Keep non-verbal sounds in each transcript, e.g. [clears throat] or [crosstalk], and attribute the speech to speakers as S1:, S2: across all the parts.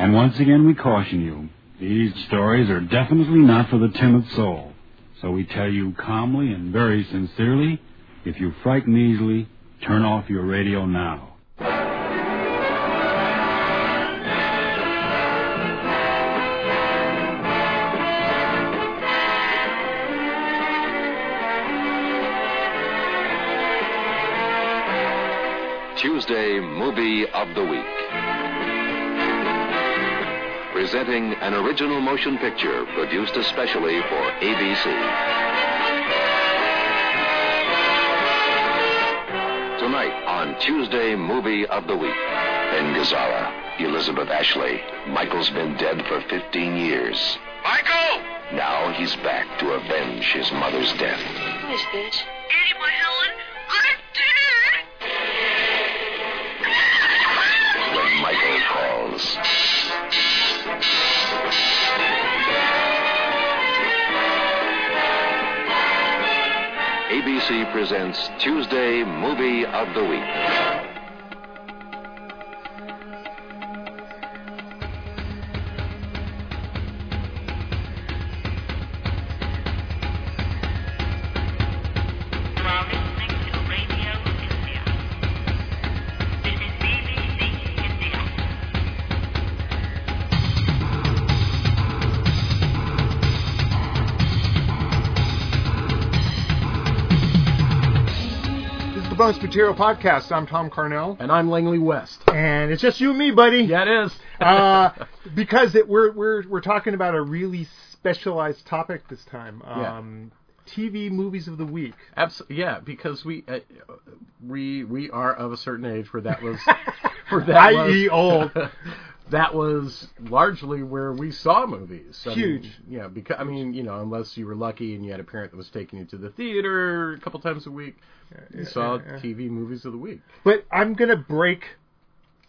S1: And once again, we caution you these stories are definitely not for the timid soul. So we tell you calmly and very sincerely if you frighten easily, turn off your radio now.
S2: Tuesday Movie of the Week. Presenting an original motion picture produced especially for ABC. Tonight on Tuesday Movie of the Week. Ben Gazzara, Elizabeth Ashley. Michael's been dead for 15 years.
S3: Michael!
S2: Now he's back to avenge his mother's death.
S4: Who is this?
S3: Eddie, my Helen. I'm dead!
S2: when Michael calls. ABC presents Tuesday Movie of the Week.
S5: Bonus Material Podcast. I'm Tom Carnell.
S6: And I'm Langley West.
S5: And it's just you and me, buddy.
S6: Yeah, it is.
S5: uh, [laughs] because it, we're, we're, we're talking about a really specialized topic this time. Um, yeah. TV movies of the week.
S6: Absolutely. Yeah, because we uh, we we are of a certain age where
S5: [laughs]
S6: that was where that
S5: i.e.
S6: [laughs]
S5: old.
S6: that was largely where we saw movies.
S5: I Huge. Mean,
S6: yeah, because I mean, you know, unless you were lucky and you had a parent that was taking you to the theater a couple times a week, yeah, you yeah, saw yeah, TV movies of the week.
S5: But I'm gonna break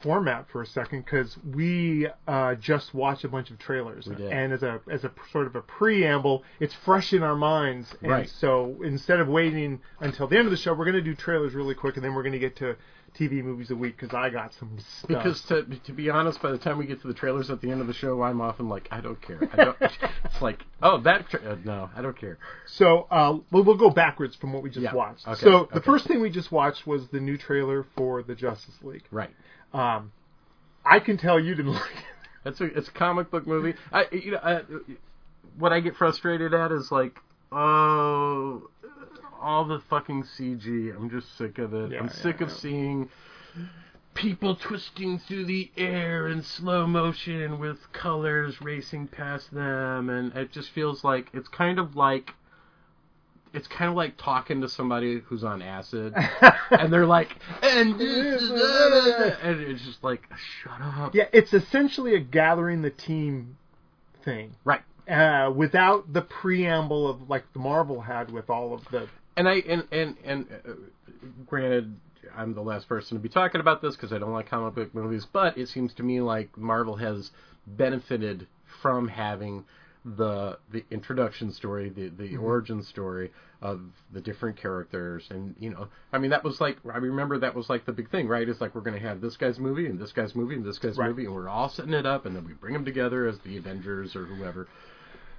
S5: format for a second because we uh, just watched a bunch of trailers, and as a as a sort of a preamble, it's fresh in our minds. And
S6: right.
S5: So instead of waiting until the end of the show, we're gonna do trailers really quick, and then we're gonna get to TV movies a week because I got some stuff.
S6: Because to to be honest, by the time we get to the trailers at the end of the show, I'm often like, I don't care. I don't, [laughs] it's like, oh, that tra- uh, no, I don't care.
S5: So uh, we'll, we'll go backwards from what we just yeah. watched.
S6: Okay.
S5: So the
S6: okay.
S5: first thing we just watched was the new trailer for the Justice League.
S6: Right.
S5: Um, I can tell you didn't [laughs] like it.
S6: That's a it's a comic book movie. I you know I, what I get frustrated at is like, oh all the fucking CG. I'm just sick of it.
S5: Yeah,
S6: I'm
S5: yeah,
S6: sick of
S5: yeah.
S6: seeing people twisting through the air in slow motion with colors racing past them and it just feels like it's kind of like it's kind of like talking to somebody who's on
S5: [laughs]
S6: acid and they're like and, and it's just like shut up.
S5: Yeah, it's essentially a gathering the team thing.
S6: Right.
S5: Uh, without the preamble of like the Marvel had with all of the
S6: and I and and and uh, granted, I'm the last person to be talking about this because I don't like comic book movies, but it seems to me like Marvel has benefited from having the the introduction story, the the mm-hmm. origin story of the different characters, and you know, I mean, that was like I remember that was like the big thing, right? It's like we're going to have this guy's movie and this guy's movie and this guy's
S5: right.
S6: movie, and we're all setting it up, and then we bring them together as the Avengers or whoever.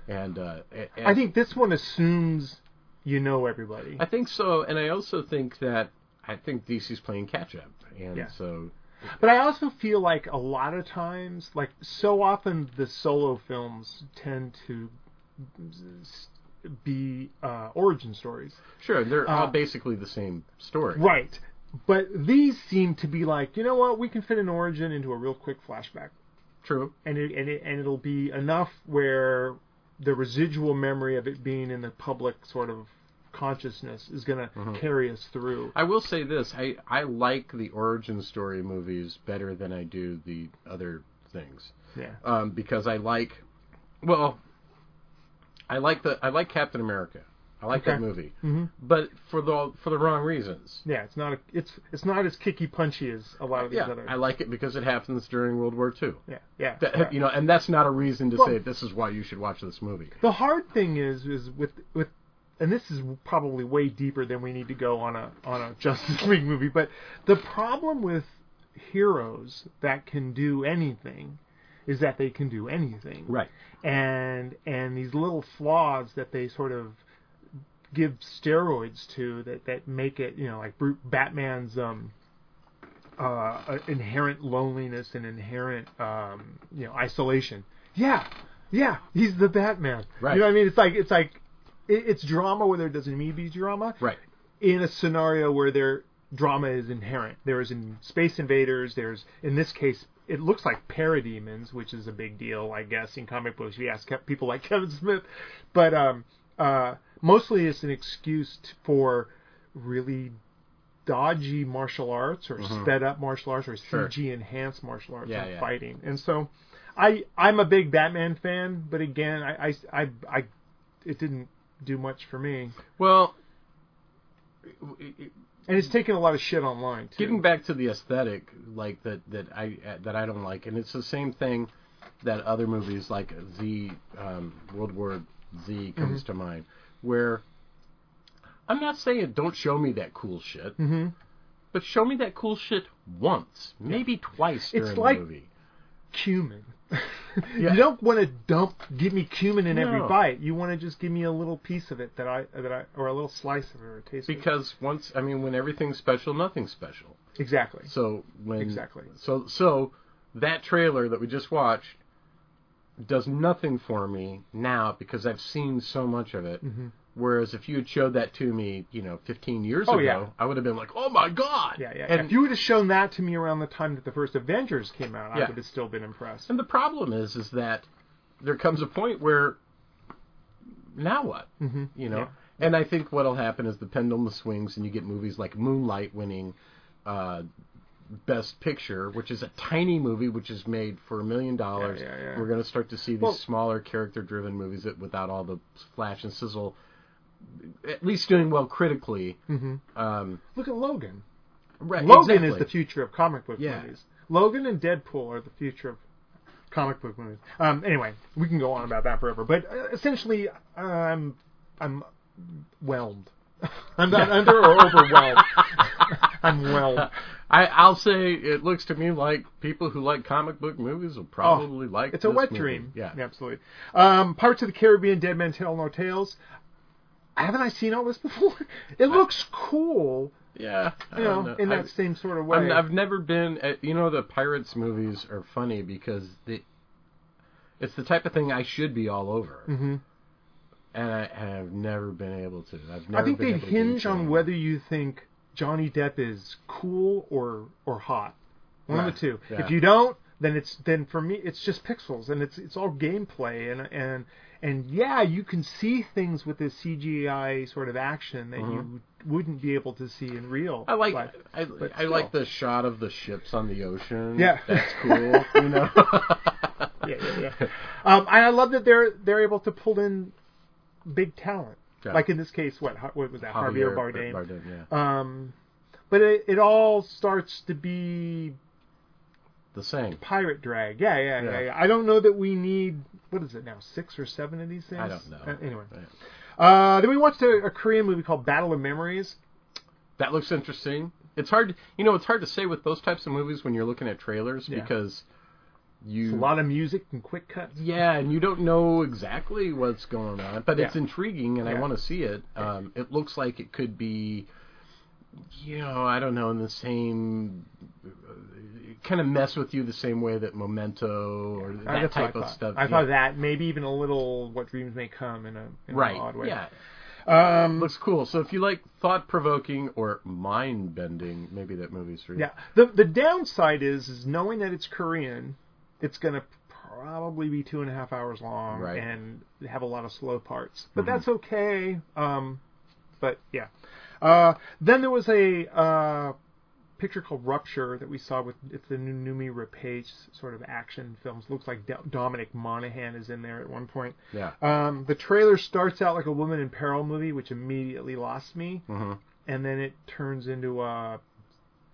S6: And, uh, and
S5: I think this one assumes you know everybody.
S6: I think so, and I also think that I think DC's playing catch up, and
S5: Yeah.
S6: so.
S5: But I also feel like a lot of times, like so often, the solo films tend to s- be uh, origin stories,
S6: Sure, they're all
S5: Uh,
S6: basically the same story.
S5: right? But these seem to be like, you know what? We can fit an origin into a real quick flashback,
S6: True.
S5: and it, and it, and it'll be enough where the residual memory of it being in the public sort of consciousness is going to carry us through.
S6: Mm-hmm. I will say this: I I like the origin story movies better than I do the other things
S5: Yeah.
S6: um, because I like, well, I like the I like Captain America. I like that
S5: Okay.
S6: movie,
S5: hmm
S6: but for the for the wrong reasons.
S5: Yeah, it's not a, it's it's not as kicky punchy as a lot of these
S6: Yeah,
S5: other.
S6: I like it because it happens during World War II.
S5: yeah, yeah.
S6: That-
S5: yeah.
S6: You know, and that's not a reason to
S5: Well-
S6: say this is why you should watch this movie.
S5: the hard thing is is with with and this is probably way deeper than we need to go on a on a Justice [laughs] League movie, but the problem with heroes that can do anything is that they can do anything.
S6: Right.
S5: And and these little flaws that they sort of give steroids to that that make it you know like Bru- Batman's um uh inherent loneliness and inherent um you know isolation. Yeah. Yeah, he's the Batman.
S6: Right.
S5: You know what I mean? It's like it's like it, it's drama where there doesn't need to be drama
S6: Right.
S5: in a scenario where their drama is inherent. There is in Space Invaders. There's in this case, it looks like parademons, which is a big deal, I guess, in comic books. If you ask Kev- people like [laughs] Kevin Smith, but um, uh, mostly it's an excuse t- for really dodgy martial arts or sped up martial arts or
S6: Mm-hmm. Sure.
S5: CG enhanced martial arts
S6: Yeah,
S5: and
S6: yeah.
S5: fighting. And so, I I'm a big Batman fan, but again, I I I, I it didn't do much for me.
S6: Well, it- it-
S5: And it's taken a lot of shit online too.
S6: getting back to the aesthetic, like that that I that I don't like, and it's the same thing that other movies like Z um, World War Z comes to mind, where I'm not saying don't show me that cool shit,
S5: hmm
S6: but show me that cool shit once, maybe twice during
S5: like-
S6: the movie.
S5: Cumin. [laughs]
S6: Yeah.
S5: You don't want to dump. Give me cumin in every
S6: No.
S5: bite. You want to just give me a little piece of it that I that I or a little slice of it or a taste. of it.
S6: Because once, I mean, when everything's special, nothing's special.
S5: exactly.
S6: So when
S5: Exactly.
S6: So so that trailer that we just watched does nothing for me now because I've seen so much of it.
S5: Mm-hmm.
S6: Whereas if you had showed that to me, you know, 15 years
S5: Oh,
S6: ago,
S5: yeah.
S6: I would have been like, "Oh my god!"
S5: Yeah, yeah.
S6: And
S5: if you would have shown that to me around the time that the first Avengers came out, I
S6: Yeah.
S5: would have still been impressed.
S6: and the problem is, is that there comes a point where now what? Mm-hmm. You know. And I think what'll happen is the pendulum swings, and you get movies like Moonlight winning uh, Best Picture, which is a tiny movie which is made for a million dollars.
S5: Yeah, yeah, yeah.
S6: We're going to start to see these
S5: Well-
S6: smaller character-driven movies that, without all the flash and sizzle, at least doing well critically. Um,
S5: Look at Logan.
S6: right,
S5: Mm-hmm. Logan is
S6: exactly.
S5: the future of comic book
S6: Yeah.
S5: movies. Logan and Deadpool are the future of comic book movies. Um, anyway, we can go on about that forever, but uh, essentially, I'm I'm whelmed. [laughs] I'm not under or overwhelmed. [laughs] I'm whelmed.
S6: I, I'll say it looks to me like people who like comic book movies will probably like.
S5: Oh, It's a
S6: this
S5: wet
S6: movie.
S5: dream.
S6: Yeah.
S5: absolutely. Um, Pirates of the Caribbean: Dead Men Tell No Tales. Haven't I seen all this before? [laughs] It looks cool,
S6: yeah. I
S5: you
S6: don't
S5: know, in that
S6: I-
S5: same sort of way.
S6: I'm, I've never been. At, you know, the pirates movies are funny because the, it's the type of thing I should be all over,
S5: hmm
S6: and I have never been able to. I've never
S5: I think
S6: been
S5: they
S6: able to
S5: hinge
S6: enjoy
S5: on
S6: it.
S5: whether you think Johnny Depp is cool or or hot. One
S6: Yeah,
S5: of the two.
S6: yeah.
S5: If you don't, then it's then for me it's just pixels and it's it's all gameplay and and and yeah, you can see things with this CGI sort of action that you wouldn't be able to see in real.
S6: Mm-hmm. I like
S5: life.
S6: I,
S5: but
S6: I like
S5: still.
S6: the shot of the ships on the ocean.
S5: Yeah.
S6: that's cool. you know,
S5: [laughs] yeah, yeah,
S6: [laughs]
S5: yeah. Um, and I love that they're they're able to pull in big talent.
S6: Yeah.
S5: Like in this case, what what was that? Javier, Bardem.
S6: Bardem, yeah.
S5: Um, but it, it all starts to be
S6: the same.
S5: pirate drag. Yeah, yeah, yeah,
S6: Yeah.
S5: yeah, I don't know that we need what is it now, six or seven of these things.
S6: I don't know.
S5: Uh, anyway,
S6: Yeah.
S5: uh, then we watched a, a Korean movie called Battle of Memories.
S6: that looks interesting. It's hard, you know, it's hard to say with those types of movies when you're looking at trailers
S5: Yeah.
S6: because
S5: It's a
S6: you,
S5: lot of music and quick cuts.
S6: yeah, and you don't know exactly what's going on, but it's
S5: Yeah.
S6: intriguing and I
S5: Yeah.
S6: want to see it. Um, it looks like it could be, you know, I don't know, in the same kind of mess with you the same way that Memento
S5: Uh,
S6: or that
S5: that's what I
S6: type of
S5: thought.
S6: stuff.
S5: I
S6: yeah.
S5: thought that maybe even a little "What Dreams May Come" in a in
S6: right,
S5: an odd way.
S6: yeah,
S5: Um,
S6: looks cool. So if you like thought provoking or mind bending, maybe that movie's for you.
S5: Yeah. The the downside is is knowing that it's Korean, it's gonna probably be two and a half hours long
S6: Right.
S5: and have a lot of slow parts. But that's okay. Um but yeah. Uh then there was a uh picture called Rupture that we saw with it's the new Numi Rapace sort of action films. Looks like Do- Dominic Monaghan is in there at one point.
S6: yeah.
S5: Um, the trailer starts out like a woman in peril movie, which immediately lost me,
S6: Mhm.
S5: and then it turns into a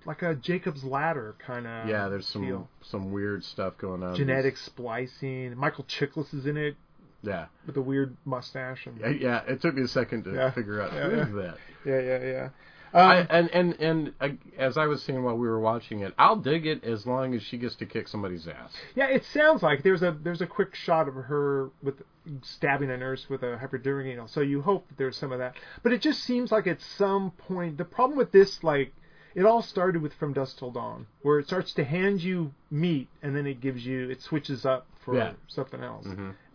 S5: like a Jacob's Ladder kind of
S6: Yeah, there's some
S5: um, feel.
S6: some weird stuff going on.
S5: genetic splicing. Michael Chiklis is in it
S6: Yeah,
S5: with a weird mustache and
S6: yeah. It took me a second to
S5: Yeah.
S6: figure out
S5: Yeah, Um,
S6: who
S5: yeah.
S6: is that.
S5: yeah, yeah, yeah.
S6: I, and and and uh, as I was saying while we were watching it, I'll dig it as long as she gets to kick somebody's ass.
S5: Yeah, it sounds like there's a there's a quick shot of her with stabbing a nurse with a hypodermic needle. So you hope that there's some of that. But it just seems like at some point the problem with this like it all started with From Dusk Till Dawn, where it starts to hand you meat and then it gives you it switches up for
S6: Yeah. Mm-hmm.
S5: something else.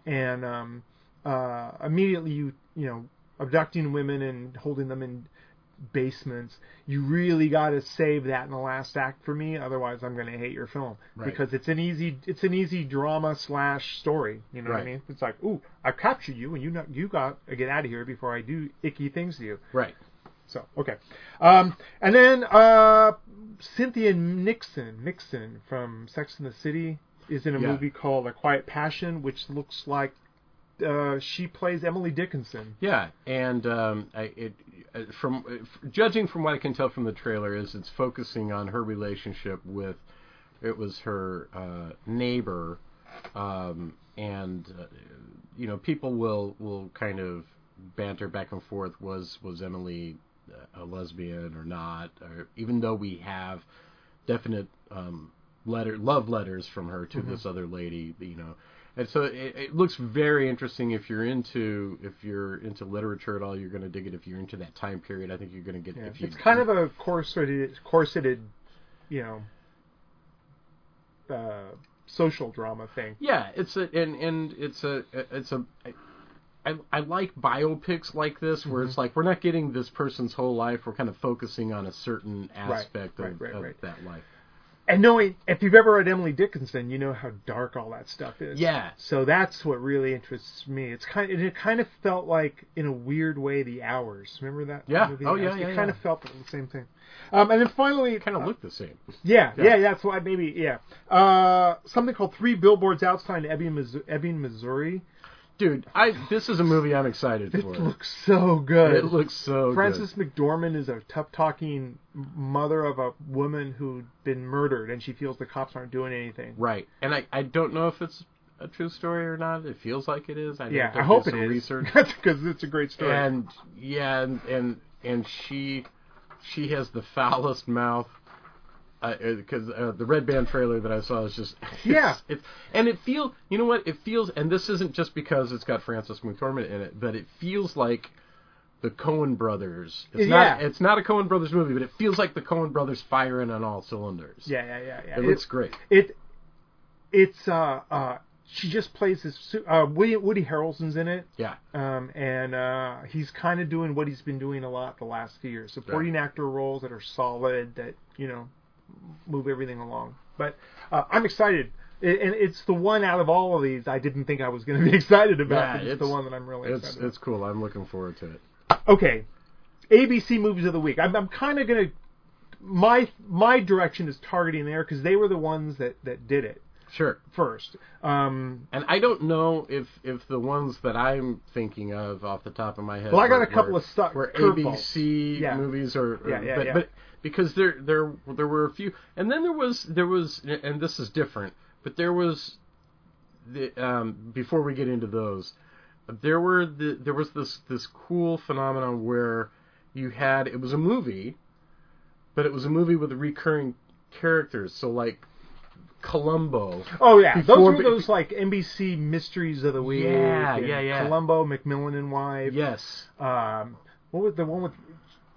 S5: And um uh immediately you you know abducting women and holding them in basements. You really got to save that in the last act for me, otherwise I'm going to hate your film
S6: Right.
S5: because it's an easy it's an easy drama slash story. You know what I
S6: Right.
S5: mean? It's like, ooh, I captured you, and you not, you got to get out of here before I do icky things to you.
S6: Right.
S5: So okay, um, and then uh, Cynthia Nixon Nixon from Sex and the City is in a
S6: Yeah.
S5: movie called A Quiet Passion, which looks like uh, she plays Emily Dickinson.
S6: Yeah, and um, I, it uh, from uh, f- judging from what I can tell from the trailer is it's focusing on her relationship with it was her uh, neighbor, um, and uh, you know people will will kind of banter back and forth was was Emily a lesbian or not, or even though we have definite um, letter love letters from her to
S5: Mm-hmm.
S6: this other lady, you know. And so it, it looks very interesting if you're into if you're into literature at all, you're going to dig it. If you're into that time period, I think you're going to get.
S5: Yeah.
S6: If you,
S5: It's kind of a corseted corseted, you know, uh, social drama thing.
S6: Yeah, it's a and and it's a it's a. I, I like biopics like this where
S5: Mm-hmm.
S6: it's like we're not getting this person's whole life. We're kind of focusing on a certain aspect
S5: right,
S6: of,
S5: right,
S6: of
S5: right.
S6: that life.
S5: And knowing if you've ever read Emily Dickinson, you know how dark all that stuff is.
S6: Yeah.
S5: So that's what really interests me. It's kind it kind of felt like in a weird way the hours. Remember that?
S6: Yeah.
S5: Movie,
S6: Oh,
S5: The Hours?
S6: yeah,
S5: It
S6: yeah,
S5: kind
S6: yeah.
S5: of felt the same thing. Um, and then finally,
S6: Kind of look the same.
S5: yeah, yeah, yeah, that's why maybe yeah. Uh, something called Three Billboards Outside Ebbing, Missouri, Ebbing, Missouri.
S6: Dude, I this is a movie I'm excited
S5: It [laughs]
S6: for.
S5: looks so good.
S6: It looks so
S5: Frances McDormand is a tough talking mother of a woman who'd been murdered and she feels the cops aren't doing anything.
S6: good. Right. And I, I don't know if it's a true story or not. It feels like it is. I didn't
S5: Yeah,
S6: do
S5: I hope it
S6: some
S5: is. [laughs]
S6: research.
S5: because it's a great story.
S6: and yeah, and, and and she she has the foulest mouth because uh, the red band trailer that I saw is just [laughs] it's-
S5: Yeah.
S6: it's, and it feel you know what it feels and this isn't just because it's got Francis McDormand in it, but it feels like the Cohen brothers. It's not
S5: Yeah.
S6: it's not a Cohen brothers movie, but it feels like the Cohen brothers firing on all cylinders.
S5: yeah, yeah, yeah, yeah.
S6: it looks great.
S5: it it's uh uh she just plays this su- uh Woody, Woody Harrelson's in it.
S6: Yeah.
S5: Um, and uh, he's kind of doing what he's been doing a lot the last few years, supporting actor roles that are solid, that you know, move everything along. But uh, I'm excited, I and it's the one out of all of these I didn't think I was going to be [laughs] excited about.
S6: Yeah,
S5: but it's, the
S6: it's-
S5: one that I'm really
S6: It's
S5: excited.
S6: it's cool. I'm looking forward to it.
S5: about. Okay, ABC movies of the week. I'm, I'm kind of going to my my direction is targeting there because they were the ones that that did it
S6: Sure.
S5: first. Um,
S6: And I don't know if if the ones that I'm thinking of off the top of my head.
S5: Well, I got
S6: were-
S5: a couple
S6: were-
S5: of stuck
S6: were
S5: curveballs.
S6: ABC
S5: Yeah.
S6: movies or, or-
S5: Yeah, yeah,
S6: but,
S5: yeah.
S6: but because there there there were a few, and then there was there was and this is different, but there was the um before we get into those, there were the there was this this cool phenomenon where you had it was a movie, but it was a movie with recurring characters. So like Columbo.
S5: Oh yeah,
S6: Before
S5: those
S6: we-
S5: were those like NBC mysteries of the week.
S6: Yeah,
S5: and
S6: yeah, yeah.
S5: Columbo, McMillan and Wife.
S6: Yes.
S5: Um, what was the one with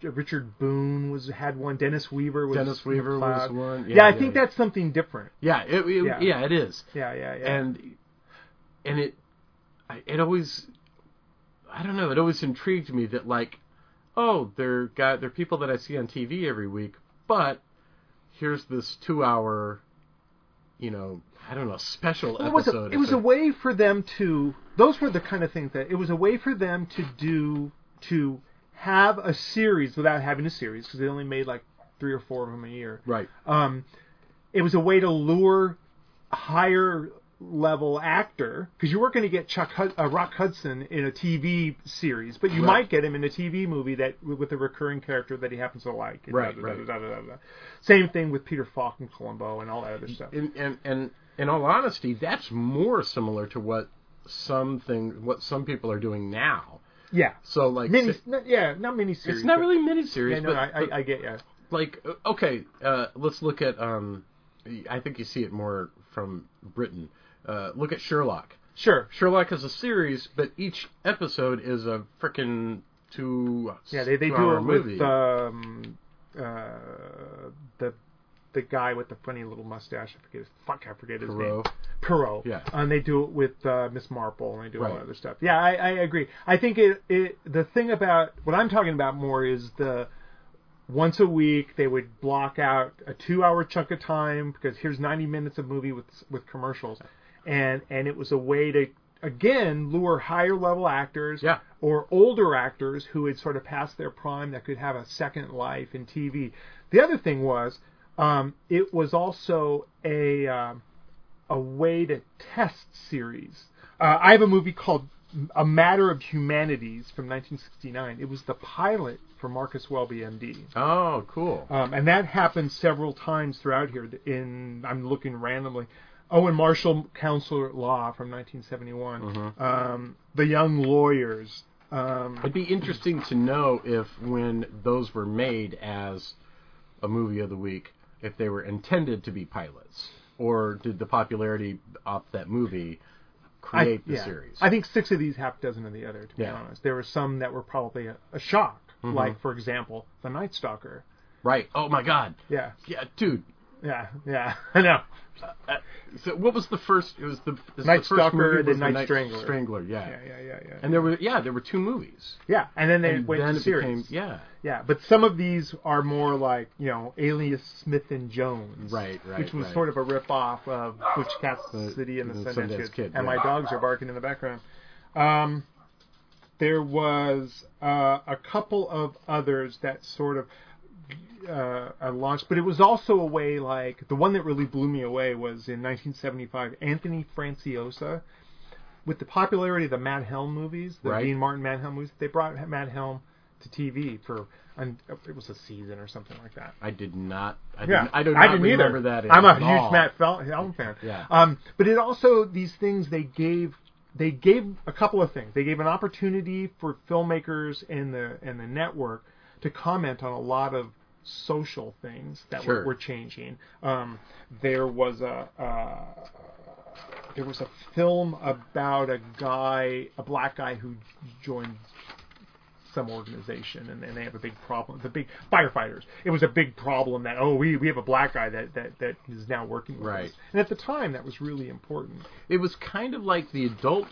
S5: Richard Boone was had one. Dennis Weaver was
S6: Dennis Weaver was
S5: McLeod.
S6: one.
S5: Yeah,
S6: Yeah,
S5: I
S6: yeah,
S5: think
S6: yeah.
S5: that's something different.
S6: Yeah, it, it-
S5: Yeah.
S6: yeah. it is.
S5: Yeah, yeah, yeah.
S6: And and it I- it always I don't know, it always intrigued me that like oh, they're guy they're people that I see on TV every week, but here's this 2-hour you know, I don't know, special
S5: Well, it was, a,
S6: episode.
S5: it was a way for them to. Those were the kind of things that it was a way for them to do to have a series without having a series because they only made like three or four of them a year.
S6: right.
S5: um, it was a way to lure a higher level actor because you weren't going to get Chuck Hud- uh, Rock Hudson in a TV series, but you
S6: Right.
S5: might get him in a TV movie that with a recurring character that he happens to like. and
S6: Right,
S5: da- da- da-
S6: right.
S5: da- da- da- da. Same thing with Peter Falk and Columbo and all that other stuff.
S6: and and and in all honesty, that's more similar to what some thing what some people are doing now.
S5: Yeah.
S6: So like,
S5: Mini,
S6: si-
S5: no, yeah, not miniseries.
S6: it's not
S5: but-
S6: really miniseries,
S5: Yeah, no,
S6: but,
S5: I,
S6: but
S5: I, I get you.
S6: like uh, okay, uh, let's look at. Um, I think you see it more from Britain. Uh, look at Sherlock.
S5: Sure.
S6: Sherlock is a series, but each episode is a freaking two.
S5: Yeah, they, they do
S6: two-hour
S5: it
S6: movie.
S5: with um, uh, the the guy with the funny little mustache. I forget his, fuck, I forget his
S6: Perot.
S5: name. Perot.
S6: Yeah.
S5: And they do it with uh, Miss Marple, and they do all
S6: Right.
S5: that other stuff. Yeah, I, I agree. I think it, it the thing about what I'm talking about more is the once a week they would block out a two hour chunk of time because here's 90 minutes of movie with with commercials and and it was a way to again lure higher level actors
S6: Yeah.
S5: or older actors who had sort of passed their prime that could have a second life in TV. The other thing was um, it was also a um, a way to test series. Uh, I have a movie called A Matter of Humanities from 1969. It was the pilot for Marcus Welby, MD.
S6: Oh, cool.
S5: Um, and that happened several times throughout here. In I'm looking randomly. Owen Marshall, Counselor at Law from 1971.
S6: Mm-hmm.
S5: Um, the Young Lawyers. Um,
S6: It'd be interesting to know if when those were made as a movie of the week, if they were intended to be pilots, or did the popularity off that movie create the
S5: yeah.
S6: series?
S5: I think six of these, half dozen of the other. To be
S6: Yeah. Mm-hmm.
S5: honest, there were some that were probably a, a shock. Like for example, The Night Stalker.
S6: right. Oh my God.
S5: Yeah,
S6: Yeah, dude.
S5: yeah, yeah. [laughs] I know.
S6: So what was the first? It was the, it's
S5: Night
S6: the first
S5: Stalker,
S6: movie
S5: then
S6: was
S5: Night Strangler.
S6: Strangler. Yeah.
S5: Yeah, yeah, yeah, yeah.
S6: And there were yeah there were two movies.
S5: yeah, and then they
S6: and
S5: went
S6: then
S5: to
S6: it
S5: series.
S6: became yeah
S5: Yeah, but some of these are more like you know Alias Smith and Jones,
S6: Right, right,
S5: Which was
S6: right.
S5: sort of a rip off of Butch Cassidy and the,
S6: the
S5: Sundance
S6: Sundance
S5: Kid.
S6: Kid,
S5: and
S6: yeah.
S5: my dogs are barking in the background. Um, there was uh, a couple of others that sort of uh, uh, launched, but it was also a way like the one that really blew me away was in 1975, Anthony Franciosa. With the popularity of the Mad Helm movies, the
S6: Right.
S5: Dean Martin Mad Helm movies, they brought Mad Helm to TV for and it was a season or something like that.
S6: I did not I
S5: Yeah,
S6: did, I do not remember that
S5: I'm a
S6: at
S5: huge
S6: all.
S5: Matt Fel- Helm fan.
S6: Yeah.
S5: Um, but it also these things they gave they gave a couple of things. They gave an opportunity for filmmakers and the and the network to comment on a lot of social things that
S6: Sure.
S5: were, were changing. Um, there was a. Uh, there was a film about a guy, a black guy who joined some organization and, and they have a big problem the big firefighters it was a big problem that oh we, we have a black guy that, that that is now working with
S6: Right.
S5: us and at the time that was really important
S6: It was kind of like the adult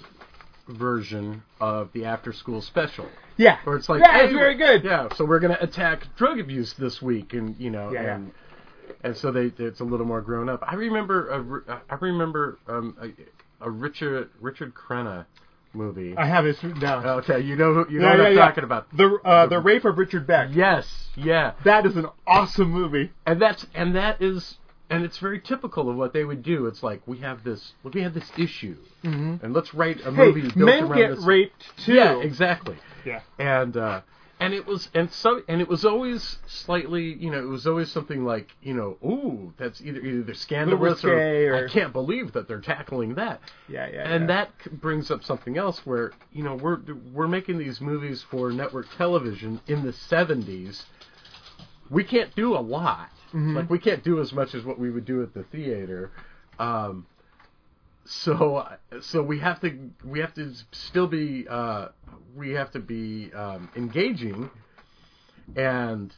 S6: version of the after school special.
S5: yeah
S6: Where it's like
S5: yeah
S6: hey,
S5: it's very good
S6: Yeah, so we're gonna attack drug abuse this week and you know
S5: Yeah, yeah.
S6: and and so they it's a little more grown up. I remember a r- I remember um a, a Richard Richard Crenna movie.
S5: i have this written down
S6: okay, you know who you know
S5: yeah,
S6: what
S5: yeah,
S6: Oh, I'm
S5: yeah.
S6: talking about.
S5: the uh, the rape of richard beck
S6: Yes, yeah.
S5: that is an awesome movie
S6: and that's and that is and it's very typical of what they would do. It's like we have this we have this issue, and let's write a
S5: Mm-hmm. hey
S6: movie built
S5: men
S6: around
S5: get
S6: this.
S5: raped too
S6: Yeah, exactly.
S5: yeah
S6: And uh, and it was and so and it was always slightly you know it was always something like you know ooh that's either either scandalous
S5: risque
S6: or,
S5: or-
S6: I can't believe that they're tackling that.
S5: yeah yeah
S6: And
S5: yeah.
S6: that c- brings up something else where you know we're we're making these movies for network television in the 70s. We can't do a lot.
S5: Mm-hmm.
S6: Like we can't do as much as what we would do at the theater. Um, so so we have to we have to still be uh, we have to be um, engaging and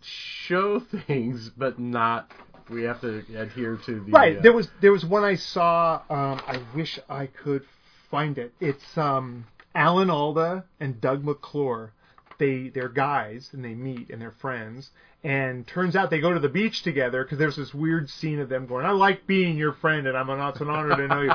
S6: show [laughs] things, but not. We have to adhere to the
S5: Right.
S6: uh,
S5: There was there was one I saw. Um, I wish I could find it. It's um, Alan Alda and Doug McClure. They they're guys and they meet and they're friends. And turns out they go to the beach together because there's this weird scene of them going, "I like being your friend, and I'm an, it's an honor to know
S6: [laughs]
S5: you."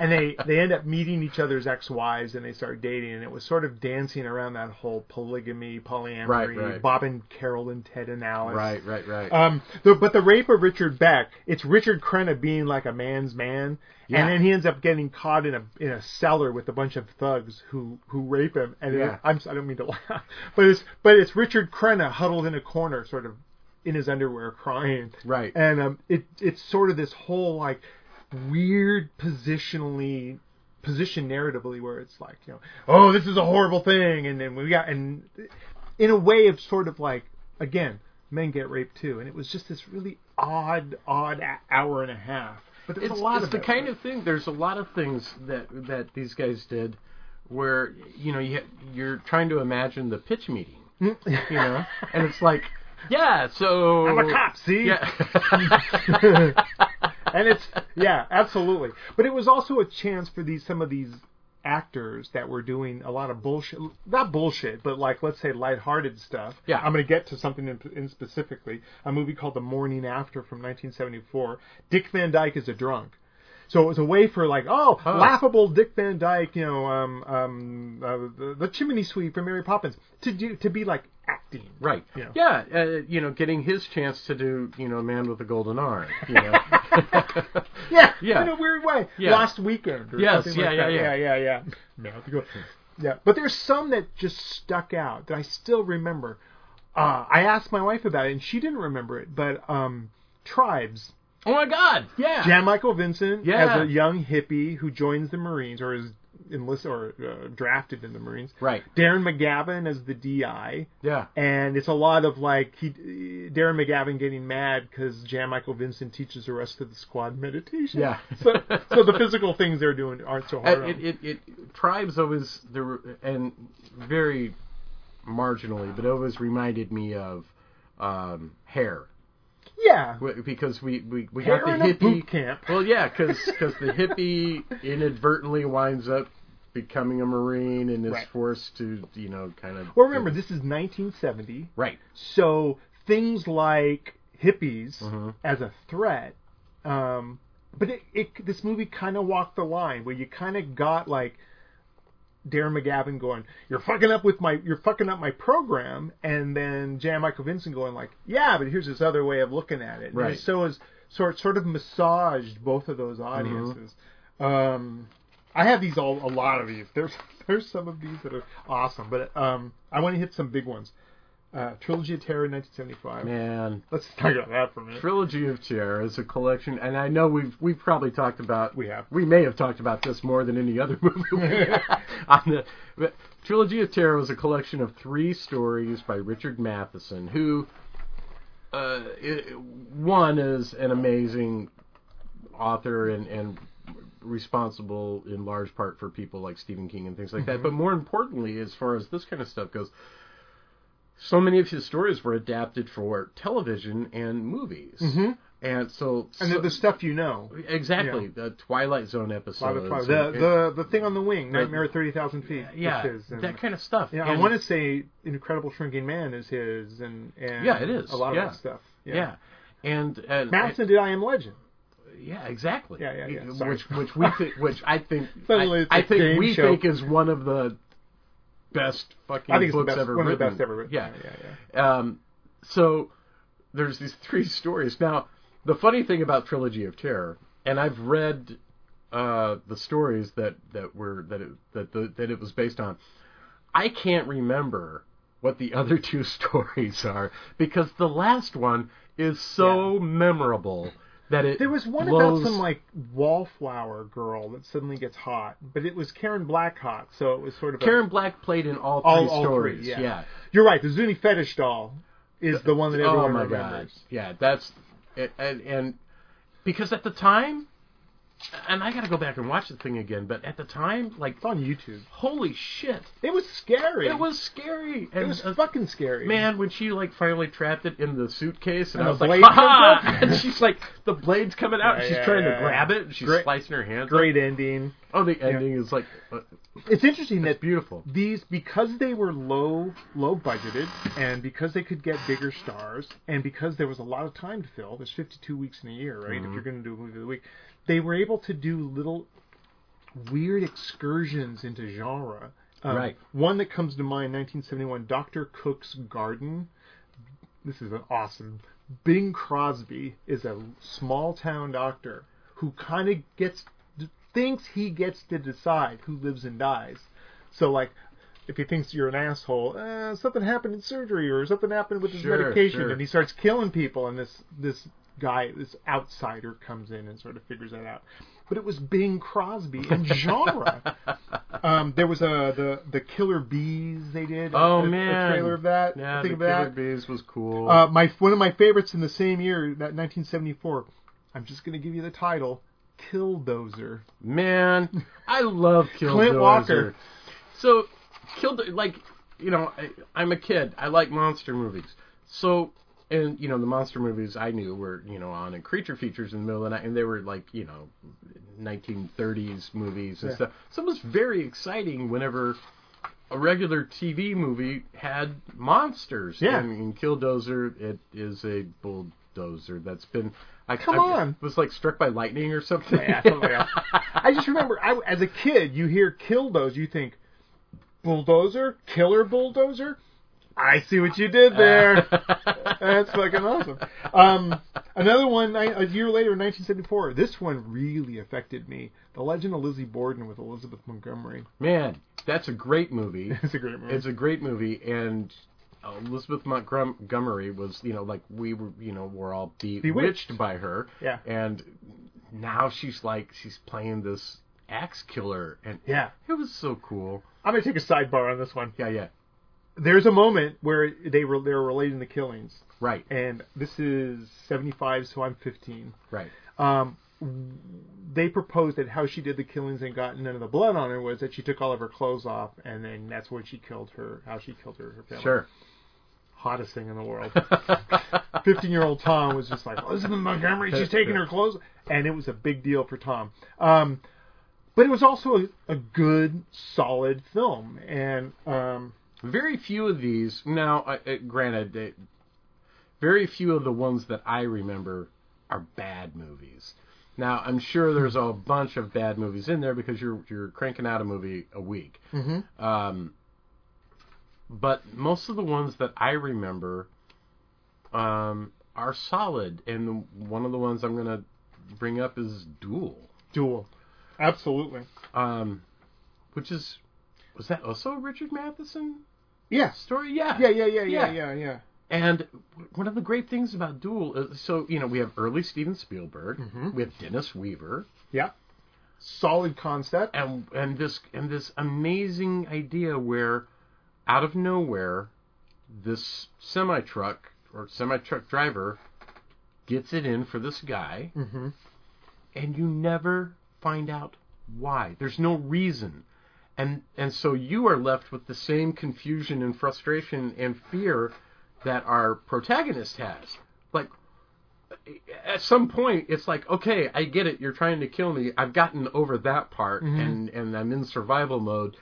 S5: and they they end up meeting each other's ex wives and they start dating. And it was sort of dancing around that whole polygamy, polyamory,
S6: Right, right.
S5: Bob and Carol and Ted and Alice.
S6: uh, right right right.
S5: Um, the, but the rape of Richard Beck, it's Richard Crenna being like a man's man,
S6: Yeah.
S5: and then he ends up getting caught in a in a cellar with a bunch of thugs who who rape him. And
S6: Yeah.
S5: it, I'm I don't mean to [laughs] laugh, but it's but it's Richard Crenna huddled in a corner, sort of in his underwear, crying.
S6: Right.
S5: And um, it it's sort of this whole like weird positionally positioned narratively where it's like, you know, oh, this is a horrible thing, and then we got and in a way of sort of like again, men get raped too, and it was just this really odd, odd a- hour and a half. But there's
S6: it's,
S5: a lot
S6: it's
S5: of
S6: the
S5: it.
S6: kind of thing. There's a lot of things that that these guys did, where you know you ha- you're trying to imagine the pitch meeting, you know, and it's like, yeah, so
S5: I'm a cop, see? [laughs]
S6: Yeah.
S5: and it's yeah, absolutely. But it was also a chance for these some of these actors that were doing a lot of bullshit, not bullshit, but like let's say lighthearted stuff.
S6: Yeah.
S5: I'm going to get to something in, in specifically a movie called The Morning After from 1974. Dick Van Dyke is a drunk. So it was a way for like, oh, laughable Dick Van Dyke, you know, um, um, uh, the, the chimney sweep from Mary Poppins, to do to be like acting,
S6: right,
S5: Yeah.
S6: yeah, uh, you know, getting his chance to do you know, man with a golden arm,
S5: [laughs]
S6: you know,
S5: Yeah,
S6: Yeah.
S5: in a weird way.
S6: Yeah.
S5: Last weekend. Or
S6: Yes,
S5: something
S6: yeah,
S5: like
S6: yeah,
S5: that.
S6: yeah.
S5: yeah, yeah, yeah. No, if you go- yeah. But there's some that just stuck out that I still remember. Uh, I asked my wife about it, and she didn't remember it. But um, tribes.
S6: oh my god, yeah,
S5: Jan Michael Vincent
S6: Ah. Yeah.
S5: as a young hippie who joins the Marines or is enlisted or uh, drafted in the Marines.
S6: right,
S5: Darren McGavin as the DI
S6: yeah,
S5: and it's a lot of like he, Darren McGavin getting mad because Jan Michael Vincent teaches the rest of the squad meditation.
S6: Yeah.
S5: [laughs] so, so the physical things they're doing aren't so hard.
S6: Uh,
S5: on
S6: it,
S5: them.
S6: it, it tribes always there were- and very marginally, but always reminded me of um, hair
S5: yeah,
S6: W- because we we, we
S5: Hair
S6: got the
S5: in a
S6: hippie
S5: boot camp.
S6: Well,
S5: [laughs]
S6: yeah, because the hippie inadvertently winds up becoming a marine and is
S5: Right.
S6: forced to you know kind of.
S5: Well, remember this is 1970,
S6: right?
S5: so things like hippies as a threat. Um, but it, it this movie kind of walked the line where you kind of got like Darren McGavin going, "You're fucking up with my, you're fucking up my program," and then Jan Michael Vincent going like, "Yeah, but here's this other way of looking at it." And
S6: Right.
S5: So is sort sort of massaged both of those audiences. Um, I have these all a lot of these. There's [laughs] there's some of these that are awesome, but um, I want to hit some big ones. Uh, Trilogy of Terror, 1975.
S6: Man,
S5: Let's talk about that for a minute.
S6: Trilogy of Terror is a collection, and I know we've we've probably talked about
S5: We have.
S6: we may have talked about this more than any other [laughs] movie.
S5: [laughs]
S6: we have on the but Trilogy of Terror was a collection of three stories by Richard Matheson, who uh, i one is an amazing author and and responsible in large part for people like Stephen King and things like
S5: Mm-hmm.
S6: that. But more importantly, as far as this kind of stuff goes, so many of his stories were adapted for television and movies. And so,
S5: Mm-hmm. and
S6: so-
S5: then the stuff you know.
S6: exactly the Twilight Zone
S5: A lot
S6: episodes,
S5: of fun. The,
S6: and-
S5: the the thing on the wing, Nightmare at Thirty Thousand Feet.
S6: yeah,
S5: which is, and-
S6: that kind of stuff.
S5: Yeah, I
S6: And-
S5: want to say Incredible Shrinking Man is his, and, and
S6: Yeah, it is.
S5: a lot of
S6: Yeah.
S5: that stuff.
S6: yeah. And, and
S5: Madison did I Am Legend.
S6: yeah, exactly.
S5: Yeah, yeah, yeah. Sorry.
S6: Which, which we, thi- which I think,
S5: [laughs] Suddenly
S6: I,
S5: it's
S6: I
S5: a
S6: think
S5: game
S6: we
S5: show.
S6: think is one of the best fucking
S5: I think it's the
S6: books
S5: best,
S6: ever
S5: one of the
S6: written.
S5: best ever written.
S6: Yeah,
S5: yeah, yeah.
S6: Um, so there's these three [laughs] stories. Now, the funny thing about Trilogy of Terror, and I've read uh, the stories that, that were that it, that the, that it was based on. I can't remember what the [laughs] other two stories are because the last one is so memorable that it
S5: There was one
S6: blows,
S5: about some like wallflower girl that suddenly gets hot, but it was Karen Blackhawk, so it was sort of a-
S6: Karen Black played in all three
S5: All- all three,
S6: stories.
S5: yeah.
S6: yeah.
S5: You're right. The Zuni fetish doll is the one that everyone
S6: oh my
S5: remembers.
S6: god yeah that's it, and, and because at the time and i gotta go back and watch the thing again but at the time like
S5: It's on YouTube.
S6: holy shit
S5: It was scary.
S6: it was scary and
S5: It was
S6: uh,
S5: fucking scary.
S6: man when she like finally trapped it in the suitcase and,
S5: And the
S6: i was like
S5: blade comes
S6: ha
S5: up?
S6: [laughs] and she's like the blade's coming out and
S5: Yeah,
S6: she's
S5: yeah,
S6: trying
S5: yeah,
S6: to
S5: yeah.
S6: grab it and she's
S5: Great-
S6: slicing her hands up.
S5: Great ending.
S6: oh the ending is like uh,
S5: It's interesting
S6: it's
S5: that
S6: beautiful
S5: these because they were low low budgeted and because they could get bigger stars and because there was a lot of time to fill there's 52 weeks in a year right if you're going to do a movie of the week they were able to do little weird excursions into genre Um,
S6: Right.
S5: one that comes to mind 1971 dr cook's garden this is an awesome bing crosby is a small town doctor who kind of gets thinks he gets to decide who lives and dies so like, if he thinks you're an asshole, uh, something happened in surgery or something happened with his
S6: Sure,
S5: medication,
S6: sure.
S5: and he starts killing people, and this this guy, this outsider, comes in and sort of figures that out. but it was Bing Crosby and
S6: [laughs]
S5: genre. um, there was a the the Killer Bees they did. a-
S6: Oh,
S5: a,
S6: man.
S5: a trailer of that.
S6: Yeah,
S5: think of
S6: the Killer
S5: that.
S6: Bees was cool.
S5: Uh, my one of my favorites in the same year, that 1974. I'm just gonna give you the title, Killdozer.
S6: Man, I love Kill
S5: Clint Walker.
S6: So, Kill like you know, I, I'm a kid. I like monster movies. So, and you know, the monster movies I knew were you know on in creature features in the middle of the night, and they were like you know, 1930s movies and
S5: Yeah.
S6: stuff. So it was very exciting whenever. A regular TV movie had monsters.
S5: Yeah.
S6: And, in Killdozer, it is a bulldozer that's been. I,
S5: Come
S6: I
S5: on.
S6: Was like struck by lightning or
S5: [laughs]
S6: something. [laughs]
S5: Yeah, something like that. [laughs] I just remember, I, as a kid, you hear Killdozer, you think bulldozer, killer bulldozer. I see what you did [laughs] there. That's fucking awesome. Um, another one I, a year later, in 1974. This one really affected me. The Legend of Lizzie Borden with Elizabeth Montgomery. [laughs]
S6: Man, that's a great movie.
S5: It's a great movie.
S6: it's a great movie, and Elizabeth Montgomery was, you know, like we were, you know, we're all be-
S5: Bewitched.
S6: bewitched by her.
S5: Yeah.
S6: And now she's like she's playing this axe killer, and
S5: yeah,
S6: it was so cool.
S5: I'm gonna take a sidebar on this one.
S6: Yeah, yeah,
S5: There's a moment where they were they're relating the killings,
S6: right,
S5: and this is 75, so I'm 15.
S6: right.
S5: um, they proposed that how she did the killings and got none of the blood on her was that she took all of her clothes off, and then that's when she killed her, how she killed her, her family.
S6: Sure.
S5: Hottest thing in the world. 15 year old Tom was just like, "Oh, Elizabeth Montgomery, she's taking her clothes. And it was a big deal for Tom. Um, but it was also a, a good, solid film. And um,
S6: Very few of these. Now, I, I- granted, they, very few of the ones that I remember are bad movies. Now, I'm sure there's a bunch of bad movies in there because you're you're cranking out a movie a week.
S5: Mm-hmm.
S6: Um, but most of the ones that I remember um, are solid, and the, one of the ones I'm gonna bring up is Duel,
S5: duel. Absolutely.
S6: um, which is was that also a Richard Matheson
S5: Yes.
S6: story? Yeah,
S5: Yeah, yeah, yeah, yeah,
S6: Yeah.
S5: yeah, yeah.
S6: and one of the great things about Duel is so, you know, we have early Steven Spielberg, we have Dennis Weaver,
S5: Yeah. Solid concept.
S6: and and this and this amazing idea where out of nowhere this semi truck or semi truck driver gets it in for this guy
S5: Mm-hmm.
S6: and you never find out why. There's no reason. And and so you are left with the same confusion and frustration and fear that our protagonist has. Like at some point it's like, okay, I get it, you're trying to kill me. I've gotten over that part
S5: Mm-hmm.
S6: and and I'm in survival mode.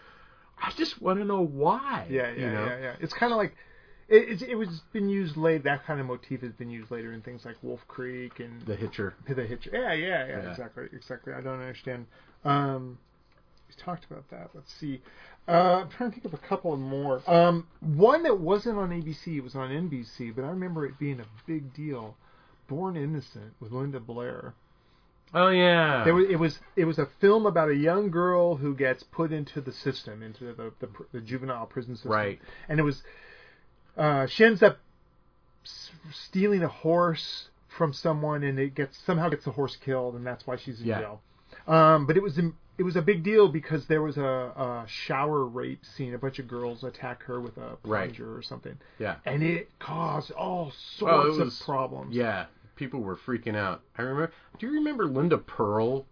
S6: I just want to know why.
S5: Yeah, yeah,
S6: you know?
S5: yeah, yeah. It's kind of like it, it's it was been used late. That kind of motif has been used later in things like Wolf Creek and
S6: The Hitcher.
S5: the, Hitch. Yeah, yeah, yeah,
S6: Yeah.
S5: Exactly, exactly. I don't understand. Um, we talked about that. Let's see. Uh, I'm trying to think of a couple more. Um, one that wasn't on ABC, it was on NBC, but I remember it being a big deal. Born Innocent with Linda Blair.
S6: Oh yeah.
S5: There was, it was it was a film about a young girl who gets put into the system, into the the, pr- the juvenile prison system.
S6: Right.
S5: And it was uh, she ends up s- stealing a horse from someone, and it gets somehow gets the horse killed, and that's why she's in
S6: Yeah.
S5: jail. Um, but it was im- it was a big deal because there was a, a shower rape scene. A bunch of girls attack her with a
S6: Right.
S5: plunger or something,
S6: yeah.
S5: and it caused all sorts
S6: Oh, it was-
S5: of problems.
S6: Yeah, people were freaking out. I remember. Do you remember Linda Pearl?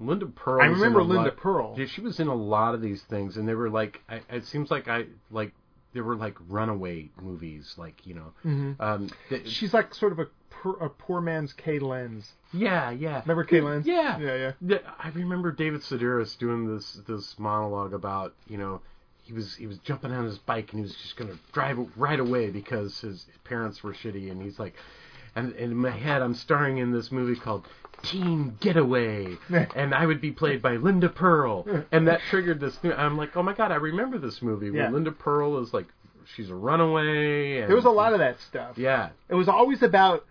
S6: Linda Pearl.
S5: I
S6: was in
S5: remember
S6: a lot-
S5: Linda Pearl.
S6: Yeah, she was in a lot of these things, and they were like. I, it seems like I like they were like runaway movies, like you know.
S5: Mm-hmm.
S6: Um, th-
S5: She's like sort of a poor, a poor man's Kay Lens.
S6: yeah, yeah.
S5: Remember Kay Lens?
S6: Yeah.
S5: Yeah, yeah.
S6: Yeah, I remember David Sedaris doing this this monologue about you know he was he was jumping on his bike and he was just gonna drive it right away because his parents were shitty and he's like, and, and in my head I'm starring in this movie called Teen
S5: [laughs]
S6: Getaway and I would be played by Linda Pearl and that triggered this thing. I'm like, oh my god, I remember this movie
S5: Yeah.
S6: where Linda Pearl is like she's a runaway. And,
S5: There was a lot of that stuff.
S6: yeah
S5: It was always about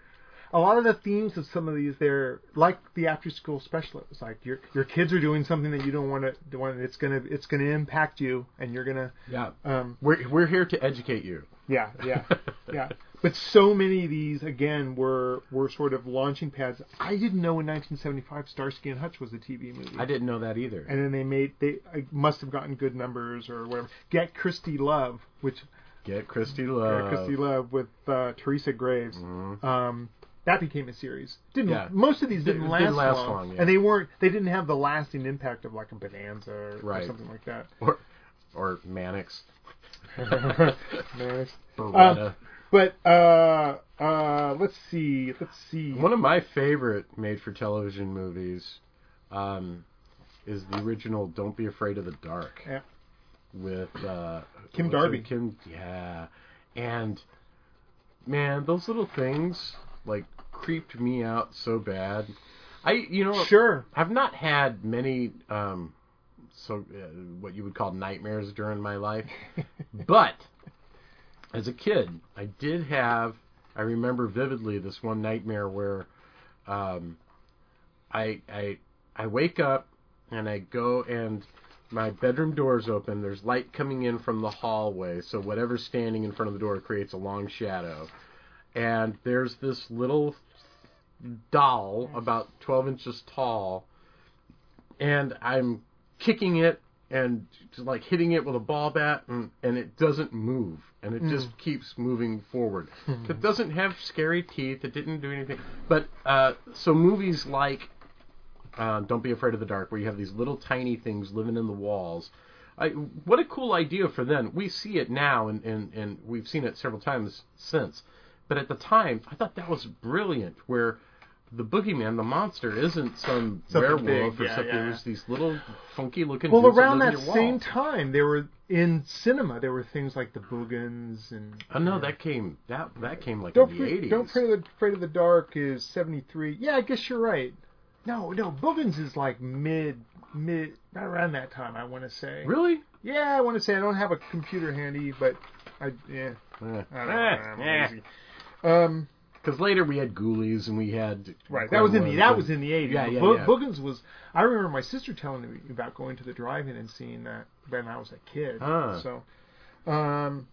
S5: a lot of the themes of some of these. They're like the after school special. It was like your your kids are doing something that you don't want to want. It's gonna it's gonna impact you, and you're gonna
S6: yeah.
S5: um
S6: We're we're here to educate you. [laughs]
S5: yeah yeah yeah. But so many of these again were were sort of launching pads. I didn't know in 1975 Starsky and Hutch was a TV movie.
S6: I didn't know that either.
S5: And then they made they I must have gotten good numbers or whatever. Get Christy Love, which
S6: Get Christy Love.
S5: uh, Christy Love with uh, Teresa Graves. Um, that became a series. Didn't
S6: Mm-hmm. Yeah.
S5: most of these didn't,
S6: Didn't-
S5: last,
S6: didn't last
S5: long,
S6: long, yeah.
S5: and they weren't they didn't have the lasting impact of like a Bonanza or, or
S6: Right.
S5: something like that.
S6: Or, or
S5: [laughs]
S6: Mannix.
S5: Nice.
S6: Beretta.
S5: Um, But uh, uh, let's see, let's see.
S6: One of my favorite made-for-television movies um, is the original "Don't Be Afraid of the Dark"
S5: Yeah.
S6: with uh,
S5: Kim
S6: what's her-
S5: Darby.
S6: Kim, yeah, and man, those little things like creeped me out so bad. I, you know,
S5: Sure,
S6: I've not had many um, so uh, what you would call nightmares during my life, but as a kid, I did have. I remember vividly this one nightmare where um, I I I wake up and I go and my bedroom door is open. There's light coming in from the hallway, so whatever's standing in front of the door creates a long shadow. And there's this little doll about 12 inches tall and i'm kicking it and just like hitting it with a ball bat and, and it doesn't move and it just keeps moving forward it doesn't have scary teeth it didn't do anything but uh, so movies like uh, don't be afraid of the dark where you have these little tiny things living in the walls I, what a cool idea for then we see it now and, and, and we've seen it several times since but at the time i thought that was brilliant where the boogeyman, the monster, isn't some
S5: Something
S6: werewolf
S5: big,
S6: or
S5: yeah,
S6: something.
S5: yeah.
S6: There's these little funky looking.
S5: Well,
S6: dudes that
S5: around
S6: live
S5: that
S6: in your wall.
S5: same time, there were in cinema there were things like the Boogans and.
S6: Oh no, that came that that came like
S5: Don't
S6: in the
S5: Fre-
S6: eighties.
S5: don't afraid of the, afraid of the dark is seventy three. Yeah, I guess you're right. No, no, Boogans is like mid mid not around that time. I want to say.
S6: Really?
S5: Yeah, I want to say I don't have a computer handy, but I yeah I don't know. I'm
S6: Eh, Because
S5: lazy. Um,
S6: later we had Ghoulies and we had
S5: right. That was in the
S6: Gremlins
S5: that
S6: and-
S5: was in the eighties.
S6: Yeah, yeah,
S5: Bo-
S6: yeah.
S5: Boogans was. I remember my sister telling me about going to the drive-in and seeing that when I was a kid.
S6: Huh.
S5: So, um,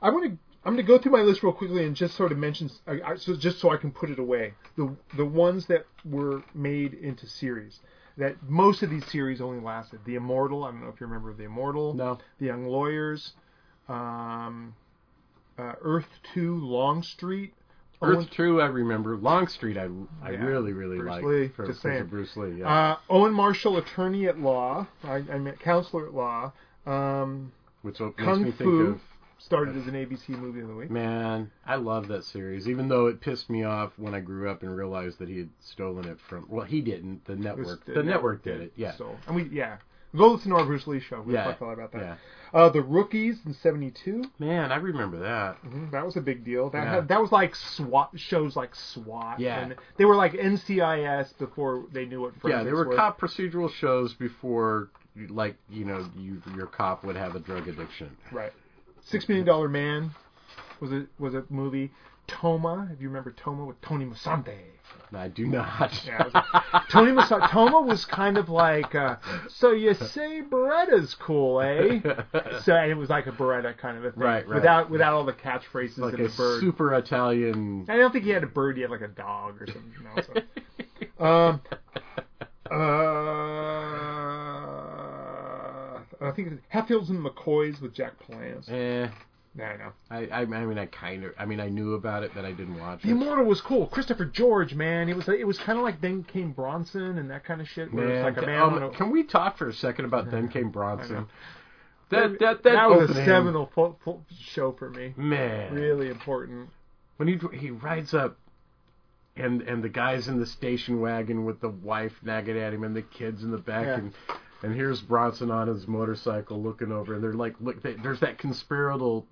S5: I want to. I'm going to go through my list real quickly and just sort of mention, I, I, so just so I can put it away, the the ones that were made into series. That most of these series only lasted. The Immortal. I don't know if you remember the Immortal.
S6: No.
S5: The Young Lawyers. Um, uh, Earth Two. Longstreet. Owen-
S6: Earth True. I remember Longstreet. I I
S5: Yeah,
S6: really really
S5: Bruce
S6: liked
S5: Lee,
S6: for,
S5: just
S6: because of
S5: saying.
S6: Bruce Lee. Yeah.
S5: Uh, Owen Marshall, attorney at law. I, I meant counselor at law. Um,
S6: Which makes
S5: Kung
S6: me think
S5: Fu.
S6: of
S5: started as an ABC movie of the week.
S6: Man, I love that series. Even though it pissed me off when I grew up and realized that he had stolen it from. Well, he didn't. The
S5: It was-
S6: network. the, network, did it. Yeah.
S5: So, and we, yeah. Go listen to our Bruce Lee show. We
S6: Yeah,
S5: talked a lot about that.
S6: yeah.
S5: Uh, the Rookies in '72.
S6: Man, I remember that.
S5: That was a big deal. That
S6: Yeah.
S5: had, that was like SWAT shows, like SWAT.
S6: Yeah.
S5: And they were like NCIS before they knew what.
S6: Yeah, there
S5: forensics
S6: were cop procedural shows before, like you know, you your cop would have a drug addiction.
S5: Right. Six Million Dollar Man was a was a movie. Toma, if you remember Toma with Tony Musante.
S6: And I do not. [laughs]
S5: Yeah, it was- Tony Masatoma was kind of like, uh, so you say Beretta's cool, eh? So and it was like a Beretta kind of a thing,
S6: Right, right.
S5: Without without all the catchphrases
S6: like
S5: and
S6: a
S5: the bird.
S6: super Italian.
S5: I don't think he had a bird; he had like a dog or something. Else. um, uh, I think Hatfields and McCoys with Jack Palance.
S6: Eh,
S5: Yeah, I know.
S6: I, I I mean I kind of I mean I knew about it but I didn't watch
S5: The
S6: it.
S5: Immortal was cool. Christopher George, man, it was it was kind of like then came Bronson and that kind of shit. Where it's
S6: Man,
S5: like a
S6: th-
S5: man
S6: um,
S5: on a,
S6: can we talk for a second about Then Came Bronson? That that that,
S5: was a
S6: opening,
S5: seminal fo- fo- show for me.
S6: man.
S5: Really important.
S6: when he dr- he rides up and and the guys in the station wagon with the wife nagging at him and the kids in the back
S5: Yeah.
S6: and and here's Bronson on his motorcycle looking over and they're like look they, there's that conspiratorial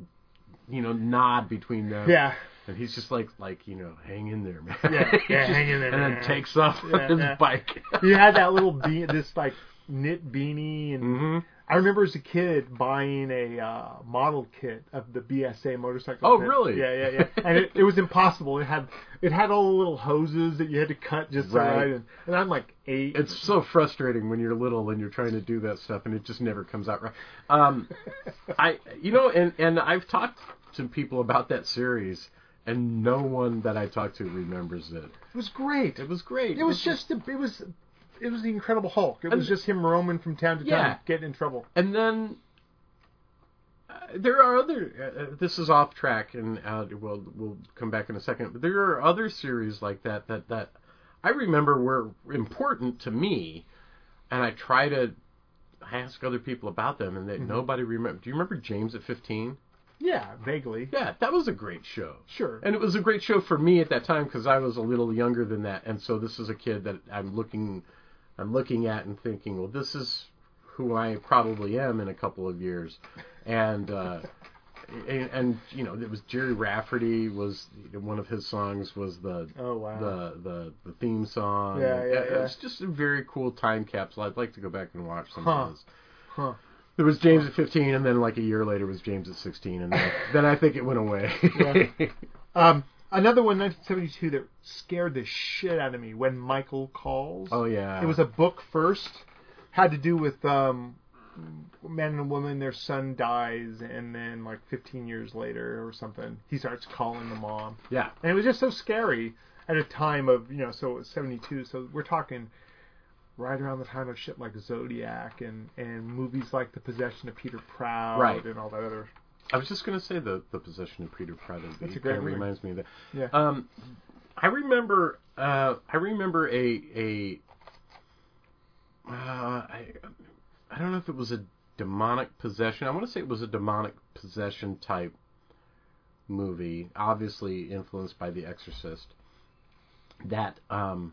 S6: you know nod between them
S5: Yeah.
S6: and he's just like like you know hang in there man
S5: Yeah,
S6: He's [laughs]
S5: yeah,
S6: just-
S5: hang in there,
S6: and
S5: man.
S6: then takes off
S5: Yeah,
S6: [laughs] his
S5: yeah.
S6: bike
S5: You had that little be- this like knit beanie and
S6: hmm
S5: I remember as a kid buying a uh, model kit of the BSA motorcycle.
S6: Oh,
S5: kit.
S6: really?
S5: Yeah, yeah, yeah. And it, it was impossible. It had it had all the little hoses that you had to cut just
S6: Right.
S5: right. right and, and I'm like eight.
S6: It's so frustrating when you're little and you're trying to do that stuff and it just never comes out right.
S5: [laughs]
S6: Um, I, you know, and and I've talked to people about that series and no one that I talked to remembers it.
S5: It was great.
S6: It was great.
S5: It was just the, it was it was the Incredible Hulk. It
S6: And-
S5: was just him roaming from town to
S6: Yeah.
S5: town, getting in trouble.
S6: And then uh, there are other. Uh, uh, this is off track, and uh, we'll we'll come back in a second. But there are other series like that that that I remember were important to me, and I try to ask other people about them, and that nobody remember. Do you remember James at fifteen?
S5: Yeah, vaguely.
S6: Yeah, that was a great show.
S5: Sure.
S6: And it was a great show for me at that time because I was a little younger than that, and so this is a kid that I'm looking, I'm looking at and thinking, well, this is who I probably am in a couple of years, and uh, and, and you know it was Jerry Rafferty was one of his songs was the
S5: Oh, wow.
S6: the, the the theme song.
S5: Yeah, yeah,
S6: It- It's just a very cool time capsule. I'd like to go back and watch some
S5: Huh.
S6: of those.
S5: Huh.
S6: There was James at 15, and then like a year later was James at 16, and then, then I think it went away. [laughs]
S5: Um, another one, 1972, that scared the shit out of me when Michael calls.
S6: Oh yeah.
S5: It was a book first, had to do with um, man and woman. Their son dies, and then like 15 years later or something, he starts calling the mom,
S6: yeah.
S5: and it was just so scary at a time of you know, so it was 72. So we're talking right around the time of shit like Zodiac and and movies like The Possession of Peter Proud
S6: Right.
S5: and all that other.
S6: I was just gonna say the the possession of Peter Pratt of
S5: That's a
S6: the
S5: great
S6: kind of
S5: movie.
S6: reminds me of that.
S5: Yeah.
S6: Um, I remember uh, I remember a a uh, I I don't know if it was a demonic possession. I want to say it was a demonic possession type movie, obviously influenced by The Exorcist. That um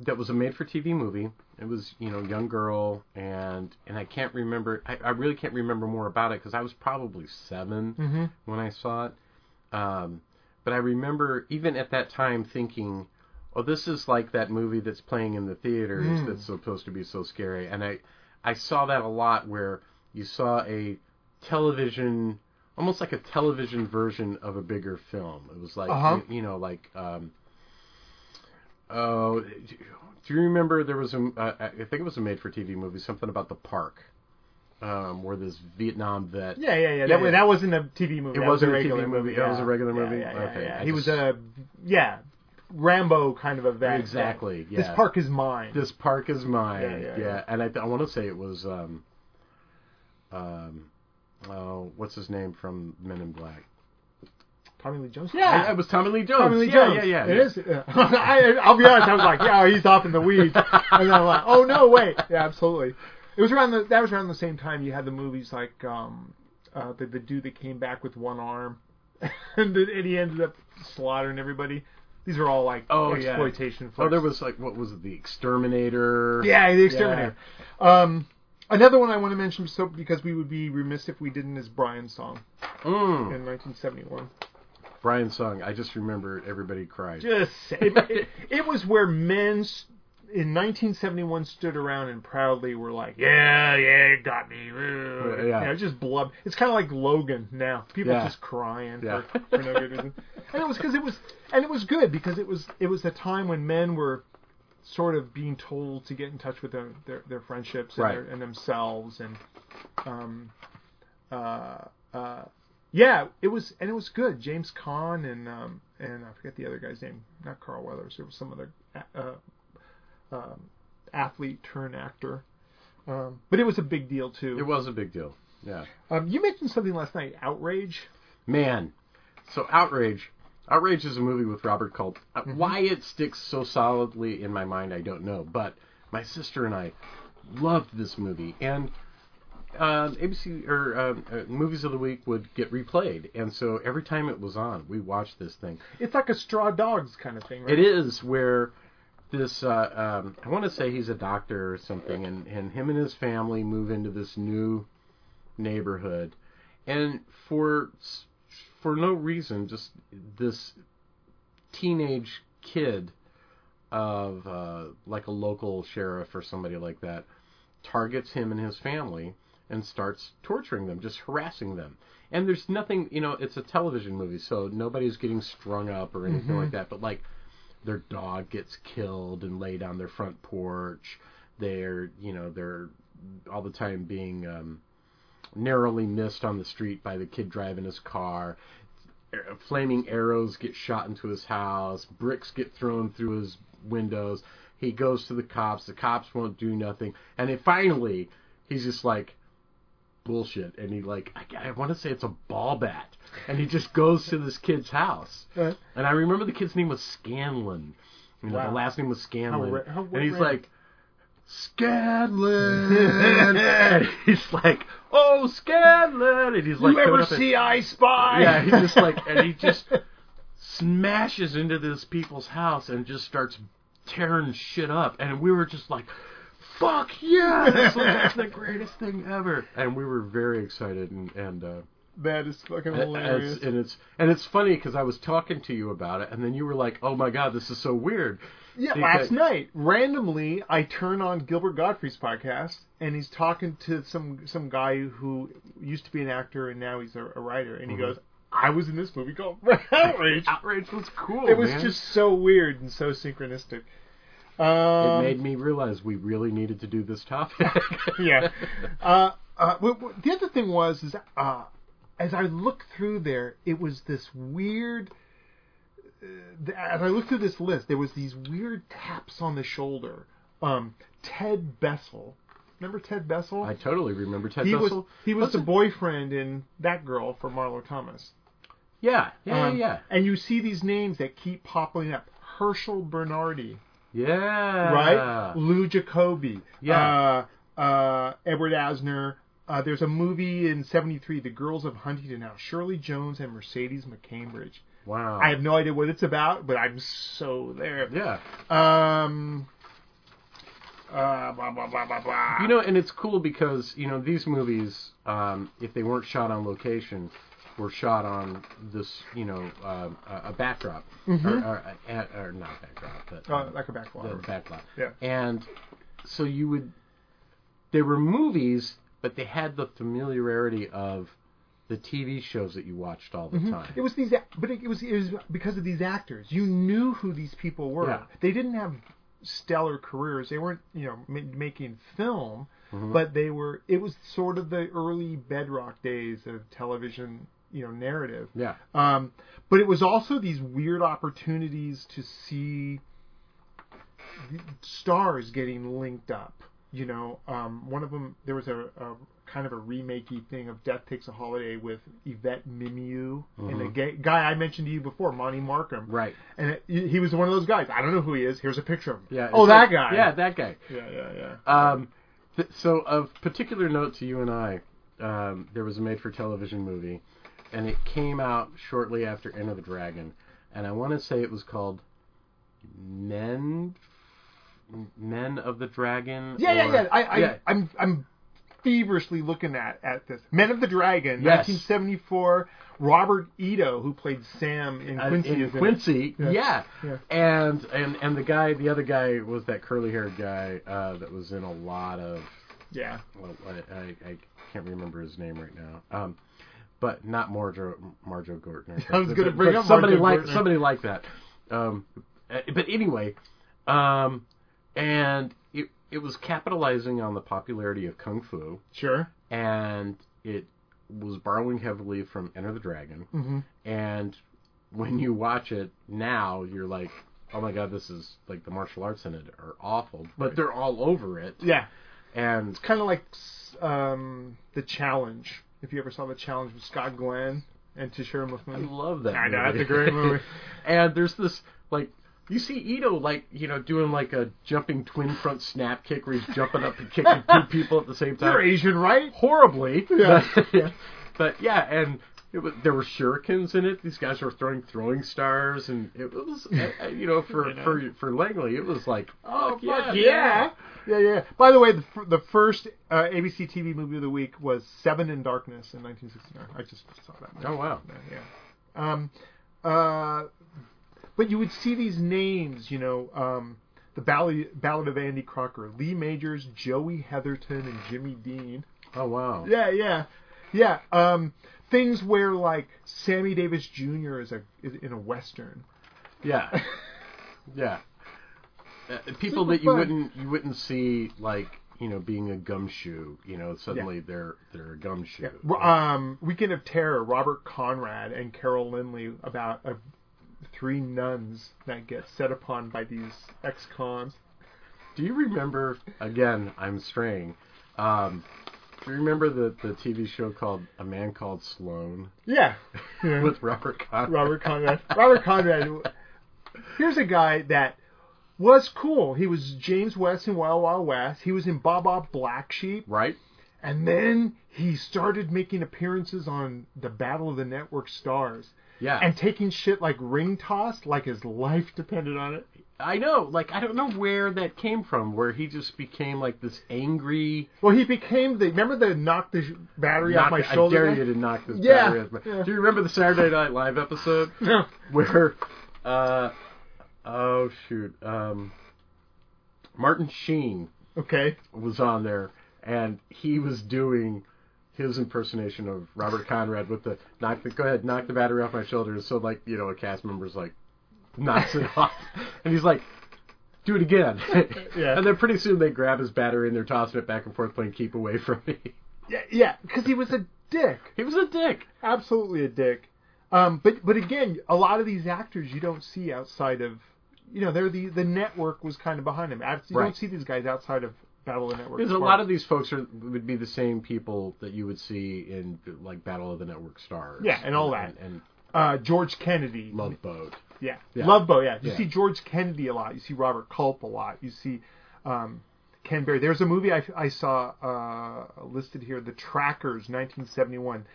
S6: that was a made for TV movie. It was, you know, young girl and and I can't remember I, I really can't remember more about it cuz I was probably 7 when I saw it. Um but I remember even at that time thinking, "Oh, this is like that movie that's playing in the theaters that's supposed to be so scary." And I I saw that a lot where you saw a television almost like a television version of a bigger film. It was like
S5: Uh-huh.
S6: you, you know like um oh do you remember there was a uh, I think it was a made for TV movie something about the park um where this Vietnam vet
S5: Yeah, yeah, yeah.
S6: Yeah,
S5: That,
S6: yeah.
S5: that wasn't a TV movie.
S6: It
S5: that
S6: wasn't a
S5: was regular
S6: TV movie. That was a regular
S5: Yeah,
S6: movie?
S5: Yeah, yeah,
S6: Okay,
S5: yeah.
S6: I
S5: He was
S6: just-
S5: a yeah, Rambo kind of a vet.
S6: Exactly,
S5: This
S6: yeah.
S5: park is mine.
S6: this park is mine.
S5: Yeah,
S6: Yeah,
S5: yeah, yeah.
S6: and I, I want to say it was um, um, oh, what's his name from Men in Black?
S5: Tommy Lee Jones.
S6: I- it was Tommy Lee Jones.
S5: Tommy Lee
S6: yeah,
S5: Jones.
S6: yeah, yeah,
S5: It
S6: yeah.
S5: is. [laughs] yeah. I, I'll be honest. I was like, yeah, he's off in the weeds. And then I'm like, oh no, wait. Yeah, absolutely. It was around the that was around the same time you had the movies like um, uh, the the dude that came back with one arm, [laughs] and, then- and he ended up slaughtering everybody. These are all like
S6: Oh, yeah.
S5: exploitation.
S6: Oh,
S5: flicks.
S6: there was like what was it, the Exterminator?
S5: Yeah, the exterminator. Um, another one I want to mention so because we would be remiss if we didn't is Brian's song
S6: Mm,
S5: in 1971.
S6: Brian Sung. I just remember everybody cried.
S5: Just say- it, it, it was where men s- in 1971 stood around and proudly were like, "Yeah, yeah, it got me."
S6: Yeah.
S5: Yeah, it's just blub. It's kind of like Logan now. People
S6: Yeah.
S5: just crying
S6: Yeah.
S5: for, for no good reason. And it was because it was and it was good because it was it was a time when men were sort of being told to get in touch with their their, their friendships and,
S6: Right.
S5: their, and themselves and um uh uh yeah it was and it was good James Caan and um and I forget the other guy's name not Carl Weathers there was some other a- uh, um, athlete turned actor um but it was a big deal too
S6: It was a big deal. Yeah.
S5: um you mentioned something last night outrage
S6: Man, so Outrage. Outrage is a movie with Robert Culp. Uh, Why it sticks so solidly in my mind, I don't know. But my sister and I loved this movie, and uh, ABC or um, uh, movies of the week would get replayed, and so every time it was on, we watched this thing.
S5: it's like a straw dogs kind of thing right
S6: It is where this uh, um, I want to say he's a doctor or something, and, and him and his family move into this new neighborhood, and for s- for no reason, just this teenage kid of uh, like a local sheriff or somebody like that targets him and his family and starts torturing them, just harassing them. And there's nothing, you know, it's a television movie, so nobody's getting strung up or anything like that. But like, their dog gets killed and laid on their front porch. They're, you know, they're all the time being um, narrowly missed on the street by the kid driving his car. uh, flaming arrows get shot into his house, bricks get thrown through his windows. He goes to the cops, the cops won't do nothing, and then finally he's just like bullshit, and he like I, I want to say it's a ball bat, and he just goes to this kid's house,
S5: Right.
S6: and I remember the kid's name was Scanlon, you know,
S5: Wow.
S6: the last name was Scanlon,
S5: ra- how-
S6: and he's
S5: random.
S6: like. Scanlon, and [laughs] he's like, "Oh, Scanlon," and he's like,
S5: you
S6: coming
S5: ever
S6: up and-
S5: see I Spy?
S6: yeah,
S5: [laughs]
S6: he just like and he just smashes into this people's house and just starts tearing shit up. And we were just like, "Fuck yeah, this was the greatest thing ever!" And we were very excited. And, and uh,
S5: that is fucking
S6: and
S5: hilarious.
S6: it's, and it's and it's funny because I was talking to you about it, and then you were like, "Oh my god, this is so weird."
S5: Yeah,
S6: Because-
S5: last night, randomly, I turn on Gilbert Godfrey's podcast, and he's talking to some some guy who used to be an actor and now he's a, a writer, and he
S6: Mm-hmm.
S5: goes, "I was in this movie called [laughs] Outrage."
S6: Outrage was cool.
S5: it was
S6: Oh, man.
S5: just so weird and so synchronistic.
S6: It
S5: Um,
S6: made me realize we really needed to do this topic. [laughs]
S5: yeah. Uh, uh, w- w- the other thing was is uh, as I looked through there, it was this weird. uh, th- As I looked through this list, there was these weird taps on the shoulder. Um, Ted Bessel, remember Ted Bessel?
S6: I totally remember Ted
S5: he
S6: Russell.
S5: was he was the
S6: Wasn't-
S5: boyfriend in that girl for Marlo Thomas.
S6: Yeah, yeah,
S5: Um,
S6: Oh, yeah, yeah.
S5: And you see these names that keep popping up: Herschel Bernardi,
S6: Yeah.
S5: right? Lou Jacoby.
S6: Ah. Yeah.
S5: Uh, uh, Edward Asner. Uh, there's a movie in '73, The Girls of Huntington House, Shirley Jones and Mercedes McCambridge.
S6: Wow.
S5: I have no idea what it's about, but I'm so there.
S6: yeah.
S5: Um. Uh, blah blah blah blah blah.
S6: You know, and it's cool because, you know, these movies, um, if they weren't shot on location, were shot on this, you know, um, a, a backdrop. Or, or, a- or not backdrop, but
S5: Mm-hmm.
S6: um,
S5: uh, like a backlog.
S6: the backlot.
S5: Yeah.
S6: And so you would, they were movies, but they had the familiarity of the TV shows that you watched all the time.
S5: Mm-hmm. It was these, but it was it was because of these actors. You knew who these people were.
S6: Yeah.
S5: They didn't have stellar careers. They weren't you know ma- making film, but they were. It was sort of the early bedrock days of television, you know, narrative.
S6: yeah.
S5: Um, but it was also these weird opportunities to see stars getting linked up. You know, um, one of them there was a, a kind of a remakey thing of Death Takes a Holiday with Yvette Mimieux and a gay, guy I mentioned to you before, Monty Markham.
S6: Mm-hmm. Right.
S5: And it, he was one of those guys. I don't know who he is. Here's a picture of him.
S6: Yeah.
S5: Oh,
S6: it's
S5: that
S6: like-
S5: guy.
S6: Yeah, that guy.
S5: Yeah. Yeah. Yeah.
S6: Um, th- so of particular note to you and I, um, there was a made-for-television movie, and it came out shortly after Enter the Dragon, and I want to say it was called Men, Men of the Dragon.
S5: Yeah, yeah,
S6: or-
S5: yeah. I, I,
S6: yeah.
S5: I'm, I'm feverishly looking at at this. Men of the Dragon,
S6: Yes.
S5: 1974. Robert Ito, who played Sam in
S6: Uh,
S5: Quincy,
S6: in
S5: is in it.
S6: Quincy,
S5: Yeah.
S6: yeah.
S5: Yeah.
S6: and and and the guy, the other guy was that curly-haired guy uh, that was in a lot of
S5: Yeah,
S6: well, I, I, I can't remember his name right now. Um, but not Marjo Marjo Gortner.
S5: [laughs] I was
S6: But-
S5: gonna
S6: but-
S5: bring
S6: but
S5: up
S6: somebody
S5: Marjo
S6: like
S5: Gortner.
S6: somebody like that. Um, uh, but anyway, um, and it it was capitalizing on the popularity of kung fu,
S5: sure.
S6: and it was borrowing heavily from Enter the Dragon.
S5: Mhm.
S6: And when you watch it now, you're like, oh my god, this is like the martial arts in it are awful, but they're all over it,
S5: Yeah,
S6: and
S5: kind of like um, the challenge. If you ever saw the challenge with Scott Glenn and Tishira
S6: I
S5: Muffin.
S6: love that.
S5: I know,
S6: movie.
S5: that's a great movie.
S6: [laughs] and there's this like you see Ito like you know doing like a jumping twin front snap kick where he's jumping up and kicking two people at the same time
S5: You're Asian, right?
S6: horribly.
S5: Yeah.
S6: [laughs] But, yeah. But, yeah, and it was, there were shurikens in it. These guys were throwing throwing stars, and it was [laughs] uh, uh, you know for
S5: You know.
S6: for for Langley, it was like oh yeah,
S5: yeah. Yeah, yeah. By the way, the, f- the first uh, ABC TV movie of the week was Seven in Darkness in 1969. I just saw that. movie.
S6: Oh wow.
S5: yeah. Um, uh, but you would see these names, you know, um, the Ballad, Ballad of Andy Crocker, Lee Majors, Joey Heatherton, and Jimmy Dean.
S6: Oh wow.
S5: Yeah, yeah, yeah. Um, things where like Sammy Davis Jr. is a is in a western.
S6: [laughs] Yeah, yeah. Uh, people
S5: Super
S6: Uh, that you
S5: fun.
S6: wouldn't you wouldn't see like you you know, being a gumshoe, you know, suddenly they're they're a gumshoe.
S5: R- um, Weekend of Terror, Robert Conrad and Carol Lindley about uh, three nuns that get set upon by these ex-cons.
S6: Do you remember? Again, I'm straying. Um, do you remember the the TV show called A Man Called Sloan
S5: Yeah. Yeah.
S6: with Robert Conrad?
S5: Robert Conrad. Robert Conrad. Here's a guy that was cool. He was James West in Wild Wild West. He was in Bob Bob Black Sheep.
S6: Right.
S5: And then he started making appearances on the Battle of the Network Stars
S6: Yeah.
S5: and taking shit like ring toss, like his life depended on it.
S6: I know. Like I don't know where that came from. Where he just became like this angry.
S5: Well, he became the. Remember the knock the sh- battery off my
S6: knock-
S5: shoulder?
S6: I
S5: guy?
S6: dare you to knock this
S5: Yeah.
S6: battery off my-
S5: Yeah.
S6: Do you remember the Saturday Night
S5: [laughs]
S6: Live episode?
S5: No.
S6: where uh oh shoot um martin sheen
S5: Okay.
S6: was on there and he was doing his impersonation of robert conrad with the knock the go ahead knock the battery off my shoulders so like you know a cast member's like
S5: [laughs]
S6: knocks it off and he's like do it again
S5: Yeah.
S6: and then pretty soon they grab his battery and they're tossing it back and forth playing keep away from me
S5: Yeah, yeah, because he was a dick.
S6: he was a dick
S5: absolutely a dick. Um, but but again, a lot of these actors you don't see outside of you know they're the the network was kind of behind them. Abs- You
S6: Right.
S5: don't see these guys outside of Battle of the Network.
S6: Because a
S5: Stars.
S6: lot of these folks are would be the same people that you would see in like Battle of the Network Stars.
S5: Yeah, and all that.
S6: And, and
S5: uh, George Kennedy,
S6: Love Boat.
S5: yeah.
S6: Yeah.
S5: Love Boat, yeah. You
S6: Yeah.
S5: see George Kennedy a lot. You see Robert Culp a lot. You see um, Ken Berry. There's a movie I, I saw uh, listed here, The Trackers, 1971.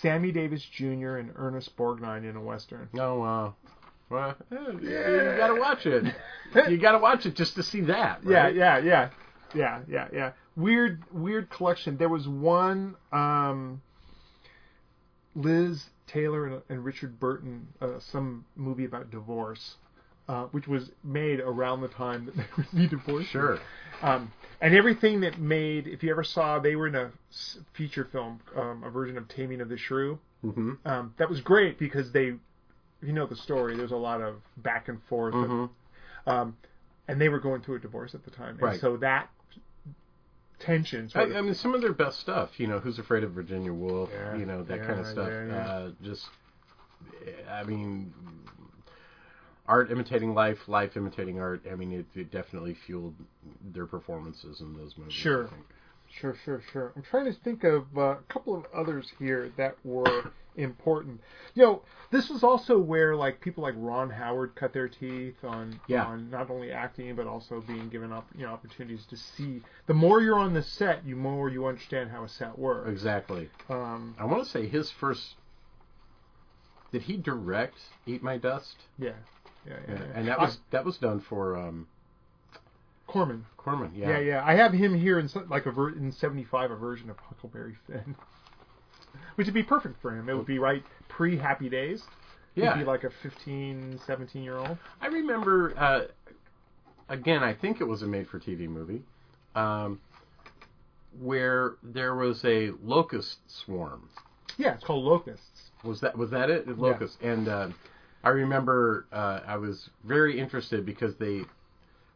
S5: Sammy Davis Jr. and Ernest Borgnine in a western.
S6: No, uh, well, eh, you gotta watch it.
S5: [laughs]
S6: you gotta watch it just to see that.
S5: Yeah,
S6: right?
S5: yeah, yeah, yeah, yeah, yeah. Weird, weird collection. There was one um, Liz Taylor and, and Richard Burton, uh, some movie about divorce, uh, which was made around the time that [laughs] there was the divorce. [laughs]
S6: Sure.
S5: Um, and everything that made, if you ever saw, they were in a s- feature film, um, a version of Taming of the Shrew.
S6: Mm-hmm.
S5: Um, that was great because they, you know, the story. There's a lot of back and forth.
S6: Mm-hmm.
S5: Um, and they were going through a divorce at the time, and
S6: Right. Uh,
S5: so that tension.
S6: I,
S5: Sort of,
S6: I mean, some of their best stuff. You know, Who's Afraid of Virginia Woolf?
S5: Yeah,
S6: you know, that
S5: yeah,
S6: kind of stuff.
S5: yeah, yeah.
S6: Uh, just, eh, I mean, art imitating life, life imitating art. I mean, it, it definitely fueled their performances in those movies. I
S5: Sure.
S6: think.
S5: sure, sure, sure. I'm trying to think of uh, a couple of others here that were important. You know, this was also where like people like Ron Howard cut their teeth on
S6: Yeah.
S5: on not only acting but also being given up you know opportunities to see. The more you're on the set, you more you understand how a set works.
S6: Exactly.
S5: Um,
S6: I want to say his first. Did he direct Eat My Dust?
S5: yeah. Yeah, yeah, yeah.
S6: And that was that was done for um,
S5: I, Corman.
S6: Corman. Yeah.
S5: Yeah. yeah, I have him here in some, like a ver- in '75, a version of Huckleberry Finn, [laughs] which would be perfect for him. It would be right pre Happy Days.
S6: Yeah.
S5: He'd be like a 15, 17 year old.
S6: I remember. Uh, again, I think it was a made-for-TV movie, um, where there was a locust swarm.
S5: Yeah, it's called Locusts.
S6: Was that was that it? Locust. And uh, I remember uh, I was very interested because they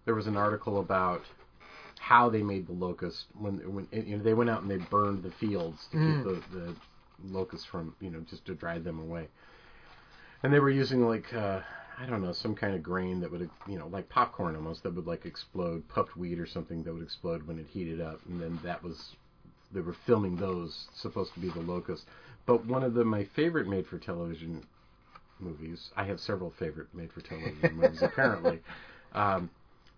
S6: there was an article about how they made the locust when when you know they went out and they burned the fields to keep the, the locusts from you know just to drive them away. And they were using like uh, I don't know some kind of grain that would you know like popcorn almost that would like explode puffed wheat or something that would explode when it heated up and then that was they were filming those supposed to be the locusts. But one of the my favorite made for television movies I have several favorite made for
S5: [laughs]
S6: television movies apparently um,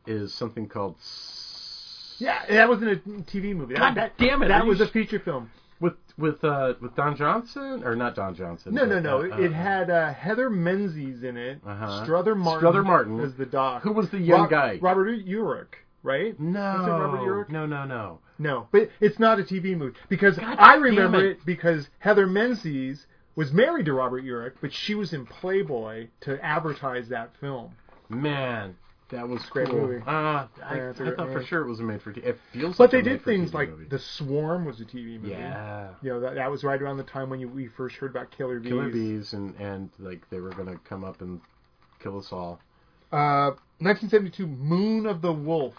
S6: is something called S-
S5: Yeah, that wasn't a TV movie. That,
S6: God
S5: that-
S6: damn it, are
S5: That
S6: you
S5: was a
S6: sh-
S5: feature film.
S6: with with uh with Don Johnson or not Don Johnson.
S5: No, no,
S6: but,
S5: no.
S6: uh,
S5: It,
S6: uh,
S5: it had uh, Heather Menzies in it.
S6: Uh-huh.
S5: Struther Martin.
S6: Struther Martin.
S5: as the doc.
S6: Who was the young
S5: Rob-
S6: guy? Mm.
S5: Robert E. Urich, right?
S6: no,
S5: Is it Robert Urich?
S6: uh, no, no, no.
S5: No, but it's not a TV movie because
S6: God
S5: I
S6: damn
S5: remember
S6: it.
S5: it. because Heather Menzies was married to Robert Urich, but she was in Playboy to advertise that film.
S6: Man, that was
S5: Great
S6: cool.
S5: movie.
S6: Uh, I,
S5: Yeah,
S6: I
S5: it's a great
S6: thought for
S5: movie.
S6: sure it was a made for TV. It feels.
S5: But
S6: like
S5: they
S6: a
S5: did
S6: made-for-TV
S5: things like
S6: movie.
S5: The Swarm was a TV movie.
S6: yeah.
S5: You know, that, that was right around the time when you, we first heard about Killer Bees.
S6: Killer bees and and like they were gonna come up and kill us all.
S5: Uh, 1972, Moon of the Wolf.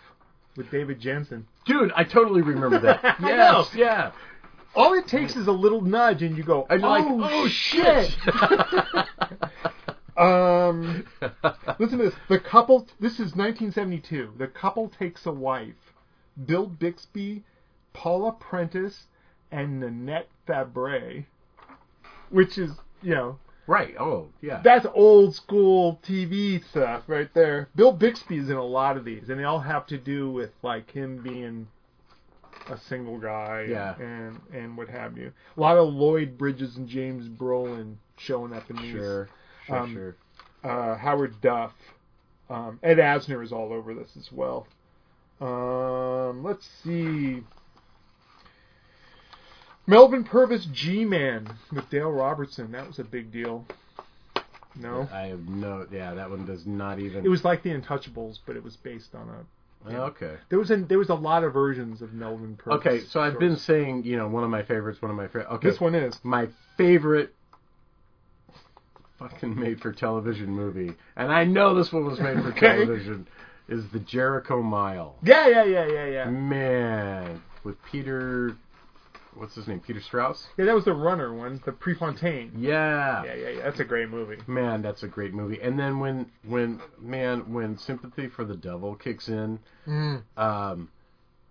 S5: with David Jensen.
S6: Dude, I totally remember that.
S5: [laughs] I know.
S6: yes, yeah.
S5: All it takes is a little nudge, and you go,
S6: And you're like,
S5: "Oh,
S6: oh,
S5: shit!" um, [laughs] listen to this. The couple. This is 1972. The couple takes a wife. Bill Bixby, Paula Prentice, and Nanette Fabre, which is you know
S6: [laughs] right. Oh, yeah.
S5: that's old school TV stuff right there. Bill Bixby's in a lot of these, and they all have to do with like him being a single guy,
S6: Yeah.
S5: and and what have you. A lot of Lloyd Bridges and James Brolin showing up in these.
S6: sure. Sure,
S5: um,
S6: sure.
S5: Uh, Howard Duff, um, Ed Asner is all over this as well. Um, let's see. Melvin Purvis G-Man with Dale Robertson. That was a big deal. No.
S6: I have no. Yeah, that one does not even.
S5: Um, It was like The Untouchables, but it was based on a.
S6: okay.
S5: There was a, there was a lot of versions of Melvin Purvis.
S6: Okay, so I've been
S5: stories.
S6: saying, you know, one of my favorites, one of my favorite. Okay,
S5: This one is
S6: my favorite fucking made for television movie, and I know this one was made for
S5: Okay.
S6: television, is the Jericho Mile.
S5: yeah yeah yeah yeah yeah
S6: Man, with Peter, what's his name? Peter Strauss.
S5: yeah that was the runner one the Prefontaine.
S6: Yeah.
S5: Yeah yeah yeah that's a great movie.
S6: Man, that's a great movie. And then when when man when Sympathy for the Devil kicks in,
S5: Mm.
S6: um,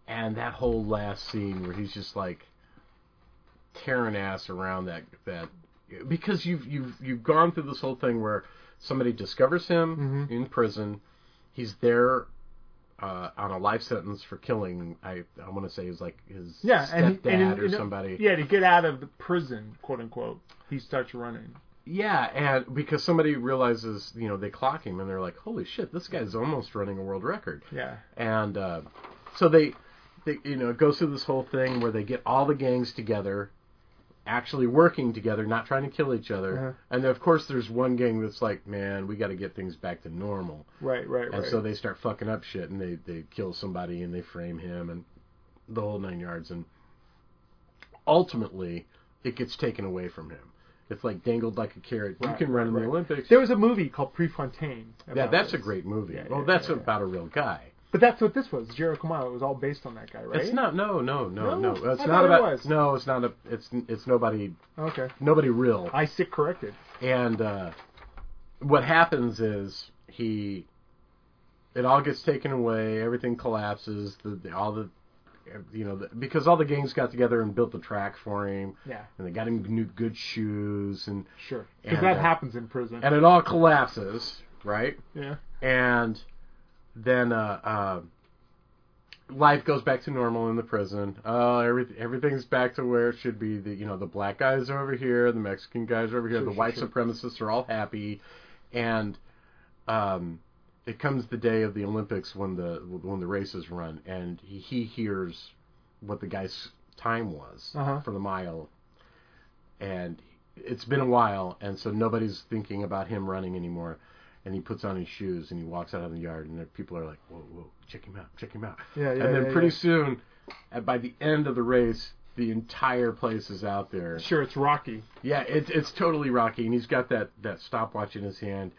S6: and that whole last scene where he's just like tearing ass around that that because you've you've you've gone through this whole thing where somebody discovers him
S5: Mhm.
S6: in prison, he's there uh, on a life sentence for killing I I want to say he's like his
S5: Yeah
S6: stepdad
S5: and, and, and-
S6: or
S5: and-
S6: somebody
S5: Yeah to get out of the prison quote unquote he starts running.
S6: Yeah, and because somebody realizes, you know, they clock him and they're like, "Holy shit, this guy's almost running a world record."
S5: Yeah
S6: And uh, so they, they, you know, it goes through this whole thing where they get all the gangs together, actually working together, not trying to kill each other.
S5: Uh-huh.
S6: And then, of course, there's one gang that's like, "Man, we got to get things back to normal."
S5: right right
S6: And
S5: right.
S6: so they start fucking up shit, and they they kill somebody, and they frame him, and the whole nine yards. And ultimately, it gets taken away from him. It's like dangled like a carrot. You
S5: Right,
S6: can run in
S5: right,
S6: the
S5: right.
S6: Olympics.
S5: there was a movie called Prefontaine.
S6: yeah,
S5: about
S6: that's
S5: this.
S6: a great movie.
S5: Yeah,
S6: well,
S5: yeah,
S6: that's
S5: yeah, yeah.
S6: about a real guy.
S5: But that's what this was. Jericho Mile. It was all based on that guy, right?
S6: It's not. No, no, no,
S5: No,
S6: no. It's
S5: I
S6: not
S5: thought it
S6: about.
S5: was.
S6: No, it's not a. It's it's nobody
S5: Okay.
S6: nobody real.
S5: I sit corrected.
S6: And uh, what happens is he, it all gets taken away. Everything collapses. The, the all the, you know, the, because all the gangs got together and built the track for him,
S5: Yeah.
S6: and they got him new good shoes, and
S5: Sure. Because
S6: And,
S5: that
S6: uh,
S5: happens in prison.
S6: and it all collapses, right?
S5: yeah.
S6: and then uh, uh, life goes back to normal in the prison. Uh, every, everything's back to where it should be. The you know the black guys are over here, the Mexican guys are over here,
S5: Sure,
S6: the
S5: sure,
S6: white
S5: sure.
S6: supremacists are all happy, and um, it comes the day of the Olympics when the when the race is run, and he, he hears what the guy's time was
S5: Uh-huh.
S6: for the mile, and it's been a while, and so nobody's thinking about him running anymore. And he puts on his shoes and he walks out of the yard, and the people are like, "Whoa, whoa, check him out, check him out!"
S5: Yeah, yeah,
S6: and then
S5: yeah,
S6: pretty
S5: yeah.
S6: soon, and by the end of the race, the entire place is out there.
S5: Sure, it's Rocky.
S6: Yeah, it's it's totally Rocky, and he's got that that stopwatch in his hand,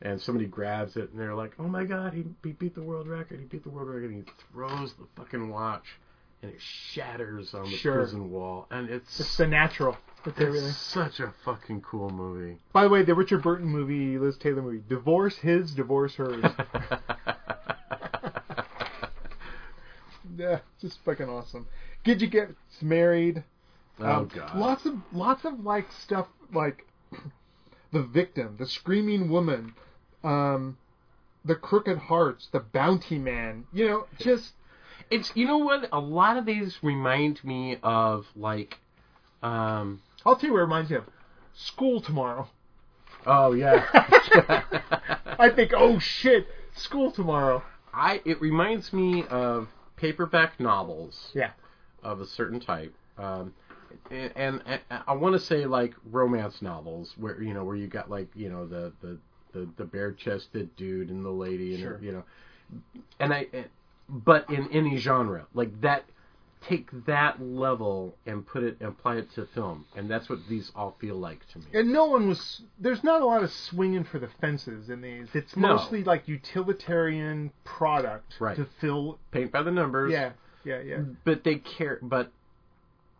S6: and somebody grabs it, and they're like, "Oh my God, he, he beat the world record! He beat the world record!" And he throws the fucking watch, and it shatters on the
S5: Sure.
S6: prison wall, and it's
S5: It's the natural. It's everything.
S6: it's such a fucking cool movie.
S5: By the way, the Richard Burton movie, Liz Taylor movie, Divorce His, Divorce Hers. [laughs] yeah, just fucking awesome. Did you get married?
S6: oh
S5: Um,
S6: god.
S5: Lots of lots of like stuff like [clears throat] the victim, the screaming woman, um, the crooked hearts, the bounty man. You know, just
S6: It's you know what? A lot of these remind me of like, um.
S5: I'll tell you what it reminds me of. School tomorrow.
S6: Oh yeah.
S5: I think, oh shit, school tomorrow.
S6: [laughs] I it reminds me of paperback novels.
S5: Yeah.
S6: of a certain type. Um, and, and, and I want to say like romance novels where you know where you got like you know the the the, the bare chested dude and the lady and
S5: Sure.
S6: eh, you know, and I, but in any genre like that take that level and put it and apply it to film, and that's what these all feel like to me.
S5: And no one was. There's not a lot of swinging for the fences in these. It's
S6: No.
S5: mostly like utilitarian product
S6: Right. Mm.
S5: to fill.
S6: Paint by the numbers.
S5: Yeah, yeah, yeah.
S6: but they care but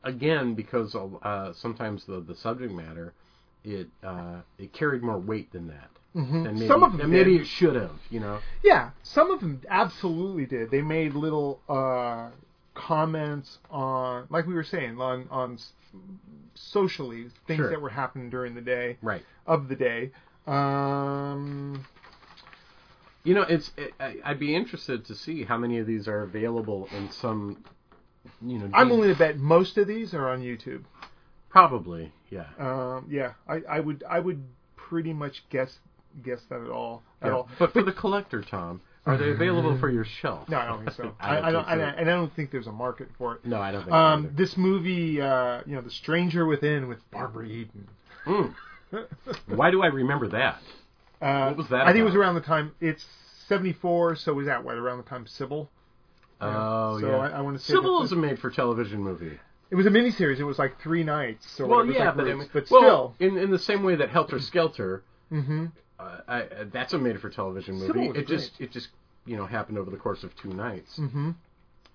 S6: again because uh, sometimes the the subject matter it uh, it carried more weight than that mm-hmm. and maybe,
S5: Some of them
S6: and maybe
S5: did.
S6: it should have you know
S5: Yeah, some of them absolutely did. They made little uh, comments on, like we were saying, on on s- socially things
S6: Sure.
S5: that were happening during the day
S6: right
S5: of the day. Um,
S6: you know it's it, I, i'd be interested to see how many of these are available in some you know
S5: I'm
S6: deep-
S5: willing to bet most of these are on YouTube.
S6: probably yeah
S5: Um, yeah, I, I would I would pretty much guess guess that at all at
S6: Yeah.
S5: all.
S6: but for the collector tom are they available for your shelf
S5: No, I don't think so.
S6: [laughs] I
S5: I,
S6: don't
S5: I don't,
S6: think so.
S5: and I, and I don't think there's a market for it.
S6: no i don't think so
S5: Um,
S6: either.
S5: this movie, uh, you know, The Stranger Within with Barbara Eden.
S6: why do i remember that
S5: Uh,
S6: What was that
S5: I think it was
S6: about?
S5: around the time it's '74, so was that what around the time Sybil?
S6: oh
S5: So
S6: yeah
S5: I- I wanna say
S6: civil
S5: that-
S6: is a made for television movie
S5: It was a miniseries. It was like three nights. Or
S6: Well,
S5: whatever,
S6: yeah,
S5: like
S6: but, I
S5: groups,
S6: mean-
S5: but
S6: well,
S5: still, Mm-hmm.
S6: in in the same way that Helter Skelter, uh, I, uh, that's a made-for-television movie.
S5: Sybil
S6: it
S5: was
S6: just it just you know happened over the course of two nights.
S5: Mm.
S6: Mm-hmm.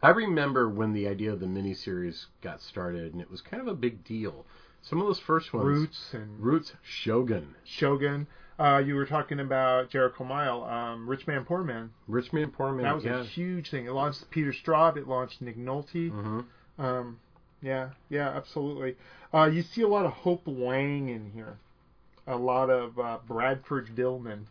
S6: I remember when the idea of the miniseries got started, and it was kind of a big deal. Some of those first ones,
S5: Roots and
S6: Roots, Shogun,
S5: Shogun. Uh, you were talking about Jericho Mile, um, Rich Man, Poor Man.
S6: Rich Man, Poor Man.
S5: That was
S6: yeah.
S5: a huge thing. It launched Peter Straub. It launched Nick Nolte. Um, yeah, yeah, absolutely. Uh, you see a lot of Hope Wang in here. A lot of uh, Bradford Dillman.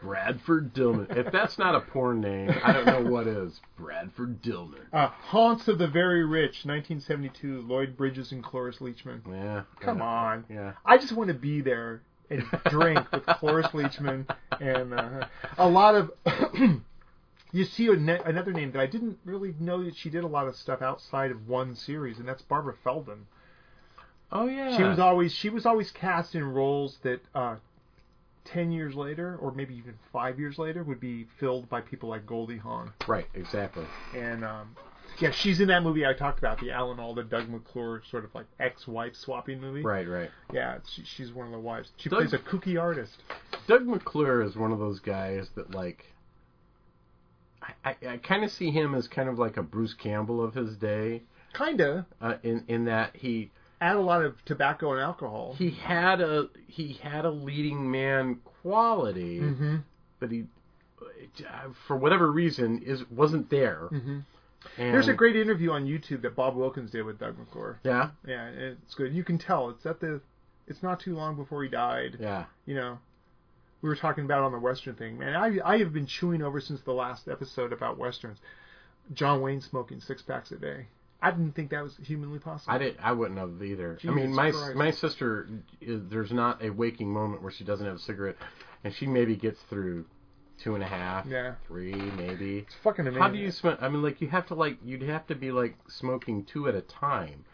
S6: Bradford Dillman. if that's not a porn name, I don't know what is. Bradford Dillman.
S5: Uh, Haunts of the Very Rich, 1972, Lloyd Bridges and Cloris Leachman.
S6: Yeah. I
S5: Come
S6: don't-
S5: on.
S6: Yeah.
S5: I just want to be there and drink with Cloris Leachman and uh, a lot of. [clears throat] you see a ne- another name that I didn't really know that she did a lot of stuff outside of one series, and that's Barbara Feldon.
S6: Oh yeah.
S5: She was always she was always cast in roles that uh, ten years later, or maybe even five years later, would be filled by people like Goldie Hawn.
S6: right. Exactly.
S5: And um, yeah, she's in that movie I talked about, the Alan Alda, Doug McClure sort of like ex-wife swapping movie.
S6: Right. Right.
S5: Yeah, she, she's one of the wives. She
S6: Doug-
S5: plays a kooky artist.
S6: Doug McClure is one of those guys that like. I, I, I kind of see him as kind of like a Bruce Campbell of his day,
S5: Kinda.
S6: uh, in in that he
S5: Add a lot of tobacco and alcohol.
S6: he had a he had a leading man quality,
S5: Mm-hmm.
S6: but he uh, for whatever reason is wasn't there. Mm-hmm. And,
S5: There's a great interview on YouTube that Bob Wilkins did with Doug McClure.
S6: yeah
S5: Yeah, it's good. You can tell it's at the. It's not too long before he died.
S6: yeah
S5: you know, we were talking about on the Western thing, man. I I have been chewing over since the last episode about Westerns. John Wayne smoking six packs a day. I didn't think that was humanly possible.
S6: I did I wouldn't have either. I
S5: Jesus
S6: mean my
S5: Christ.
S6: my sister is, there's not a waking moment where she doesn't have a cigarette, and she maybe gets through two and a half
S5: Yeah.
S6: three maybe
S5: It's fucking amazing.
S6: How do you smoke? I mean, like you have to like you'd have to be like smoking two at a time.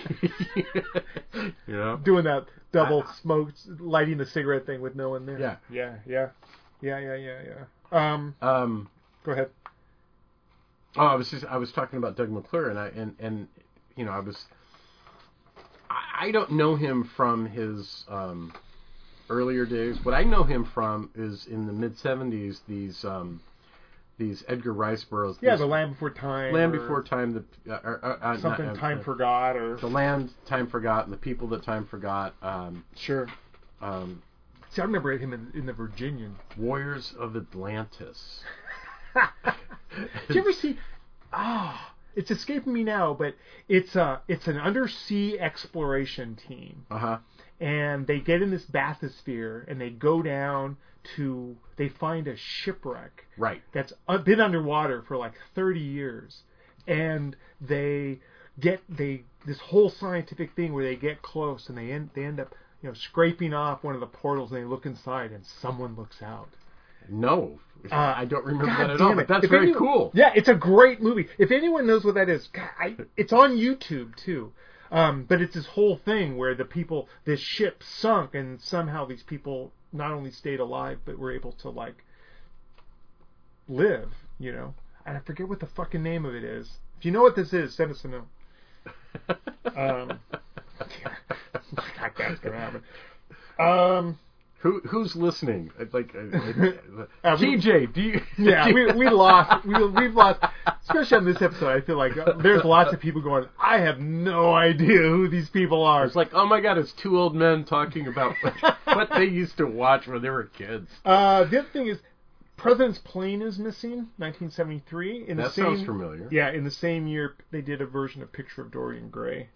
S6: [laughs] you know?
S5: doing that double
S6: I-
S5: smoke, lighting the cigarette thing with no one there?
S6: Yeah.
S5: yeah, yeah, yeah, yeah, yeah, yeah. Um,
S6: Um.
S5: go ahead.
S6: Oh, I was just I was talking about Doug McClure, and I and and you know I was I, I don't know him from his um earlier days. What I know him from is in the mid '70s these um these Edgar Rice Burroughs.
S5: Yeah,
S6: these
S5: the Land Before Time.
S6: Land
S5: or
S6: Before Time. The uh, uh, uh,
S5: something
S6: not- uh,
S5: time forgot or
S6: The land time forgot, and the people that time forgot. Um,
S5: sure.
S6: um,
S5: See, I remember him in, in the Virginian.
S6: Warriors of Atlantis.
S5: Did you ever see? Ah, it's escaping me now, but it's a it's an undersea exploration team,
S6: Uh huh.
S5: and they get in this bathysphere and they go down to they find a shipwreck
S6: Right.
S5: that's uh, been underwater for like 30 years and they get they this whole scientific thing where they get close and they end they end up you know scraping off one of the portals and they look inside and someone looks out
S6: No, I don't remember
S5: Uh, God
S6: that at
S5: damn
S6: all.
S5: it.
S6: But that's
S5: If
S6: very
S5: anyone-
S6: cool. [laughs]
S5: Yeah, it's a great movie. If anyone knows what that is, God, I, it's on YouTube too. Um, but it's this whole thing where the people, this ship sunk, and somehow these people not only stayed alive but were able to like live. You know, and I forget what the fucking name of it is. If you know what this is, send us a note. [laughs] Um,
S6: [laughs]
S5: I can't remember. Um,
S6: Who who's listening? I'd Like, I, I,
S5: [laughs] Uh, we-
S6: TJ, do you?
S5: yeah, we, we lost. We, we've lost, especially on this episode. I feel like uh, there's lots of people going. I have no idea who these people are.
S6: It's like, oh my god, it's two old men talking about what, what they used to watch when they were kids.
S5: Uh, the other thing is, President's Plane is missing. 1973. In the
S6: That
S5: same,
S6: sounds familiar.
S5: Yeah, in the same year they did a version of Picture of Dorian Gray.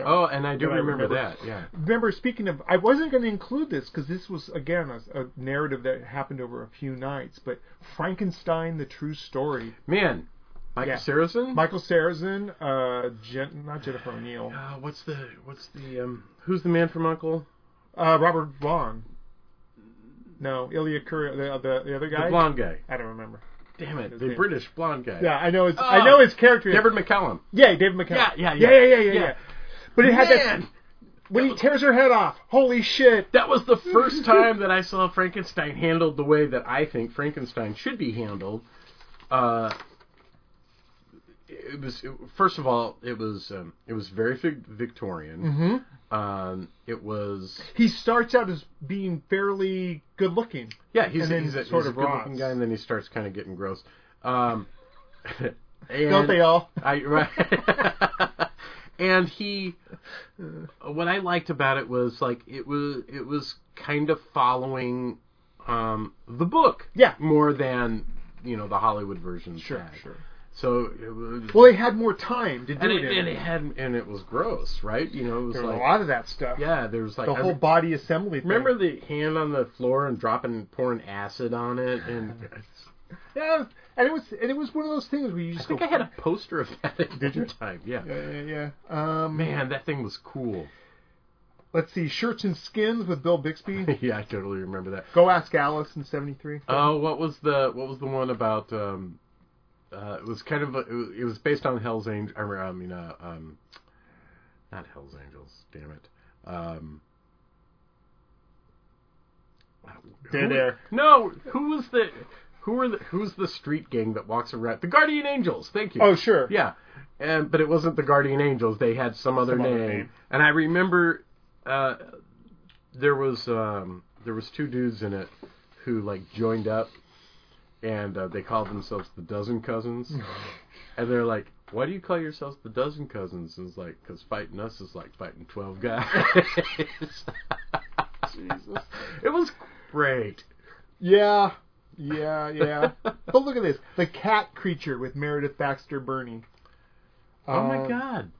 S6: Oh, and I do
S5: That I
S6: remember,
S5: remember.
S6: that. Yeah.
S5: Remember, speaking of, I wasn't going to include this because this was again a, a narrative that happened over a few nights. But Frankenstein: The True Story.
S6: Man, Michael
S5: Yeah.
S6: Saracen.
S5: Michael Sarrazin, uh, Jen, not Jennifer O'Neill,
S6: Uh, what's the what's the um? Who's the man from Uncle?
S5: uh, Robert Vaughn. No, Ilya Kur, the, the the other guy.
S6: The blonde guy.
S5: I don't remember.
S6: Damn it,
S5: His
S6: the
S5: name.
S6: British blonde guy.
S5: Yeah, I know his. I
S6: Oh,
S5: know his character. is-
S6: Deborah McCallum.
S5: Yeah, David McCallum.
S6: Yeah, yeah,
S5: yeah,
S6: yeah.
S5: yeah, yeah, yeah.
S6: Yeah.
S5: yeah. But it had that
S6: Man,
S5: when he tears her head off. Holy shit!
S6: that was the
S5: [laughs]
S6: first time that I saw Frankenstein handled the way that I think Frankenstein should be handled. Uh, it was it- first of all, it was um, it was very Vic- Victorian.
S5: Mm-hmm.
S6: Um, it was
S5: He starts out as being fairly good looking.
S6: yeah, he's,
S5: And then
S6: he's a,
S5: sort
S6: he's
S5: of
S6: a good-looking
S5: rots.
S6: guy, and then he starts kind of getting gross. Um, [laughs] and-
S5: Don't they all? [laughs]
S6: I right. and he, what I liked about it was like it was it was kind of following um, the book,
S5: Yeah.
S6: more than you know the Hollywood version. had. So it was,
S5: Well, they had more time to do
S6: and
S5: it.
S6: it,
S5: in.
S6: and it had and it was gross, right? You know, it was
S5: there was
S6: like
S5: a lot of that stuff.
S6: yeah, there was like
S5: The
S6: every-
S5: whole body assembly. Thing.
S6: Remember the hand on the floor and dropping pouring acid on it,
S5: [laughs]
S6: and
S5: Yeah, and it was and it was one of those things where you
S6: I
S5: just
S6: think
S5: go,
S6: I had a poster of that at
S5: Did you?
S6: one time. Yeah.
S5: Yeah, yeah, yeah. Um,
S6: man, that thing was cool. [laughs]
S5: let's see, shirts and skins with Bill
S6: [laughs]
S5: Bixby.
S6: yeah, I totally remember that.
S5: go ask Alice in '73.
S6: Oh, what was the what was the one about? Um, uh, it was kind of a, it was- it was based on Hell's Angels. I mean, uh, um, not Hell's Angels. Damn it. Um,
S5: Dead
S6: who-
S5: Air.
S6: No, who was the who are the who's the street gang that walks around? The Guardian Angels. Thank you.
S5: Oh, sure.
S6: Yeah, and but it wasn't the Guardian Angels. They had some other,
S5: Some
S6: name.
S5: other name.
S6: and I remember uh, there was um, there was two dudes in it who like joined up, and uh, they called themselves the Dozen Cousins,
S5: [laughs]
S6: and they're like. Why do you call yourselves the dozen cousins? And it's like, because fighting us is like fighting
S5: [laughs]
S6: twelve guys. Jesus, it was great.
S5: Yeah,
S6: [laughs]
S5: yeah, yeah. but look at this: the cat creature with Meredith Baxter Burney. Um,
S6: Oh my god,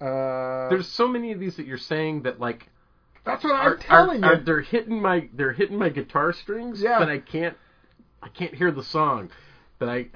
S5: Uh,
S6: there's so many of these that you're saying that like
S5: that's what I'm
S6: are,
S5: telling
S6: are-
S5: you.
S6: are- they're hitting my they're hitting my guitar strings,
S5: Yeah.
S6: but I can't I can't hear the song. But I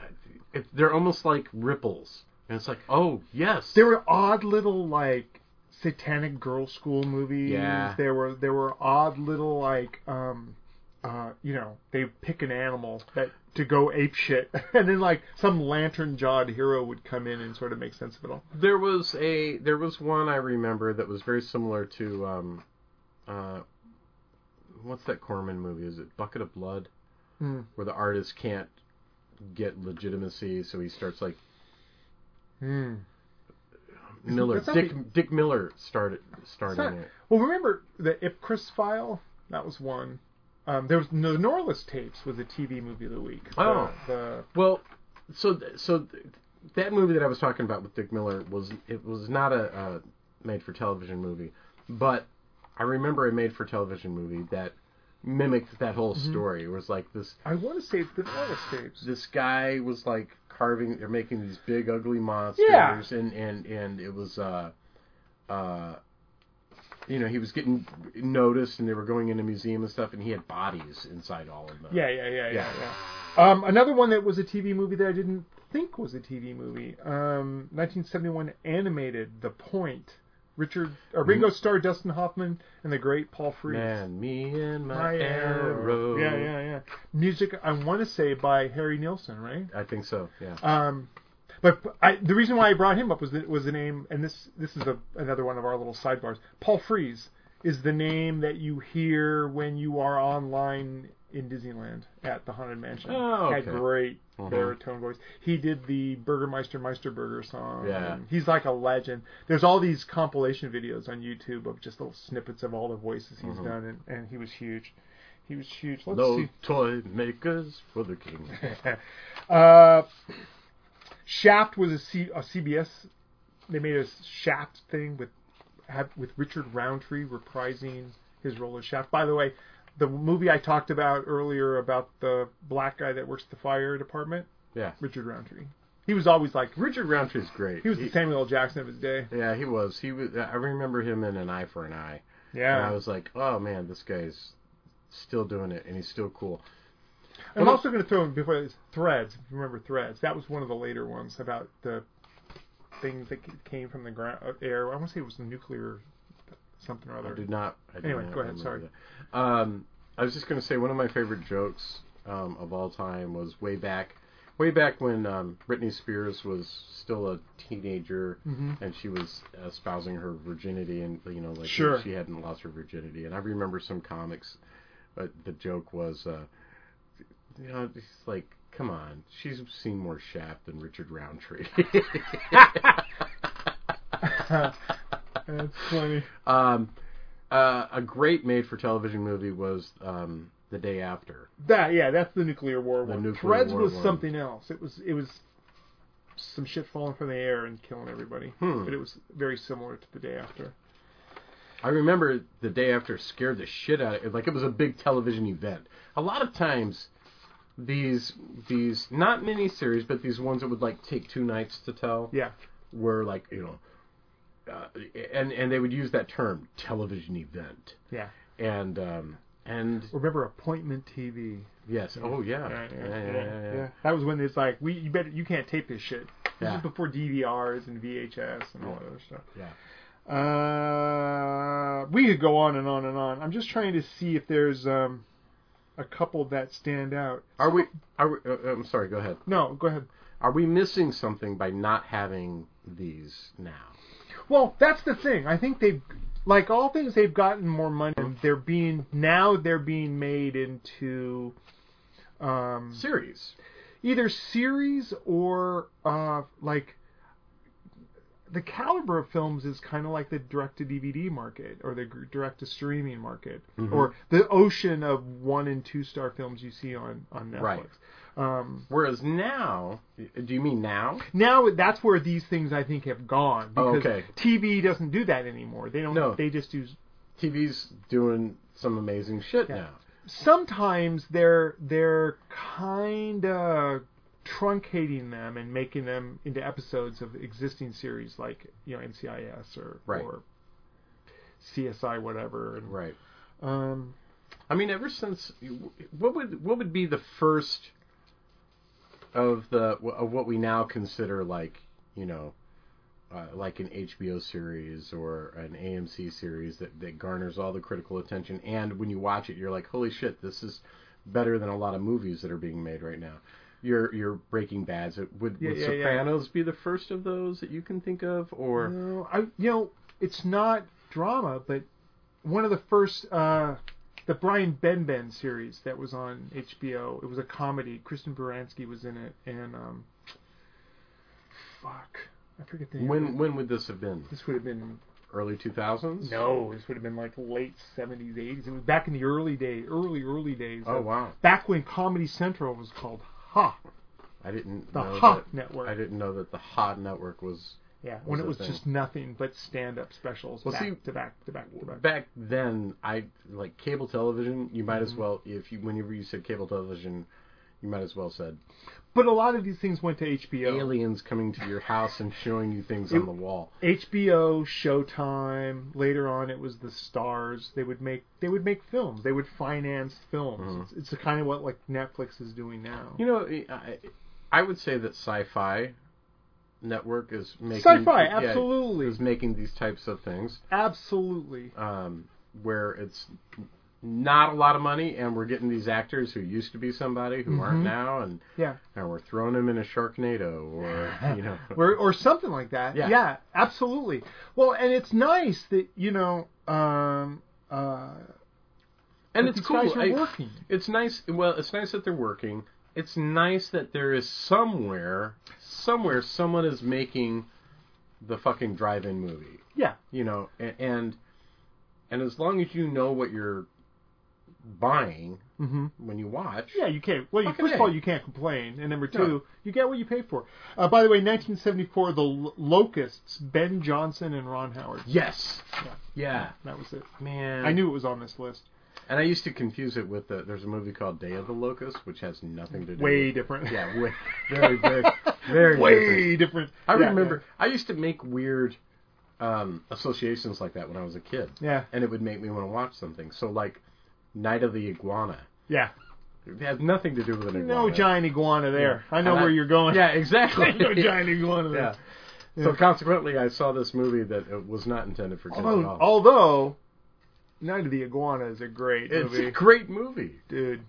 S6: it, they're almost like ripples. And it's like, "Oh, yes."
S5: there were odd little like satanic girl school movies.
S6: Yeah.
S5: There were there were odd little like um uh you know, they pick an animal that to go ape shit [laughs] and then like some lantern jawed hero would come in and sort of make sense of it all.
S6: there was a there was one I remember that was very similar to um uh what's that Corman movie? Is it Bucket of Blood?
S5: Hmm.
S6: Where the artist can't get legitimacy, so he starts like
S5: Hmm.
S6: Miller.
S5: that's not
S6: Dick
S5: the-
S6: Dick Miller started starting
S5: It's not-
S6: it.
S5: Well remember the Ipcris file? That was one. Um, there was no the Norless tapes was a TV movie of the week.
S6: Oh.
S5: The,
S6: Well, so th- so th- that movie that I was talking about with Dick Miller was it was not a, uh made for television movie, but I remember a made for television movie that mimicked that whole
S5: Mm-hmm.
S6: story. It was like this
S5: the I want to say it's the Norless tapes.
S6: this guy was like carving or making these big ugly monsters
S5: Yeah.
S6: and and and it was uh uh you know he was getting noticed and they were going into museum and stuff and he had bodies inside all of them
S5: Yeah, yeah, yeah, yeah,
S6: Yeah.
S5: yeah. Um, another one that was a TV movie that I didn't think was a TV movie. Um, 1971 animated The Point. Richard uh, Ringo Starr, Dustin Hoffman, and the great Paul Frees.
S6: man me and my,
S5: My
S6: arrow.
S5: arrow. Yeah, yeah, yeah. Music I want to say by Harry Nilsson, right?
S6: I think so. Yeah.
S5: Um, but I, the reason why I brought him up was that was the name, and this this is a, another one of our little sidebars. Paul Frees is the name that you hear when you are online in Disneyland at the Haunted Mansion.
S6: Oh,
S5: Had
S6: okay.
S5: great
S6: Mhm.
S5: baritone voice. He did the Burgermeister Meisterburger song.
S6: Yeah.
S5: and He's like a legend. There's all these compilation videos on YouTube of just little snippets of all the voices
S6: Uh-huh.
S5: he's done, and, and he was huge. He was huge. Let's
S6: no
S5: see.
S6: toy makers for
S5: [laughs]
S6: the king.
S5: Uh, Shaft was a, C, a CBS. They made a Shaft thing with have, with Richard Roundtree reprising his role as Shaft. By the way, the movie I talked about earlier about the black guy that works at the fire department,
S6: Yeah,
S5: Richard Roundtree. He was always like
S6: Richard Roundtree's great.
S5: he was the Samuel L. Jackson of his day.
S6: yeah, he was. He was. I remember him in An Eye for an Eye. And I
S5: Yeah.
S6: was like, oh man, this guy's still doing it, and he's still cool.
S5: I'm also going to throw in before this Threads. If you remember Threads? That was one of the later ones about the things that came from the ground uh, air. I want to say it was nuclear something or
S6: I
S5: other.
S6: did not. I did
S5: Anyway,
S6: not
S5: go ahead,
S6: remember
S5: sorry.
S6: that. Um, I was just gonna say one of my favorite jokes um, of all time was way back, way back when um, Britney Spears was still a teenager
S5: Mm-hmm.
S6: and she was espousing her virginity and you know like
S5: Sure.
S6: she hadn't lost her virginity. And I remember some comics, but the joke was, uh, you know, it's like, come on, she's seen more Shaft than
S5: [laughs]
S6: Richard Roundtree. [laughs]
S5: That's funny.
S6: Um, uh, a great made-for-television movie was um, The Day After.
S5: That yeah, that's the nuclear war one.
S6: nuclear
S5: Threads
S6: war
S5: was
S6: one.
S5: something else. It was it was some shit falling from the air and killing everybody.
S6: Hmm.
S5: But it was very similar to the day after.
S6: I remember The Day After scared the shit out of it. Like it was a big television event. A lot of times, these these not miniseries, but these ones that would like take two nights to tell.
S5: Yeah.
S6: Were like you know. Uh, and and they would use that term television event
S5: Yeah.
S6: and um and
S5: Remember appointment TV.
S6: yes oh yeah
S5: Yeah,
S6: yeah yeah, yeah, yeah.
S5: That was when it's like we you better you can't tape this shit. This
S6: Yeah.
S5: is before DVRs and VHS and all that other stuff.
S6: Yeah.
S5: Uh, we could go on and on and on. I'm just trying to see if there's um, a couple that stand out.
S6: are we are we, uh, uh, I'm sorry go ahead
S5: No, go ahead.
S6: Are we missing something by not having these now?
S5: Well, that's the thing. I think they've, like all things, they've gotten more money. They're being now they're being made into um,
S6: Series.
S5: either series or uh, like the caliber of films is kind of like the direct to DVD market or the direct to streaming market
S6: Mm-hmm.
S5: or the ocean of one and two star films you see on on Netflix.
S6: Right.
S5: Um,
S6: Whereas now, do you mean now?
S5: now that's where these things I think have gone
S6: Oh,
S5: because
S6: okay.
S5: TV doesn't do that anymore. They don't.
S6: No.
S5: They just do
S6: TV's doing some amazing shit now.
S5: sometimes they're they're kind of truncating them and making them into episodes of existing series like you know NCIS or
S6: Right.
S5: or CSI whatever. And,
S6: Right.
S5: Um,
S6: I mean, ever since what would what would be the first of the of what we now consider like you know uh, like an HBO series or an AMC series that that garners all the critical attention and when you watch it you're like holy shit this is better than a lot of movies that are being made right now. Your your Breaking Bad's it- would
S5: Yeah,
S6: would
S5: yeah, Uh, yeah.
S6: Sopranos be the first of those that you can think of or
S5: no, I you know it's not drama, but one of the first uh, the Brian Benben series that was on HBO. It was a comedy. Kristen Baranski was in it, and um, fuck, I forget the name.
S6: when when would this have been
S5: this would have been
S6: early 2000s?
S5: No, this would have been like late seventies, eighties. It was back in the early day, early early days.
S6: Oh
S5: of-
S6: wow.
S5: Back when Comedy Central was called Ha,
S6: I didn't
S5: the
S6: know
S5: Ha
S6: that.
S5: Network.
S6: I didn't know that the Hot Network was
S5: yeah, when
S6: was
S5: it
S6: a
S5: was
S6: thing.
S5: just nothing but stand-up specials,
S6: Well,
S5: back
S6: see-
S5: to back to back to back.
S6: back then. I like cable television. You might as
S5: Mm-hmm.
S6: well if you whenever you said cable television, you might as well said
S5: But a lot of these things went to HBO,
S6: aliens coming to your house and showing you things on the wall.
S5: HBO, Showtime. Later on, it was the stars. They would make they would make films. They would finance films.
S6: Mm-hmm.
S5: It's, it's kind of what like Netflix is doing now.
S6: You know, I, I would say that Sci-Fi Network is making
S5: Sci-fi,
S6: yeah,
S5: absolutely,
S6: is making these types of things
S5: absolutely.
S6: um, where it's not a lot of money and we're getting these actors who used to be somebody who
S5: Mm-hmm.
S6: aren't now and
S5: Yeah.
S6: and we're throwing him in a
S5: [laughs]
S6: Sharknado or you know
S5: or, or something like that.
S6: Yeah.
S5: absolutely. Well, and it's nice that you know, um, uh, that
S6: and it's
S5: these
S6: cool.
S5: guys are
S6: I-
S5: working.
S6: It's nice. Well, it's nice that they're working. It's nice that there is somewhere, somewhere, someone is making the fucking drive-in movie.
S5: Yeah.
S6: You know, a- and and as long as you know what you're buying
S5: Mm-hmm.
S6: when you watch,
S5: Yeah, you can't. Well, you,
S6: Fucking
S5: first of
S6: A.
S5: all, you can't complain, and number two,
S6: No.
S5: you get what you pay for. Uh, by the way, 1974, the L- Locusts, Ben Johnson and Ron Howard.
S6: yes,
S5: Yeah.
S6: yeah,
S5: That was it.
S6: man.
S5: I knew it was on this list.
S6: and I used to confuse it with the. There's a movie called Day of the Locust, which has nothing to do.
S5: Way
S6: with,
S5: different.
S6: Yeah, way, very, very, very
S5: [laughs]
S6: different.
S5: Way different.
S6: I
S5: Yeah,
S6: remember I used to make weird um, associations like that when I was a kid,
S5: Yeah.
S6: and it would make me want to watch something. So like Night of the Iguana.
S5: Yeah.
S6: It has nothing to do with an iguana.
S5: No giant iguana there. I know
S6: And
S5: where you're going.
S6: Yeah,
S5: [laughs]
S6: exactly.
S5: no giant iguana there.
S6: [laughs] yeah. So consequently, I saw this movie that it was not intended for kids at
S5: Although,
S6: all.
S5: although, Night of the Iguana is a great
S6: it's
S5: movie.
S6: a great movie.
S5: dude.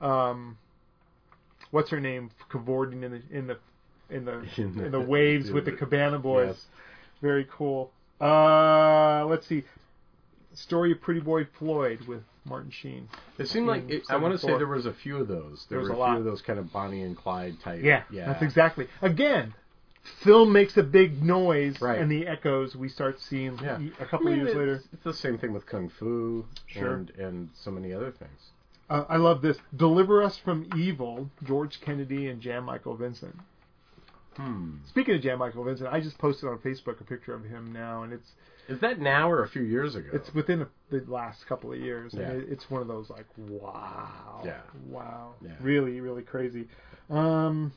S5: Um, what's her name? Cavorting in the in the in the
S6: [laughs] In the-
S5: in the waves
S6: [laughs]
S5: with the Cabana Boys.
S6: Yes.
S5: Very cool. Uh, let's see. Story of Pretty Boy Floyd with Martin Sheen.
S6: It seemed like it, I want to say there was a few of those. There,
S5: There was
S6: were
S5: a
S6: a
S5: lot.
S6: few of those kind of Bonnie and Clyde type. yeah.
S5: that's exactly. Again, film makes a big noise,
S6: Right.
S5: and the echoes we start seeing
S6: Yeah.
S5: a couple
S6: I mean,
S5: years
S6: it's,
S5: later.
S6: It's the same thing with Kung Fu
S5: Sure.
S6: and, and so many other things.
S5: Uh, I love this. Deliver Us from Evil, George Kennedy and Jan Michael Vincent.
S6: Hmm.
S5: Speaking of Jan Michael Vincent, I just posted on Facebook a picture of him now, and it's
S6: Is that now or a few years ago?
S5: it's within the last couple of years, and
S6: Yeah.
S5: it, it's one of those like wow,
S6: Yeah.
S5: wow,
S6: Yeah.
S5: really, really crazy. Um,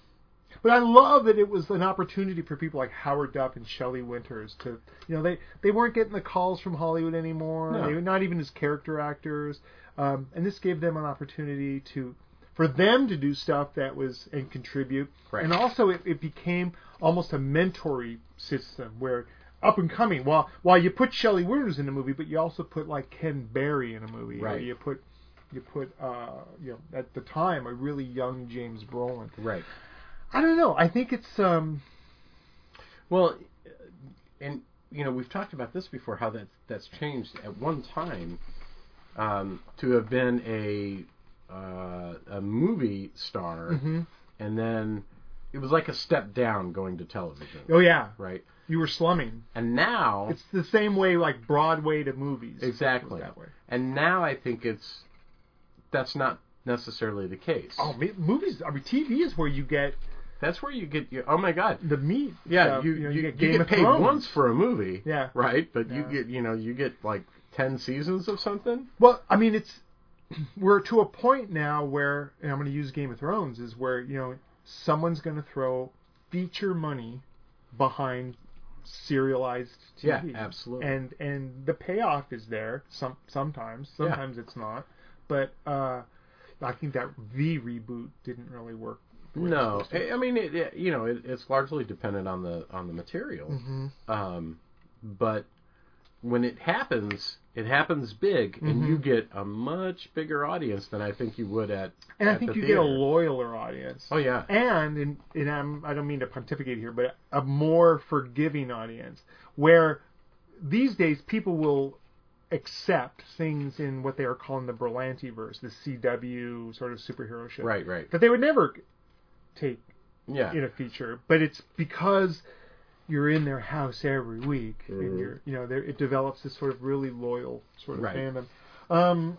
S5: but I love that it was an opportunity for people like Howard Duff and Shelley Winters to, you know, they they weren't getting the calls from Hollywood anymore.
S6: No.
S5: They were not even as character actors, um, and this gave them an opportunity to. For them to do stuff that was and contribute,
S6: Right.
S5: and also it, it became almost a mentory system where up and coming. While while you put Shelley Winters in a movie, but you also put like Ken Berry in a movie. or
S6: Right.
S5: you put you put uh, you know at the time a really young James Brolin.
S6: right.
S5: I don't know. I think it's um
S6: Well, uh, and you know we've talked about this before. How that that's changed at one time um, to have been a uh, a movie star,
S5: Mm-hmm.
S6: and then it was like a step down going to television,
S5: oh yeah,
S6: right?
S5: you were slumming.
S6: And now
S5: It's the same way like Broadway to movies.
S6: exactly.
S5: That way.
S6: And now I think it's that's not necessarily the case.
S5: Oh, ma- movies. I mean, TV is where you get
S6: That's where you get your oh my god.
S5: the meat.
S6: Yeah,
S5: stuff.
S6: you,
S5: know,
S6: you,
S5: get
S6: you
S5: Game
S6: get
S5: of
S6: paid
S5: Thrones.
S6: once for a movie.
S5: Yeah.
S6: Right, but you
S5: Yeah.
S6: get you know you get like ten seasons of something.
S5: Well, I mean, it's [clears throat] we're to a point now where, and I'm going to use Game of Thrones, is where you know someone's going to throw feature money behind serialized
S6: Yeah,
S5: TV.
S6: absolutely.
S5: And and the payoff is there. Some sometimes, sometimes it's not. But uh, I think that the reboot didn't really work.
S6: no, I, I mean it, it- you know it, it's largely dependent on the on the material.
S5: Mm-hmm.
S6: Um, but when it happens, it happens big, and
S5: Mm-hmm.
S6: you get a much bigger audience than I think you would at.
S5: And I
S6: at
S5: think
S6: the
S5: you
S6: theater.
S5: get a loyaler audience.
S6: Oh yeah,
S5: and and, and I'm, I don't mean to pontificate here, but a more forgiving audience where these days people will accept things in what they are calling the Berlanti verse, the CW sort of superhero shit
S6: right, right.
S5: that they would never take
S6: Yeah,
S5: in a feature, but it's because you're in their house every week and you're you know there it develops this sort of really loyal sort of
S6: Mm-hmm. Right.
S5: fandom. Um,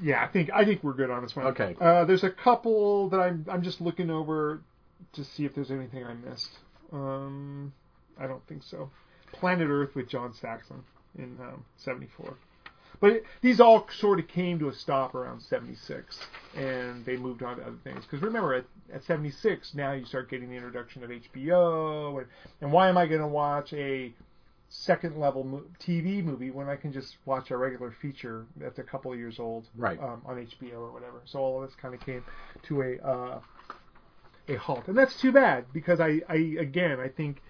S5: yeah, I think I think we're good on this one.
S6: Okay.
S5: Uh, there's a couple that I'm I'm just looking over to see if there's anything I missed. Um, I don't think so. Planet Earth with John Saxon in um, '74. But it, these all sort of came to a stop around 76, and they moved on to other things. Because remember, at, at 76, now you start getting the introduction of HBO, and, and why am I going to watch a second level mo- TV movie when I can just watch a regular feature that's a couple of years old
S6: Right.
S5: um, on HBO or whatever? So all of this kind of came to a uh, a halt, and that's too bad because I, I again I think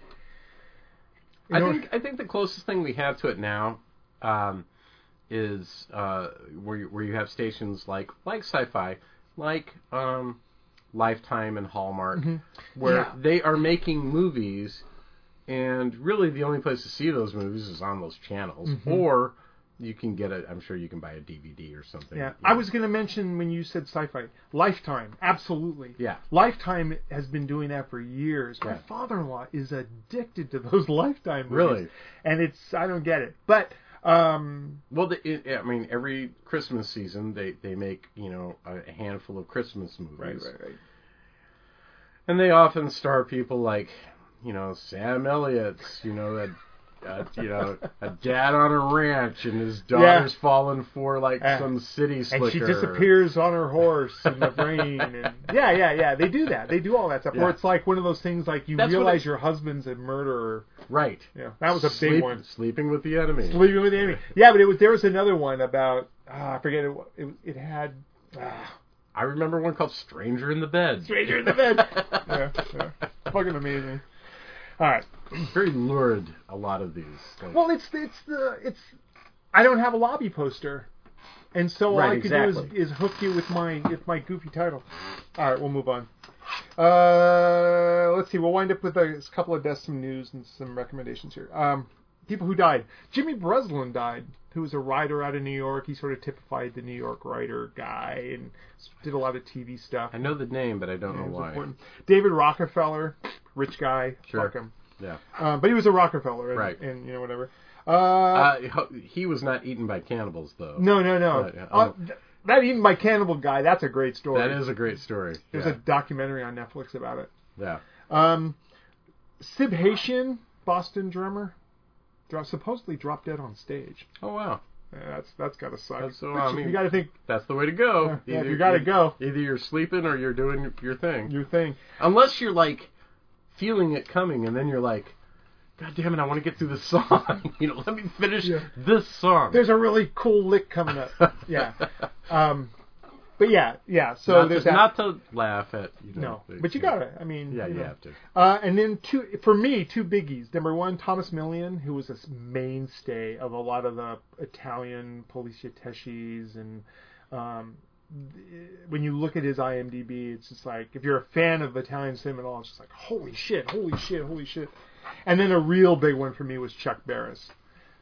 S5: in
S6: I
S5: order-
S6: think I think the closest thing we have to it now um, is uh, where you, where you have stations like like Sci-Fi, like um, Lifetime and Hallmark,
S5: Mm-hmm.
S6: where
S5: Yeah.
S6: they are making
S5: Mm-hmm.
S6: movies, and really the only place to see those movies is on those channels or you can get it. I'm sure you can buy a DVD or something.
S5: Yeah, I was going to mention when you said sci-fi, Lifetime, absolutely.
S6: Yeah.
S5: Lifetime has been doing that for years. My
S6: Yeah.
S5: father-in-law is addicted to those [laughs] Lifetime movies.
S6: Really?
S5: And it's I don't get it, but um,
S6: Well, the, it, I mean, every Christmas season they they make you know a handful of Christmas movies,
S5: right.
S6: and they often star people like you know Sam Elliott's, you know that. Uh, you know, a dad on a ranch and his daughter's fallen for like
S5: Yeah.
S6: some city slicker.
S5: And she disappears on her horse in the rain.
S6: [laughs]
S5: And yeah, yeah, yeah. They do that. They do all that stuff.
S6: Yeah.
S5: Or it's like one of those things like you
S6: That's what
S5: realize
S6: it-
S5: your husband's a murderer.
S6: Right.
S5: Yeah, that was a big
S6: Sleep-
S5: one.
S6: Sleeping with the enemy.
S5: Sleeping with the enemy. Yeah, but it was there was another one about ah, I forget it. wa- It, it had ah,
S6: I remember one called Stranger in the Bed.
S5: Stranger in the Bed. [laughs] yeah, yeah. Fucking amazing. All right.
S6: Very lurid. A lot of these. Like,
S5: Well, it's it's the it's. I don't have a lobby poster, and so all
S6: Right,
S5: I could do
S6: exactly.
S5: is, is hook you with my with my goofy title. All right, we'll move on. Uh, let's see. We'll wind up with a couple of deaths, some news, and some recommendations here. Um, people who died. Jimmy Breslin died, who was a writer out of New York. He sort of typified the New York writer guy and did a lot of TV stuff.
S6: I know the name, but I don't know
S5: It was
S6: why.
S5: important. David Rockefeller, rich guy,
S6: Sure.
S5: fuck him.
S6: Yeah.
S5: Uh, but he was a Rockefeller, and,
S6: Right.
S5: and you know whatever.
S6: Uh, he- he was not eaten by cannibals, though.
S5: No, no, no.
S6: Right, yeah,
S5: Uh,
S6: I'll-
S5: th- that even by Cannibal Guy, that's a great story.
S6: That is a great story.
S5: There's
S6: yeah.
S5: a documentary on Netflix about it.
S6: yeah.
S5: Um, Sib Haitian, Boston drummer, dro- supposedly dropped dead on stage.
S6: Oh wow,
S5: Yeah, that's that's gotta suck.
S6: That's- well,
S5: But
S6: I
S5: you-
S6: mean-
S5: you gotta think
S6: that's the way to go.
S5: Yeah, if you gotta go.
S6: Either you're sleeping or you're doing your- your thing.
S5: your thing.
S6: Unless you're like feeling it coming, and then you're like, God damn it, I want to get through this [laughs] song. you know, let me finish
S5: Yeah.
S6: this song.
S5: There's a really cool lick coming
S6: [laughs]
S5: up. yeah. Um, but yeah, yeah. So
S6: not,
S5: there's
S6: to,
S5: that.
S6: not to laugh at you
S5: no,
S6: know, the-
S5: but you gotta. I mean,
S6: Yeah,
S5: you
S6: you
S5: know.
S6: have to.
S5: Uh, and then two for me, two biggies. Number one, Thomas Millian, who was a s- mainstay of a lot of the Italian policiatesches, and um, th- when you look at his IMDb, it's just like if you're a fan of Italian cinema at all, it's just like holy shit, holy shit, holy shit. And then a real big one for me was Chuck Barris.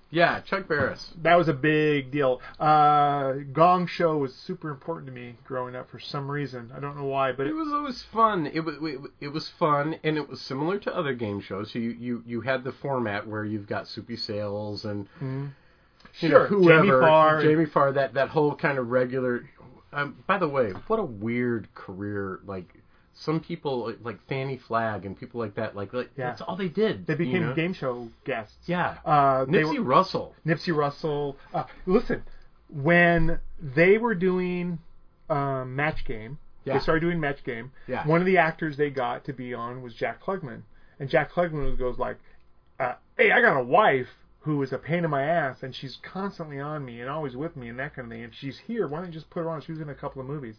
S6: Yeah, Chuck Barris.
S5: That was a big deal. Uh, Gong Show was super important to me growing up for some reason. I don't know why, but it
S6: It was always fun. It was it was fun, and it was similar to other game shows. So you you, you had the format where you've got Soupy Sales and you know,
S5: sure
S6: whoever
S5: Jamie Farr,
S6: Jamie Farr, that that whole kind of regular. Um, by the way, what a weird career! Like some people like Fanny Flagg and people like that. Like, like
S5: Yeah.
S6: that's all they did.
S5: they
S6: you
S5: became
S6: know?
S5: game show guests.
S6: Yeah,
S5: Uh, they
S6: Nipsey
S5: were-
S6: Russell.
S5: Nipsey Russell. Uh, listen, when they were doing um, Match Game,
S6: Yeah.
S5: they started doing Match Game.
S6: Yeah.
S5: One of the actors they got to be on was Jack Klugman, and Jack Klugman goes like, uh, "Hey, I got a wife who is a pain in my ass, and she's constantly on me and always with me and that kind of thing. If she's here, why don't you just put her on? She was in a couple of movies.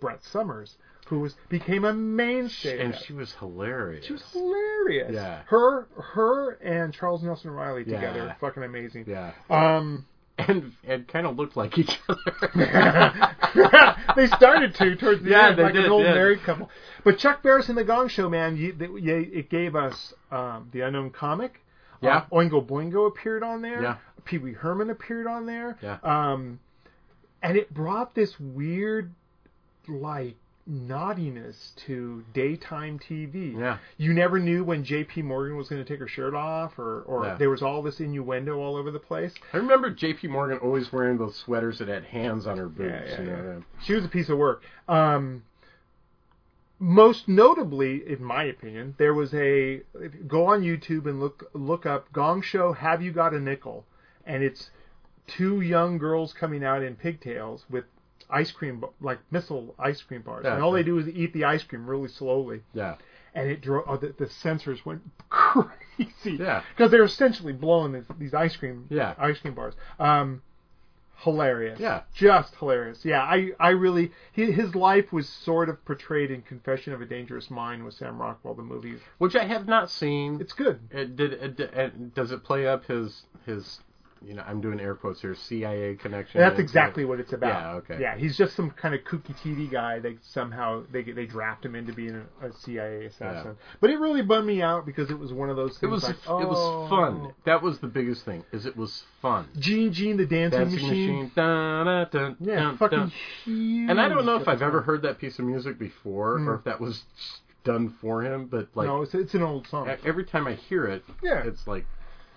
S5: Brett Summers, who was became a mainstay, of
S6: And
S5: that.
S6: she was hilarious.
S5: She was hilarious.
S6: Yeah.
S5: Her, her, and Charles Nelson Riley
S6: Yeah.
S5: together, are fucking amazing.
S6: yeah,
S5: Um, [laughs]
S6: and and kind of looked like each other.
S5: they started to towards the
S6: [laughs] Yeah,
S5: end,
S6: they
S5: like an
S6: did,
S5: old
S6: yeah.
S5: married couple. But Chuck Barris and the Gong Show, man, you, they, yeah, it gave us um, the unknown comic.
S6: Yeah.
S5: Uh, Oingo Boingo appeared on there.
S6: Yeah.
S5: Pee Wee Herman appeared on there.
S6: Yeah.
S5: Um, and it brought this weird, like, naughtiness to daytime TV.
S6: Yeah.
S5: You never knew when J.P. Morgan was going to take her shirt off, or, or
S6: Yeah.
S5: there was all this innuendo all over the place.
S6: I remember J.P. Morgan always wearing those sweaters that had hands on her boobs.
S5: Yeah, yeah,
S6: you know,
S5: yeah.
S6: uh,
S5: She was a piece of work. Um, most notably, in my opinion, there was a go on YouTube and look look up Gong Show. Have you got a nickel? And it's two young girls coming out in pigtails with ice cream b- like missile ice cream bars,
S6: Yeah,
S5: and all they
S6: yeah.
S5: do is eat the ice cream really slowly.
S6: yeah.
S5: And it drove oh, the, the sensors went [laughs] crazy.
S6: Yeah.
S5: because they're essentially blowing these, these ice cream
S6: Yeah.
S5: ice cream bars. Um, hilarious.
S6: Yeah.
S5: Just hilarious. Yeah, I, I really he, his life was sort of portrayed in Confession of a Dangerous Mind with Sam Rockwell the movie.
S6: Which I have not seen.
S5: It's good.
S6: It did. It, it, does it play up his his you know, I'm doing air quotes here, CIA connection.
S5: That's
S6: into-
S5: exactly what it's about.
S6: Yeah, okay.
S5: Yeah, he's just some kind of kooky TV guy. They somehow they they draft him into being a, a CIA assassin. But it really bummed me out because it was one of those things.
S6: It was
S5: like,
S6: it
S5: oh.
S6: was fun. That was the biggest thing. Is it was fun.
S5: Gene Gene the dancing,
S6: Dancing machine. Dun, dun, dun,
S5: Yeah,
S6: dun,
S5: fucking
S6: dun.
S5: huge.
S6: And I don't know if I've ever heard that piece of music before, or if that was done for him. But like
S5: Mm. no, it's, it's an old song.
S6: e- every time I hear it,
S5: Yeah.
S6: it's like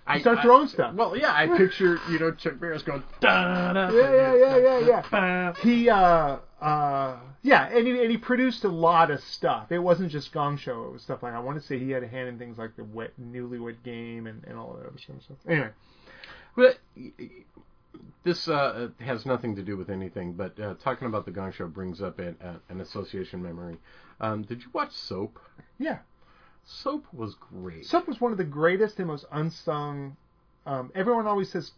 S6: I
S5: start
S6: I-
S5: throwing stuff.
S6: Well, yeah, I picture you know Chuck Barris going. Dun, dun,
S5: yeah, yeah, yeah, yeah, yeah.
S6: yeah.
S5: he uh uh yeah and he, and he produced a lot of stuff it wasn't just gong show it was stuff like i want to say he had a hand in things like the wet newlywed game and, and all that other sort of stuff anyway
S6: But y- y- this uh, has nothing to do with anything. But uh, talking about the Gong Show brings up an, uh, an association memory. Um, did you watch Soap?
S5: yeah
S6: Soap was great.
S5: soap was one of the greatest and most unsung um, everyone always says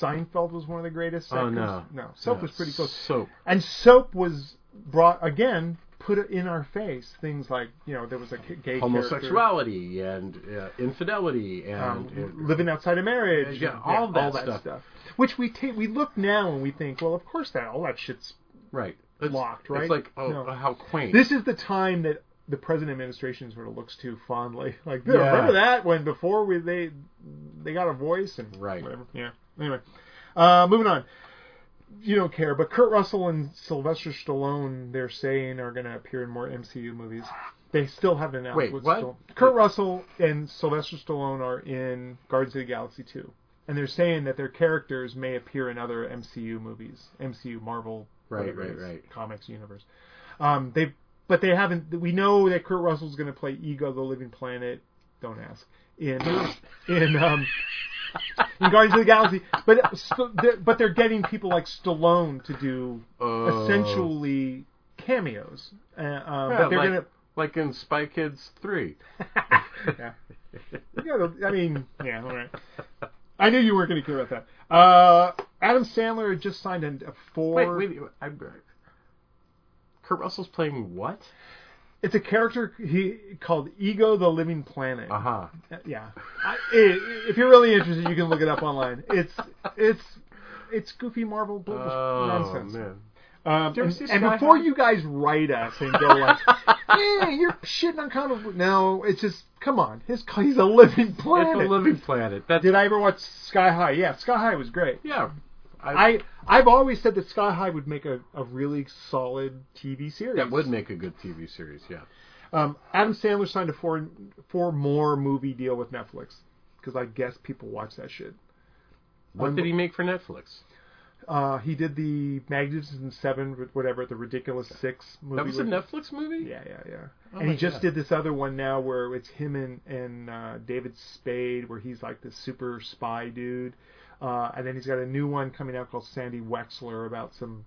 S5: seinfeld was one of the greatest
S6: Oh,
S5: sitcoms.
S6: no.
S5: no soap
S6: Yeah,
S5: was pretty close
S6: Soap.
S5: and soap was brought again put it in our face things like you know there was a gay character,
S6: homosexuality and uh, infidelity and
S5: um, living outside of marriage,
S6: Yeah,
S5: and,
S6: all that stuff.
S5: Which we take, we look now and we think, well, of course that all that shit's.
S6: right It's-
S5: locked, right?
S6: It's like oh
S5: No.
S6: how quaint.
S5: This is the time that the present administration sort of looks to fondly. [laughs] Like,
S6: Yeah.
S5: remember that when before we they they got a voice and
S6: Right.
S5: whatever. Yeah. Anyway, uh, moving on. You don't care, but Kurt Russell and Sylvester Stallone, they're saying, are going to appear in more MCU movies. They still haven't announced.
S6: Wait,
S5: what's
S6: what?
S5: still- Kurt Russell and Sylvester Stallone are in Guardians of the Galaxy 2. And they're saying that their characters may appear in other MCU movies, MCU Marvel,
S6: Right,
S5: whatever it
S6: right,
S5: is,
S6: right.
S5: comics universe. Um, they, but they haven't. We know that Kurt Russell's going to play Ego, the Living Planet. Don't ask. In in
S6: [laughs]
S5: um, in Guardians of the Galaxy, but st- they're- but they're getting people like Stallone to do
S6: Oh.
S5: essentially cameos. Uh, um,
S6: Yeah,
S5: but they're
S6: like,
S5: gonna
S6: like in Spy Kids three.
S5: yeah. yeah, I mean, yeah, all
S6: [laughs]
S5: right. I knew you weren't going to care about that. Uh, Adam Sandler had just signed a, a
S6: Wait,
S5: four.
S6: wait, I, Kurt Russell's playing what?
S5: It's a character he called Ego, the Living Planet.
S6: Uh huh.
S5: Yeah, I, i if you're really interested, you can look it up online. It's it's it's goofy Marvel bull-
S6: Oh
S5: nonsense.
S6: man.
S5: Um,
S6: you ever
S5: and
S6: see
S5: and
S6: Sky
S5: before
S6: High?
S5: you guys write us and go like, [laughs] "Yeah, you're shitting on comic book." No, it's just come on. His he's a living planet.
S6: It's a living planet. That's
S5: Did I ever watch Sky High? Yeah, Sky High was great.
S6: yeah.
S5: I I've always said that Sky High would make a, a really solid TV series.
S6: that would make a good TV series. Yeah.
S5: Um, Adam Sandler signed a four four more movie deal with Netflix because I guess people watch that shit.
S6: What did he make for Netflix?
S5: Uh, he did the Magnificent Seven, whatever, the Ridiculous Six movie.
S6: That was a
S5: with-
S6: Netflix movie.
S5: Yeah, yeah, yeah.
S6: Oh
S5: and
S6: my
S5: he just
S6: God.
S5: did this other one now where it's him and and uh, David Spade, where he's like the super spy dude. Uh, and then he's got a new one coming out called Sandy Wexler about some.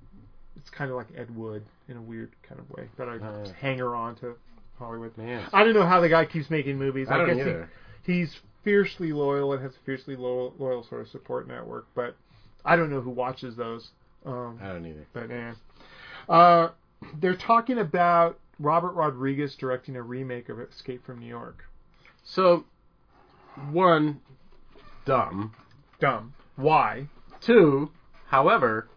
S5: It's kind of like Ed Wood in a weird kind of way, but a
S6: Uh.
S5: hanger on to Hollywood.
S6: Man.
S5: I don't know how the guy keeps making movies.
S6: I
S5: I,
S6: don't
S5: guess
S6: either.
S5: He, he's fiercely loyal and has a fiercely loyal, loyal sort of support network, but I don't know who watches those. Um,
S6: I don't either.
S5: but eh. Uh, they're talking about Robert Rodriguez directing a remake of Escape from New York.
S6: So, one, dumb.
S5: Dumb. Why?
S6: Two, however,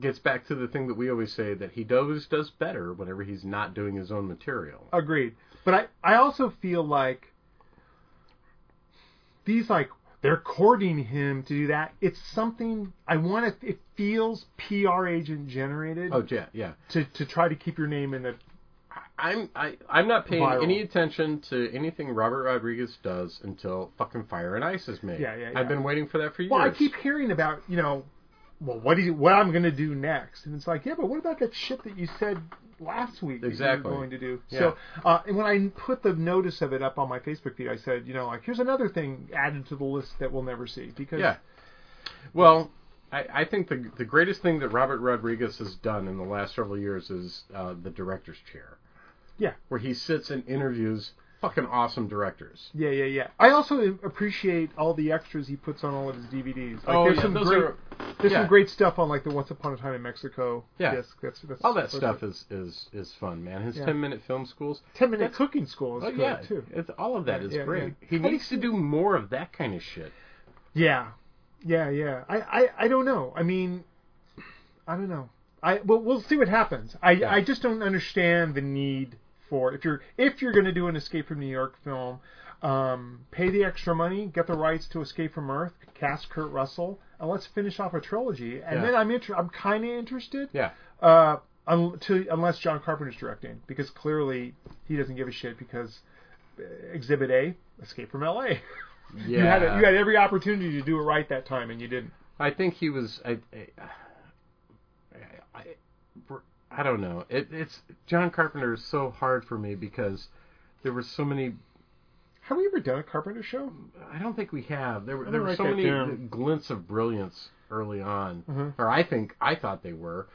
S6: gets back to the thing that we always say that he always does better whenever he's not doing his own material.
S5: Agreed. But I, I also feel like these like they're courting him to do that. It's something I want to. It feels PR agent generated
S6: Oh yeah, yeah.
S5: to to try to keep your name in the.
S6: I'm I I'm not paying
S5: Viral.
S6: any attention to anything Robert Rodriguez does until fucking Fire and Ice is made.
S5: Yeah, yeah, yeah.
S6: I've been waiting for that for years.
S5: Well, I keep hearing about you know, well, what do you, what I'm going to do next, and it's like, yeah, but what about that shit that you said last week? that you were
S6: Exactly.
S5: going to do.
S6: Yeah.
S5: So, uh, and when I put the notice of it up on my Facebook feed, I said, you know, like here's another thing added to the list that we'll never see because
S6: Yeah. Well, I, I think the the greatest thing that Robert Rodriguez has done in the last several years is uh, the director's chair.
S5: Yeah.
S6: Where he sits and interviews fucking awesome directors.
S5: yeah, yeah, yeah. I also appreciate all the extras he puts on all of his DVDs. Like,
S6: Oh,
S5: there's
S6: yeah,
S5: some
S6: those
S5: great,
S6: are-
S5: there's
S6: yeah.
S5: some great stuff on like the Once Upon a Time in Mexico
S6: Yeah.
S5: disc. That's, that's
S6: All that stuff is, is, is fun, man. His
S5: Yeah.
S6: ten minute film schools.
S5: Ten minute
S6: that's-
S5: cooking school is
S6: Oh,
S5: good
S6: yeah,
S5: too.
S6: It's, all of that is
S5: Yeah, yeah.
S6: great. He
S5: How do you
S6: needs to
S5: see-
S6: do more of that kind of shit.
S5: Yeah. Yeah, yeah. I, I, I don't know. I mean, I don't know. I well, we'll see what happens. I, I just don't understand the need for if you're if you're going to do an Escape from New York film, um, pay the extra money, get the rights to Escape from Earth, cast Kurt Russell, and let's finish off a trilogy. And
S6: Yeah.
S5: then I'm inter- I'm kind of interested.
S6: Yeah.
S5: Uh, un- to, unless John Carpenter's directing, because clearly he doesn't give a shit. Because uh, Exhibit A, Escape from [laughs] L.A.
S6: Yeah.
S5: You had you had every opportunity to do it right that time, and you didn't.
S6: I think he was. I, I, I, I don't know. It, it's John Carpenter is so hard for me because there were so many.
S5: Have we ever done a Carpenter show?
S6: I don't think we have. There were
S5: I'm
S6: there
S5: gonna
S6: were so
S5: write that
S6: many
S5: down. Mm-hmm.
S6: glints of brilliance early on, or I think I thought they were.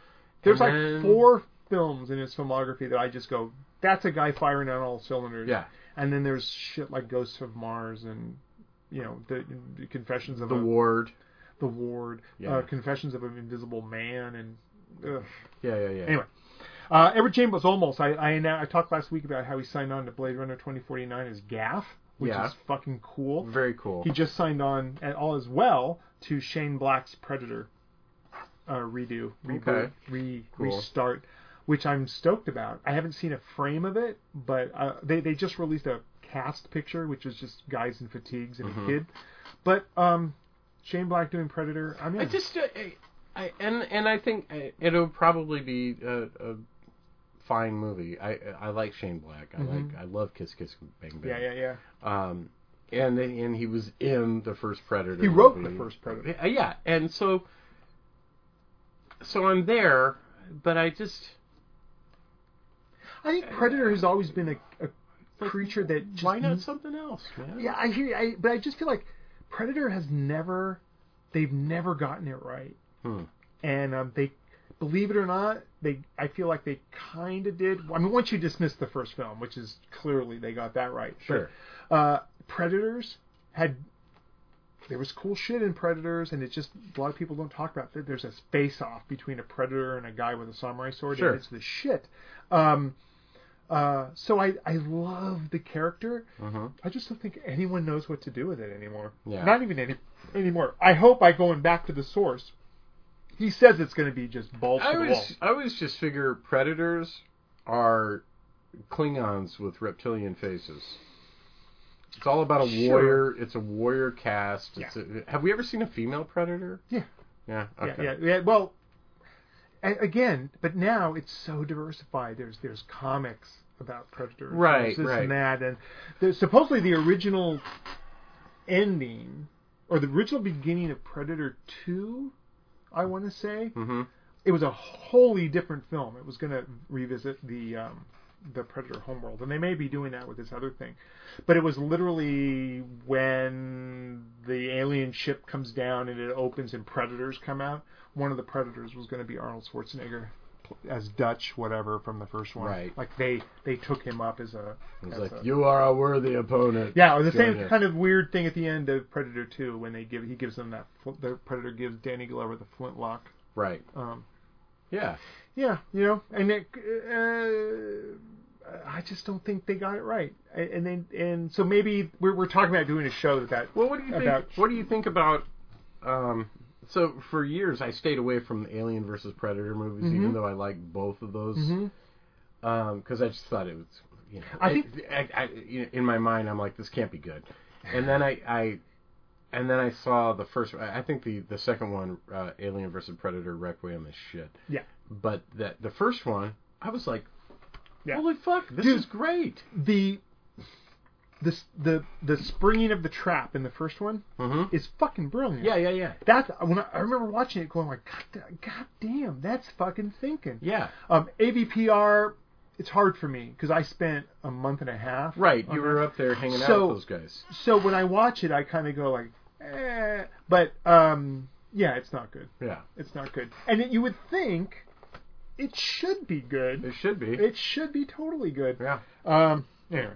S5: There's
S6: And
S5: like
S6: then-
S5: four films in his filmography that I just go, that's a guy firing on all cylinders.
S6: Yeah.
S5: And then there's shit like Ghosts of Mars and, you know, the, the Confessions of
S6: The
S5: a,
S6: Ward.
S5: the Ward,
S6: Yeah.
S5: uh, Confessions of an Invisible Man, and ugh.
S6: Yeah, yeah, yeah.
S5: Anyway. Uh, Edward Chambers Olmos. I I, annou- I talked last week about how he signed on to Blade Runner 2049 as Gaff, which
S6: Yeah.
S5: is fucking cool.
S6: very cool.
S5: He just signed on at all as well to Shane Black's Predator uh, redo, reboot,
S6: Okay.
S5: re,
S6: Cool.
S5: restart, which I'm stoked about. I haven't seen a frame of it, but uh, they they just released a cast picture, which is just guys in fatigues and
S6: Mm-hmm.
S5: a kid. But um, Shane Black doing Predator. I mean,
S6: I just, uh, I, I, and and I think uh, it'll probably be a, a fine movie. I I like Shane Black. I like I love Kiss Kiss Bang Bang.
S5: Mm-hmm. yeah, yeah, yeah.
S6: Um, and and he was in the first Predator.
S5: He wrote
S6: movie.
S5: the first Predator.
S6: Uh, Yeah, and so so I'm there, but I just
S5: I think Predator has always been a, a creature that just
S6: Uh, why not something else, man?
S5: Yeah, I hear. you. I but I just feel like Predator has never, they've never gotten it right.
S6: Hmm.
S5: And um, they, believe it or not, they. I feel like they kind of did. I mean, once you dismiss the first film, which is clearly they got that right.
S6: Sure.
S5: But, uh, Predators had. There was cool shit in Predators, and it just a lot of people don't talk about. That. There's this face-off between a predator and a guy with a samurai sword,
S6: Sure.
S5: and it's the shit. Um, uh, so I I love the character,
S6: Mhm.
S5: I just don't think anyone knows what to do with it anymore.
S6: Yeah.
S5: Not even any anymore. I hope by going back to the source, he says it's going to be just balls
S6: I
S5: to the wall.
S6: always I always just figure predators are Klingons with reptilian faces. It's all about a
S5: Sure.
S6: warrior. It's a warrior cast. It's a, have we ever seen a female predator?
S5: Yeah.
S6: Yeah.
S5: Yeah,
S6: Okay.
S5: yeah, yeah. Well, a- again, but now it's so diversified. There's there's comics about predators, and
S6: Right,
S5: there's this
S6: right.
S5: and that, and there's supposedly the original ending or the original beginning of Predator Two. I want to say
S6: hmm
S5: it was a wholly different film. It was going to revisit the um, the Predator homeworld, and they may be doing that with this other thing. But it was literally when the alien ship comes down and it opens and predators come out. One of the predators was going to be Arnold Schwarzenegger as Dutch, whatever from the first one.
S6: Right.
S5: Like they they took him up as a.
S6: It's
S5: as
S6: like
S5: a-
S6: you are a worthy opponent.
S5: yeah, it was the
S6: Join
S5: same
S6: it.
S5: kind of weird thing at the end of Predator Two when they give he gives them that fl- the Predator gives Danny Glover the flintlock.
S6: Right.
S5: Um,
S6: Yeah.
S5: yeah, you know, and it, uh, I just don't think they got it right. And and then and so maybe we're we're talking about doing a show that that
S6: Well, what do you think?
S5: about-
S6: What do you think about? Um, so for years, I stayed away from Alien versus Predator movies,
S5: Mm-hmm.
S6: even though I like both of those, because I just thought it was. You know,
S5: I
S6: I
S5: think-
S6: I, I, you know, in my mind, I'm like, this can't be good. And then I, I and then I saw the first. I I think the the second one, uh, Alien versus Predator Requiem, is shit.
S5: Yeah.
S6: But that the first one, I was like,
S5: Yeah.
S6: holy fuck, this
S5: Dude.
S6: is great.
S5: the this the the springing of the trap in the first one
S6: Mhm.
S5: is fucking brilliant.
S6: Yeah, yeah, yeah,
S5: That's when I, I remember watching it, going like, God, God damn, that's fucking thinking.
S6: yeah.
S5: Um, AVPR, it's hard for me because I spent a month and a half.
S6: Right,
S5: on
S6: you were up there hanging out
S5: So-
S6: with those guys.
S5: So when I watch it, I kind of go like, eh. But um, yeah, it's not good.
S6: Yeah.
S5: It's not good. And it, you would think it should be good.
S6: It should be.
S5: It should be totally good.
S6: yeah.
S5: Um, anyway.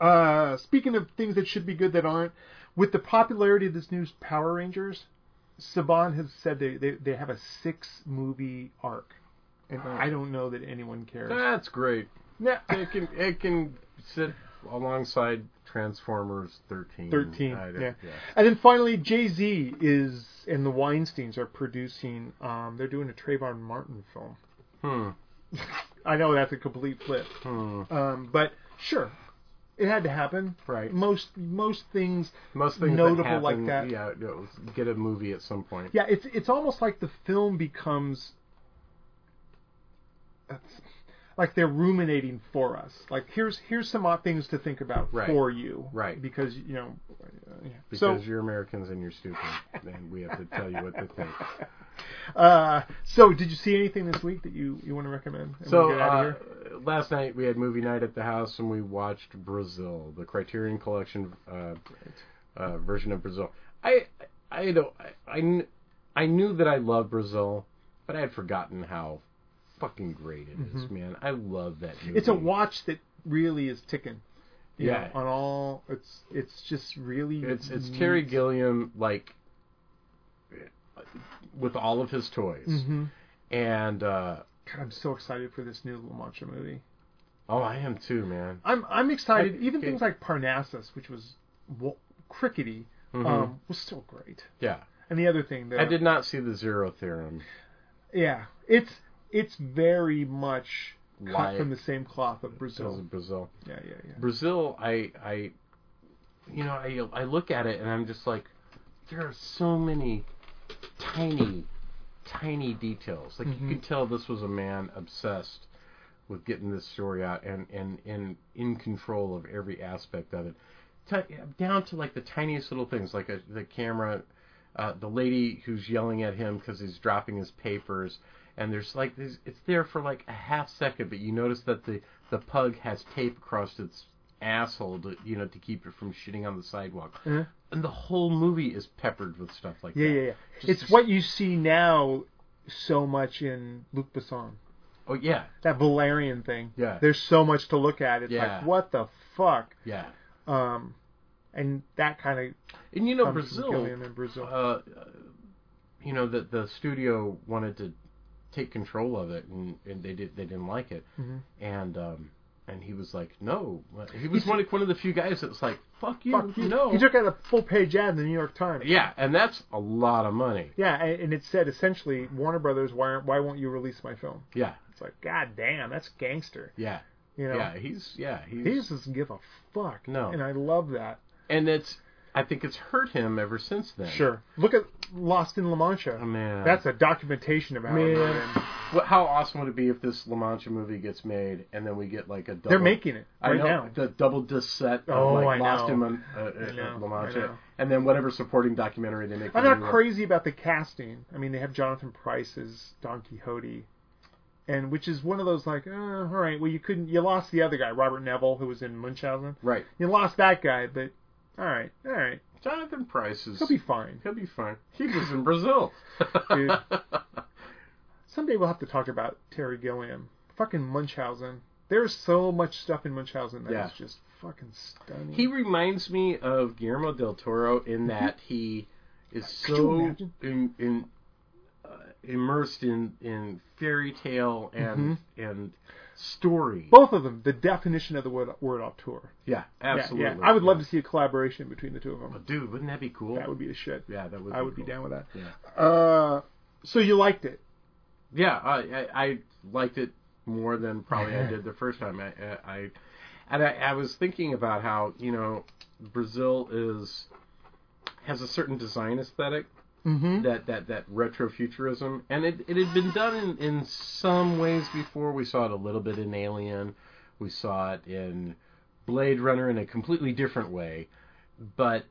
S5: Uh, speaking of things that should be good that aren't, with the popularity of this new Power Rangers, Saban has said they, they, they have a six movie arc.
S6: Oh.
S5: And I don't know that anyone cares.
S6: That's great.
S5: Yeah.
S6: It can it can sit alongside Transformers 13.
S5: 13,
S6: I don't-
S5: yeah. And then finally, Jay Z is and the Weinstein's are producing. Um, they're doing a Trayvon Martin film.
S6: Hmm.
S5: [laughs] I know that's a complete flip,
S6: Hmm.
S5: um, but sure, it had to happen.
S6: Right.
S5: Most most things.
S6: Most things
S5: Notable
S6: that happen,
S5: like that.
S6: Yeah, you know, get a movie at some point.
S5: Yeah, it's it's almost like the film becomes. that's- Like they're ruminating for us. Like here's here's some odd things to think about
S6: Right.
S5: for you,
S6: Right.
S5: Because you know, uh, yeah.
S6: Because you're Americans and you're stupid, and we have to tell you what to think.
S5: Uh, so did you see anything this week that you, you want to recommend? And
S6: So
S5: we'll get out of
S6: uh, last night we had movie night at the house, and we watched Brazil, the Criterion Collection uh, uh, version of Brazil. I I don't I, I kn- I knew that I loved Brazil, but I had forgotten how fucking great it is, man. I love that movie.
S5: here. Mm-hmm. it's a watch that really is ticking. you
S6: Yeah.
S5: know, on all it's it's just really
S6: It's it's Terry Gilliam like with all of his toys,
S5: hmm
S6: and uh,
S5: God, I'm so excited for this new La Mancha movie.
S6: oh, I am too, man.
S5: I'm I'm excited.
S6: Like,
S5: Even
S6: it-
S5: things like Parnassus, which was wa- crickety, um, was still great.
S6: Yeah,
S5: And the other thing that
S6: Mm-hmm. I did not see the Zero Theorem.
S5: yeah, it's it's very much cut
S6: Like-
S5: from the same cloth of
S6: That was
S5: Brazil.
S6: in Brazil.
S5: Yeah, yeah, yeah.
S6: Brazil, I, I, you know, I, I look at it and I'm just like, there are so many tiny, tiny details. Like you
S5: Mm-hmm.
S6: could tell this was a man obsessed with getting this story out and and and in control of every aspect of it, Ti- down to like the tiniest little things, like a, the camera. Uh, the lady who's yelling at him because he's dropping his papers, and there's like there's, it's there for like a half second, but you notice that the the pug has tape across its asshole to you know to keep it from shitting on the sidewalk, and the whole movie is peppered with stuff like
S5: Uh-huh. Yeah,
S6: that.
S5: yeah, yeah.
S6: Just-
S5: it's what you see now so much in Luc Besson.
S6: Oh yeah,
S5: That Valerian thing.
S6: Yeah.
S5: There's so much to look at. It's
S6: Yeah.
S5: like what the fuck?
S6: yeah.
S5: Um and that kind of
S6: And you know
S5: comes from
S6: Brazil,
S5: Gilliam in Brazil.
S6: uh, you know that the studio wanted to take control of it, and, and they did. They didn't like it,
S5: Mm-hmm.
S6: and um, and he was like, no. He was one, of- one of the few guys that was like, fuck you,
S5: fuck you.
S6: no.
S5: He took out a full page ad in the New York Times.
S6: yeah, and that's a lot of money.
S5: Yeah, and and it said essentially Warner Brothers, why aren't, why won't you release my film?
S6: Yeah,
S5: It's like god damn, that's gangster.
S6: yeah,
S5: You know.
S6: yeah. He's yeah he's,
S5: He just doesn't give a fuck.
S6: No.
S5: And I love that.
S6: and it's I think it's hurt him ever since then.
S5: Sure. Look at Lost in La Mancha.
S6: Oh, man.
S5: That's a documentation about it.
S6: Man.
S5: man.
S6: What, how awesome would it be if this La Mancha movie gets made and then we get like a double,
S5: They're making it
S6: I
S5: right
S6: know,
S5: now.
S6: the double disc set of
S5: Oh,
S6: like
S5: I
S6: Lost
S5: know.
S6: in Mon- uh, uh,
S5: know,
S6: La
S5: I
S6: Mancha
S5: know.
S6: and then whatever supporting documentary they make.
S5: I'm
S6: for
S5: not
S6: New York.
S5: crazy about the casting. I mean, they have Jonathan Price as Don Quixote, and which is one of those like, uh, all right, well, you couldn't, you lost the other guy, Robert Neville, who was in Munchausen.
S6: Right,
S5: You lost that guy, but all right, all right,
S6: Jonathan Price is
S5: he'll be fine.
S6: [laughs] he'll be fine. He was [laughs] in Brazil.
S5: Dude. Someday we'll have to talk about Terry Gilliam, fucking Munchausen. There's so much stuff in Munchausen that is
S6: Yeah.
S5: just fucking stunning.
S6: [laughs] He reminds me of Guillermo del Toro in that he is
S5: Could you
S6: so
S5: imagine?
S6: in, in, uh, immersed in, in fairy tale and and story.
S5: both of them, the definition of the word, word auteur.
S6: yeah,
S5: Yeah,
S6: absolutely.
S5: Yeah, I would love to see a collaboration between the two of them.
S6: Dude, wouldn't that be cool?
S5: That would be the shit.
S6: yeah, that would.
S5: I would be
S6: cool.
S5: down with that.
S6: Yeah.
S5: Uh, so you liked it?
S6: Yeah, I, I, I liked it more than probably I did the first time. I, I, I and I, I was thinking about how you know Brazil is has a certain design esthetic
S5: Mm-hmm.
S6: that that that retro futurism, and it it had been done in in some ways before. We saw it a little bit in Alien, we saw it in Blade Runner in a completely different way, but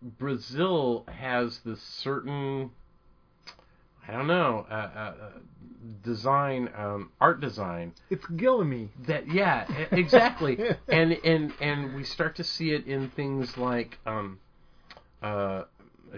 S6: Brazil has this certain I don't know uh, uh, uh, design um, art design
S5: It's Gillamy.
S6: that yeah e-
S5: [laughs]
S6: exactly and and and we start to see it in things like um uh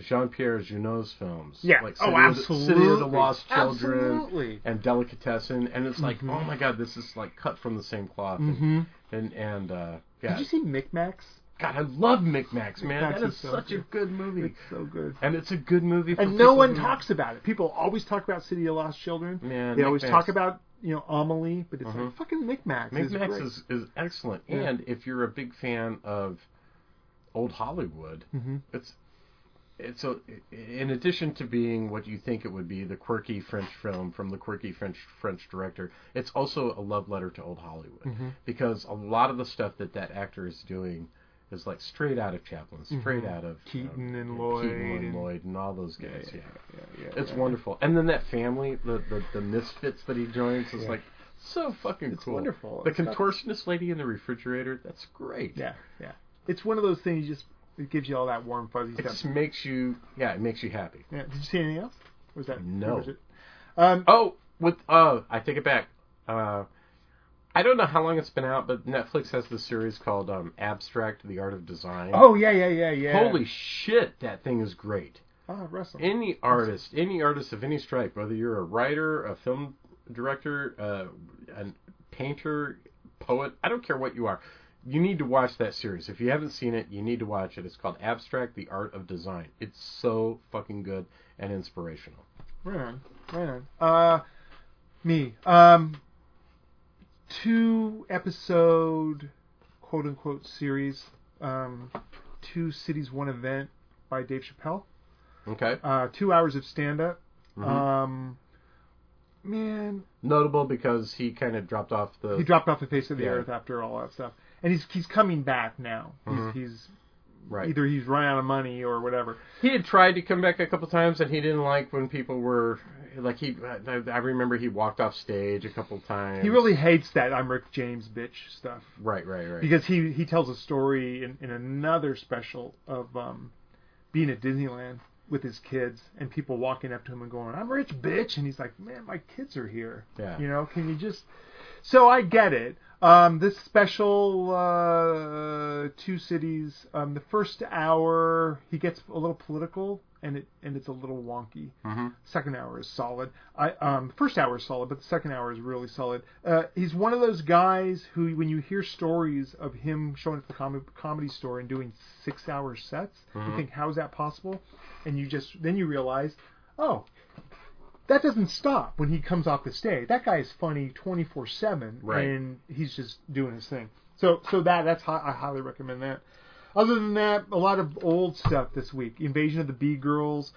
S6: Jean-Pierre Junot's films
S5: Yeah.
S6: like
S5: Oh,
S6: City of the- City of the
S5: absolutely.
S6: Lost Children
S5: Absolutely.
S6: and Delicatessen and it's like oh my god this is like cut from the same cloth
S5: Mm-hmm.
S6: and and uh yeah
S5: Did you see Micmacs?
S6: god I love Micmacs man
S5: Micmacs
S6: that
S5: is
S6: is
S5: so
S6: such a
S5: good.
S6: good movie
S5: It's so good.
S6: and it's a good movie for
S5: And no
S6: people
S5: one
S6: who-
S5: talks about it. People always talk about City of Lost Children.
S6: Man,
S5: they always
S6: Micmacs.
S5: talk about you know Amelie, but it's like fucking Micmacs.
S6: Mix
S5: is
S6: Max
S5: great.
S6: is, is excellent.
S5: Yeah.
S6: And if you're a big fan of old Hollywood,
S5: Mm-hmm.
S6: it's it's a, in addition to being what you think it would be, the quirky French film from the quirky French French director, it's also a love letter to old Hollywood
S5: Mm-hmm.
S6: because a lot of the stuff that that actor is doing is like straight out of Chaplin, straight out of
S5: Mm-hmm. Keaton and
S6: Keaton
S5: Lloyd
S6: and
S5: and-
S6: Lloyd and all those guys. Yeah, it's wonderful. And then that family, the the, the misfits that he joins, is like so fucking
S5: It's
S6: cool.
S5: wonderful.
S6: The
S5: It's got-
S6: contortionist lady in the refrigerator, that's great.
S5: Yeah, yeah. It's one of those things. You just it gives you all that warm fuzzy
S6: It just
S5: stuff.
S6: makes you, yeah, it makes you happy.
S5: Yeah. Did you see anything else? Or Was that
S6: No.
S5: or was it- Um,
S6: Oh, with uh, I take it back. Uh, I don't know how long it's been out, but Netflix has this series called um, Abstract: The Art of Design.
S5: oh yeah, yeah, yeah, yeah.
S6: holy shit, that thing is great.
S5: Ah, Russell.
S6: any artist, any artist of any stripe, whether you're a writer, a film director, uh, a painter, poet, I don't care what you are, you need to watch that series. If you haven't seen it, you need to watch it. It's called Abstract: The Art of Design. It's so fucking good and inspirational.
S5: Right on. Right on. Uh, me. Um, two episode, quote unquote, series. Um, two cities, one event by Dave Chappelle.
S6: Okay.
S5: Uh, two hours of stand up. Um, man,
S6: Notable because he kind of dropped off the.
S5: he dropped off the face of the
S6: Yeah.
S5: earth after all that stuff, and he's he's coming back now. He's, he's
S6: right.
S5: either he's run out of money or whatever.
S6: He had tried to come back a couple times, and he didn't like when people were like he. I, I remember he walked off stage a couple times.
S5: He really hates that I'm Rick James bitch stuff.
S6: Right. Right. Right.
S5: because he he tells a story in, in another special of um, being at Disneyland with his kids and people walking up to him and going, "I'm rich, bitch," and he's like, "Man, my kids are here."
S6: Yeah.
S5: You know, can you just? So I get it. Um, this special, uh, two cities. Um, the first hour he gets a little political and it and it's a little wonky. Second hour is solid. I um first hour is solid, but the second hour is really solid. Uh, he's one of those guys who, when you hear stories of him showing up at the com- comedy store and doing six hour sets, you think, how is that possible? And you just then you realize, oh, that doesn't stop when he comes off the stage. That guy is funny twenty four seven,
S6: Right.
S5: and he's just doing his thing. So so that that's hi- I highly recommend that. Other than that, a lot of old stuff this week: Invasion of the Bee Girls,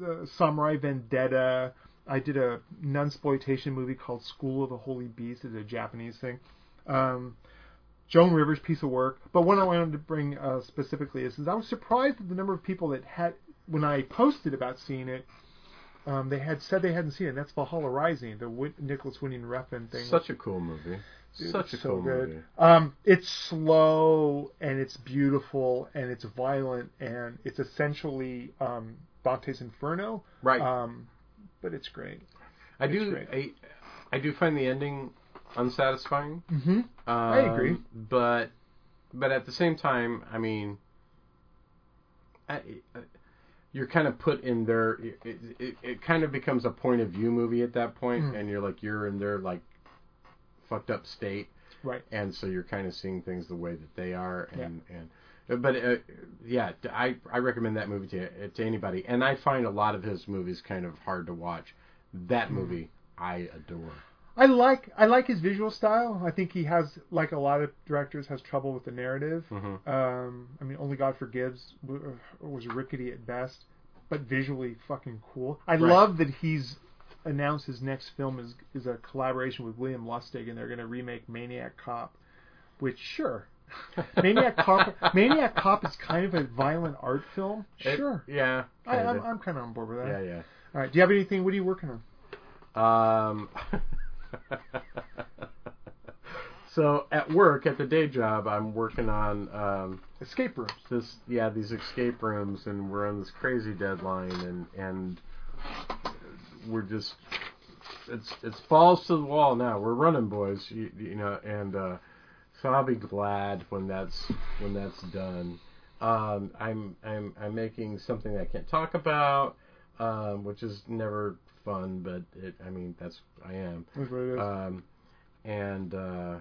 S5: uh, Samurai Vendetta. I did a nunsploitation movie called School of the Holy Beast. It's a Japanese thing. Um, Joan Rivers' piece of work. But one I wanted to bring uh, specifically is, is I was surprised at the number of people that had, when I posted about seeing it, um, they had said they hadn't seen it. That's Valhalla Rising, the Win- Nicholas Winning Refn thing.
S6: Such a cool movie. Such a
S5: so
S6: cool
S5: good.
S6: movie.
S5: Um, it's slow and it's beautiful and it's violent and it's essentially um, Dante's Inferno.
S6: Right.
S5: Um, but it's great.
S6: I do.
S5: great.
S6: I, I do find the ending unsatisfying.
S5: Mm-hmm.
S6: Um,
S5: agree.
S6: But but at the same time, I mean, I, I- you're kind of put in their. It, it, it kind of becomes a point of view movie at that point,
S5: Hmm.
S6: and you're like you're in their like fucked up state,
S5: Right.
S6: and so you're kind of seeing things the way that they are,
S5: Yeah.
S6: and and. But uh, yeah, I I recommend that movie to to anybody, and I find a lot of his movies kind of hard to watch.
S5: Hmm.
S6: That movie I adore.
S5: I like I like his visual style. I think he has like a lot of directors has trouble with the narrative.
S6: Mm-hmm.
S5: Um, I mean, Only God Forgives w- uh, was rickety at best, but visually fucking cool. I love that he's announced his next film is is a collaboration with William Lustig, and they're going to remake Maniac Cop, which sure. [laughs] Maniac Cop, Maniac Cop is kind of a violent art film.
S6: It-
S5: Sure,
S6: yeah.
S5: I,
S6: kinda.
S5: I'm, I'm kind of on board with that.
S6: yeah, yeah.
S5: All right, do you have anything? What are you working on?
S6: Um, [laughs] so at work, at the day job, I'm working on um,
S5: Escape rooms.
S6: this. Yeah, these escape rooms, and we're on this crazy deadline, and and we're just it's it's falls to the wall now. We're running, boys. You, you know, and uh, so I'll be glad when that's when that's done. Um, I'm I'm I'm making something I can't talk about, um, which is never fun, but it, I mean that's I am
S5: That's what it is.
S6: um, and uh,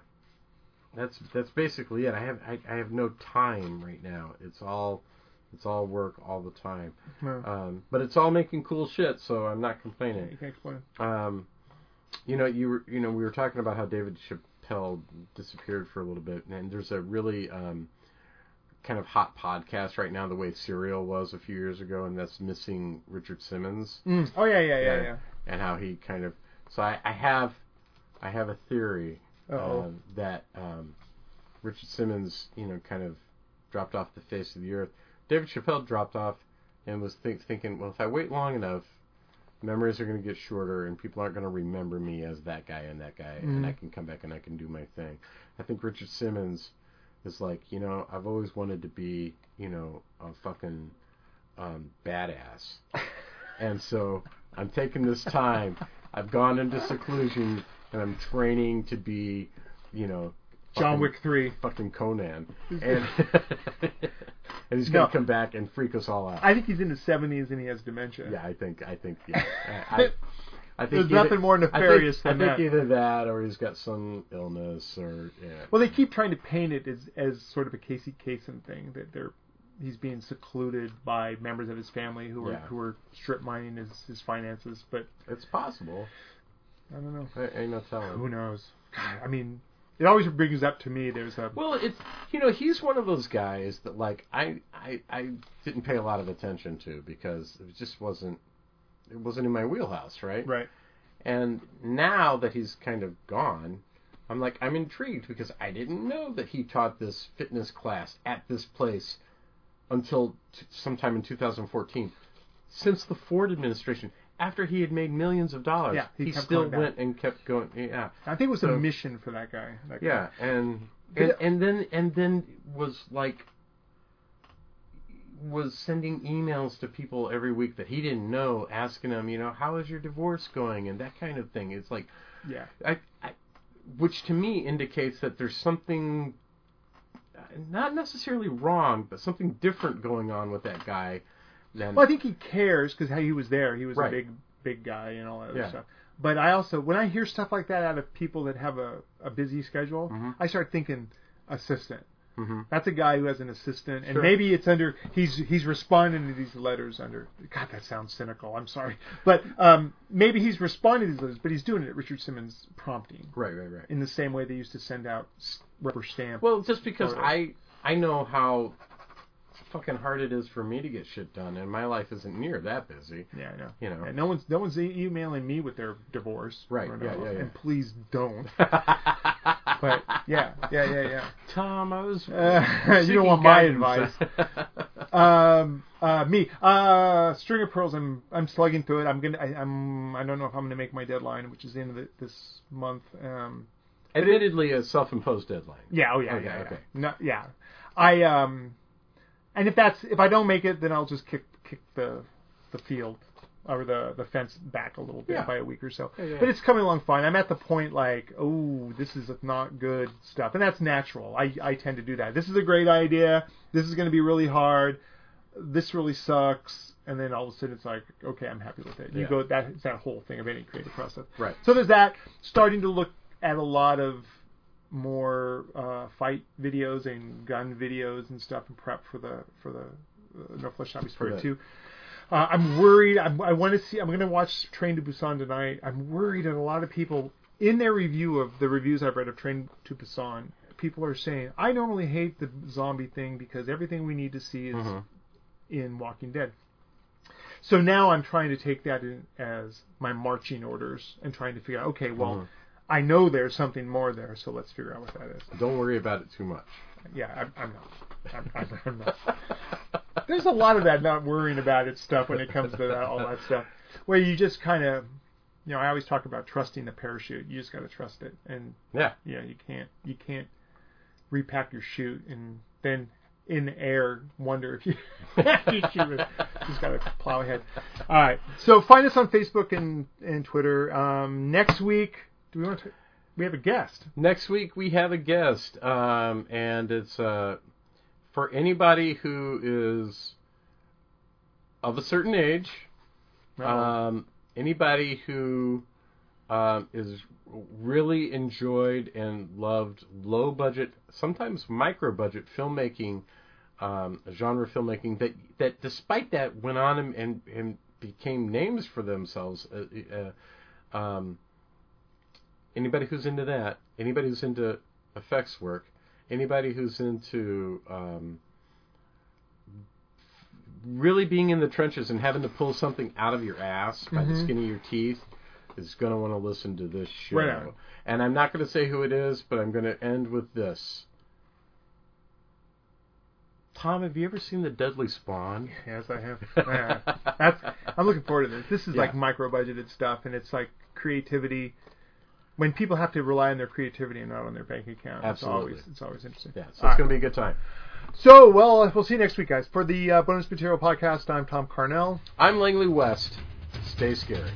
S6: that's that's basically it. I have I, I have no time right now. It's all it's all work all the time.
S5: No.
S6: Um, but it's all making cool shit, so I'm not complaining.
S5: you can explain.
S6: Um, You know, you were, you know, we were talking about how David Chappelle disappeared for a little bit, and there's a really um, kind of hot podcast right now, the way Serial was a few years ago, and that's missing Richard Simmons
S5: Mm. Oh yeah, yeah, yeah, yeah.
S6: and how he kind of. So I, I have, I have a theory
S5: Uh-oh.
S6: um, that um, Richard Simmons, you know, kind of dropped off the face of the earth. David Chappelle dropped off and was think, thinking, well, if I wait long enough, memories are going to get shorter and people aren't going to remember me as that guy and that guy, and I can come back and I can do my thing. I think Richard Simmons is like, you know, I've always wanted to be, you know, a fucking um, badass. and so I'm taking this time. I've gone into seclusion and I'm training to be, you know,
S5: John
S6: fucking-
S5: Wick three.
S6: fucking Conan, and and he's gonna
S5: No.
S6: come back and freak us all out.
S5: I think he's in his seventies and he has dementia.
S6: yeah, I think, I think, yeah.
S5: [laughs]
S6: I, I, I think
S5: There's
S6: either-
S5: nothing more
S6: I think-
S5: nefarious
S6: I
S5: than
S6: think
S5: that.
S6: either that, or he's got some illness, or yeah.
S5: Well, they keep trying to paint it as as sort of a Casey Kasem thing that they're he's being secluded by members of his family who are
S6: Yeah.
S5: who are strip mining his his finances. But
S6: it's possible.
S5: I don't know.
S6: I, ain't no telling.
S5: Who knows? God, I mean, it always brings up to me. There's a
S6: Well, it's you know he's one of those guys that like I I I didn't pay a lot of attention to because it just wasn't it wasn't in my wheelhouse, right?
S5: right.
S6: And now that he's kind of gone, I'm like I'm intrigued because I didn't know that he taught this fitness class at this place until t- sometime in 2014. Since the Ford administration, after he had made millions of dollars,
S5: Yeah, he
S6: he,
S5: kept
S6: still
S5: going back.
S6: went and kept going. Yeah.
S5: I think it was a
S6: So-
S5: mission for that guy. That guy.
S6: Yeah, and and, and then and then was like was sending emails to people every week that he didn't know, asking them, you know, how is your divorce going and that kind of thing. It's like
S5: Yeah.
S6: I, I which to me indicates that there's something uh, not necessarily wrong, but something different going on with that guy than
S5: Well, I think he cares because how he was there. He was
S6: Right.
S5: a big, big guy and all that other
S6: Yeah.
S5: stuff. But I also, when I hear stuff like that out of people that have a, a busy schedule,
S6: Mm-hmm.
S5: I start thinking assistant.
S6: Mhm.
S5: That's a guy who has an assistant, and
S6: Sure.
S5: maybe it's under he's he's responding to these letters under. God, that sounds cynical. I'm sorry, but um, maybe he's responding to these letters, but he's doing it at Richard Simmons' prompting,
S6: right, right, right.
S5: in the same way they used to send out s- rubber stamp.
S6: Well, just because
S5: Photo.
S6: I I know how fucking hard it is for me to get shit done, and my life isn't near that busy.
S5: yeah, I know.
S6: You know.
S5: Yeah, no one's no one's e- emailing me with their divorce.
S6: Right,
S5: Or
S6: yeah,
S5: no,
S6: yeah, yeah.
S5: And please don't.
S6: [laughs]
S5: but yeah, yeah, yeah,
S6: Tom, I was.
S5: yeah. Uh, [laughs] you
S6: seeking
S5: don't want my advice.
S6: guidance. [laughs]
S5: Um, uh, me, uh, string of pearls. I'm I'm slugging through it. I'm gonna. I, I'm. I don't know if I'm gonna make my deadline, which is the end of the, this month. Um,
S6: Admittedly, a self-imposed deadline.
S5: yeah. Oh yeah.
S6: Okay,
S5: yeah, yeah.
S6: okay.
S5: No, yeah. I um, and if that's if I don't make it, then I'll just kick kick the the field or the the fence back a little bit
S6: Yeah.
S5: by a week or so.
S6: yeah,
S5: But
S6: yeah.
S5: it's coming along fine. I'm at the point like, oh, this is not good stuff, and that's natural. I I tend to do that. This is a great idea. This is going to be really hard. This really sucks. And then all of a sudden it's like, okay, I'm happy with it. You
S6: Yeah.
S5: go that it's that whole thing of any creative process.
S6: Right.
S5: So there's that. Starting to look at a lot of more uh, fight videos and gun videos and stuff and prep for the for the uh, No Flesh Not Be Spirit
S6: the-
S5: two. Uh, I'm worried. I'm, I want to see. I'm going to watch Train to Busan tonight. I'm worried that a lot of people in their review of the reviews I've read of Train to Busan, people are saying I normally hate the zombie thing because everything we need to see is in Walking Dead. So now I'm trying to take that in as my marching orders and trying to figure out. Okay, well. I know there's something more there, so let's figure out what that is.
S6: Don't worry about it too much.
S5: Yeah, I'm, I'm not. I'm, I'm, I'm not. There's a lot of that not worrying about it stuff when it comes to that, all that stuff, where you just kind of, you know, I always talk about trusting the parachute. You just got to trust it, and
S6: Yeah.
S5: you know, you can't, you can't repack your chute and then in the air wonder if you [laughs] you shoot it. Just got to plow ahead. All right, so find us on Facebook and and Twitter. Um, next week, do we want to? We have a guest.
S6: Next week we have a guest, um, and it's uh, for anybody who is of a certain age. Um, anybody who um, is really enjoyed and loved low budget, sometimes micro budget filmmaking, um, genre filmmaking that that despite that went on and and, and became names for themselves. Uh, uh, um, Anybody who's into that, anybody who's into effects work, anybody who's into um, really being in the trenches and having to pull something out of your ass by
S5: Mm-hmm.
S6: the skin of your teeth is going to want to listen to this show.
S5: Right on.
S6: And I'm not going to say who it is, but I'm going to end with this. Tom, have you ever seen the Deadly Spawn?
S5: Yes, I
S6: [laughs]
S5: have. Yeah. That's, I'm looking forward to this. This is
S6: Yeah.
S5: like micro budgeted stuff, and it's like creativity. When people have to rely on their creativity and not on their bank account,
S6: Absolutely.
S5: it's always it's always interesting.
S6: Yeah, so it's
S5: All right.
S6: going to be a good time.
S5: So, well, we'll see you next week, guys. For the uh, bonus material podcast, I'm Tom Carnell.
S6: I'm Langley West. Stay scary.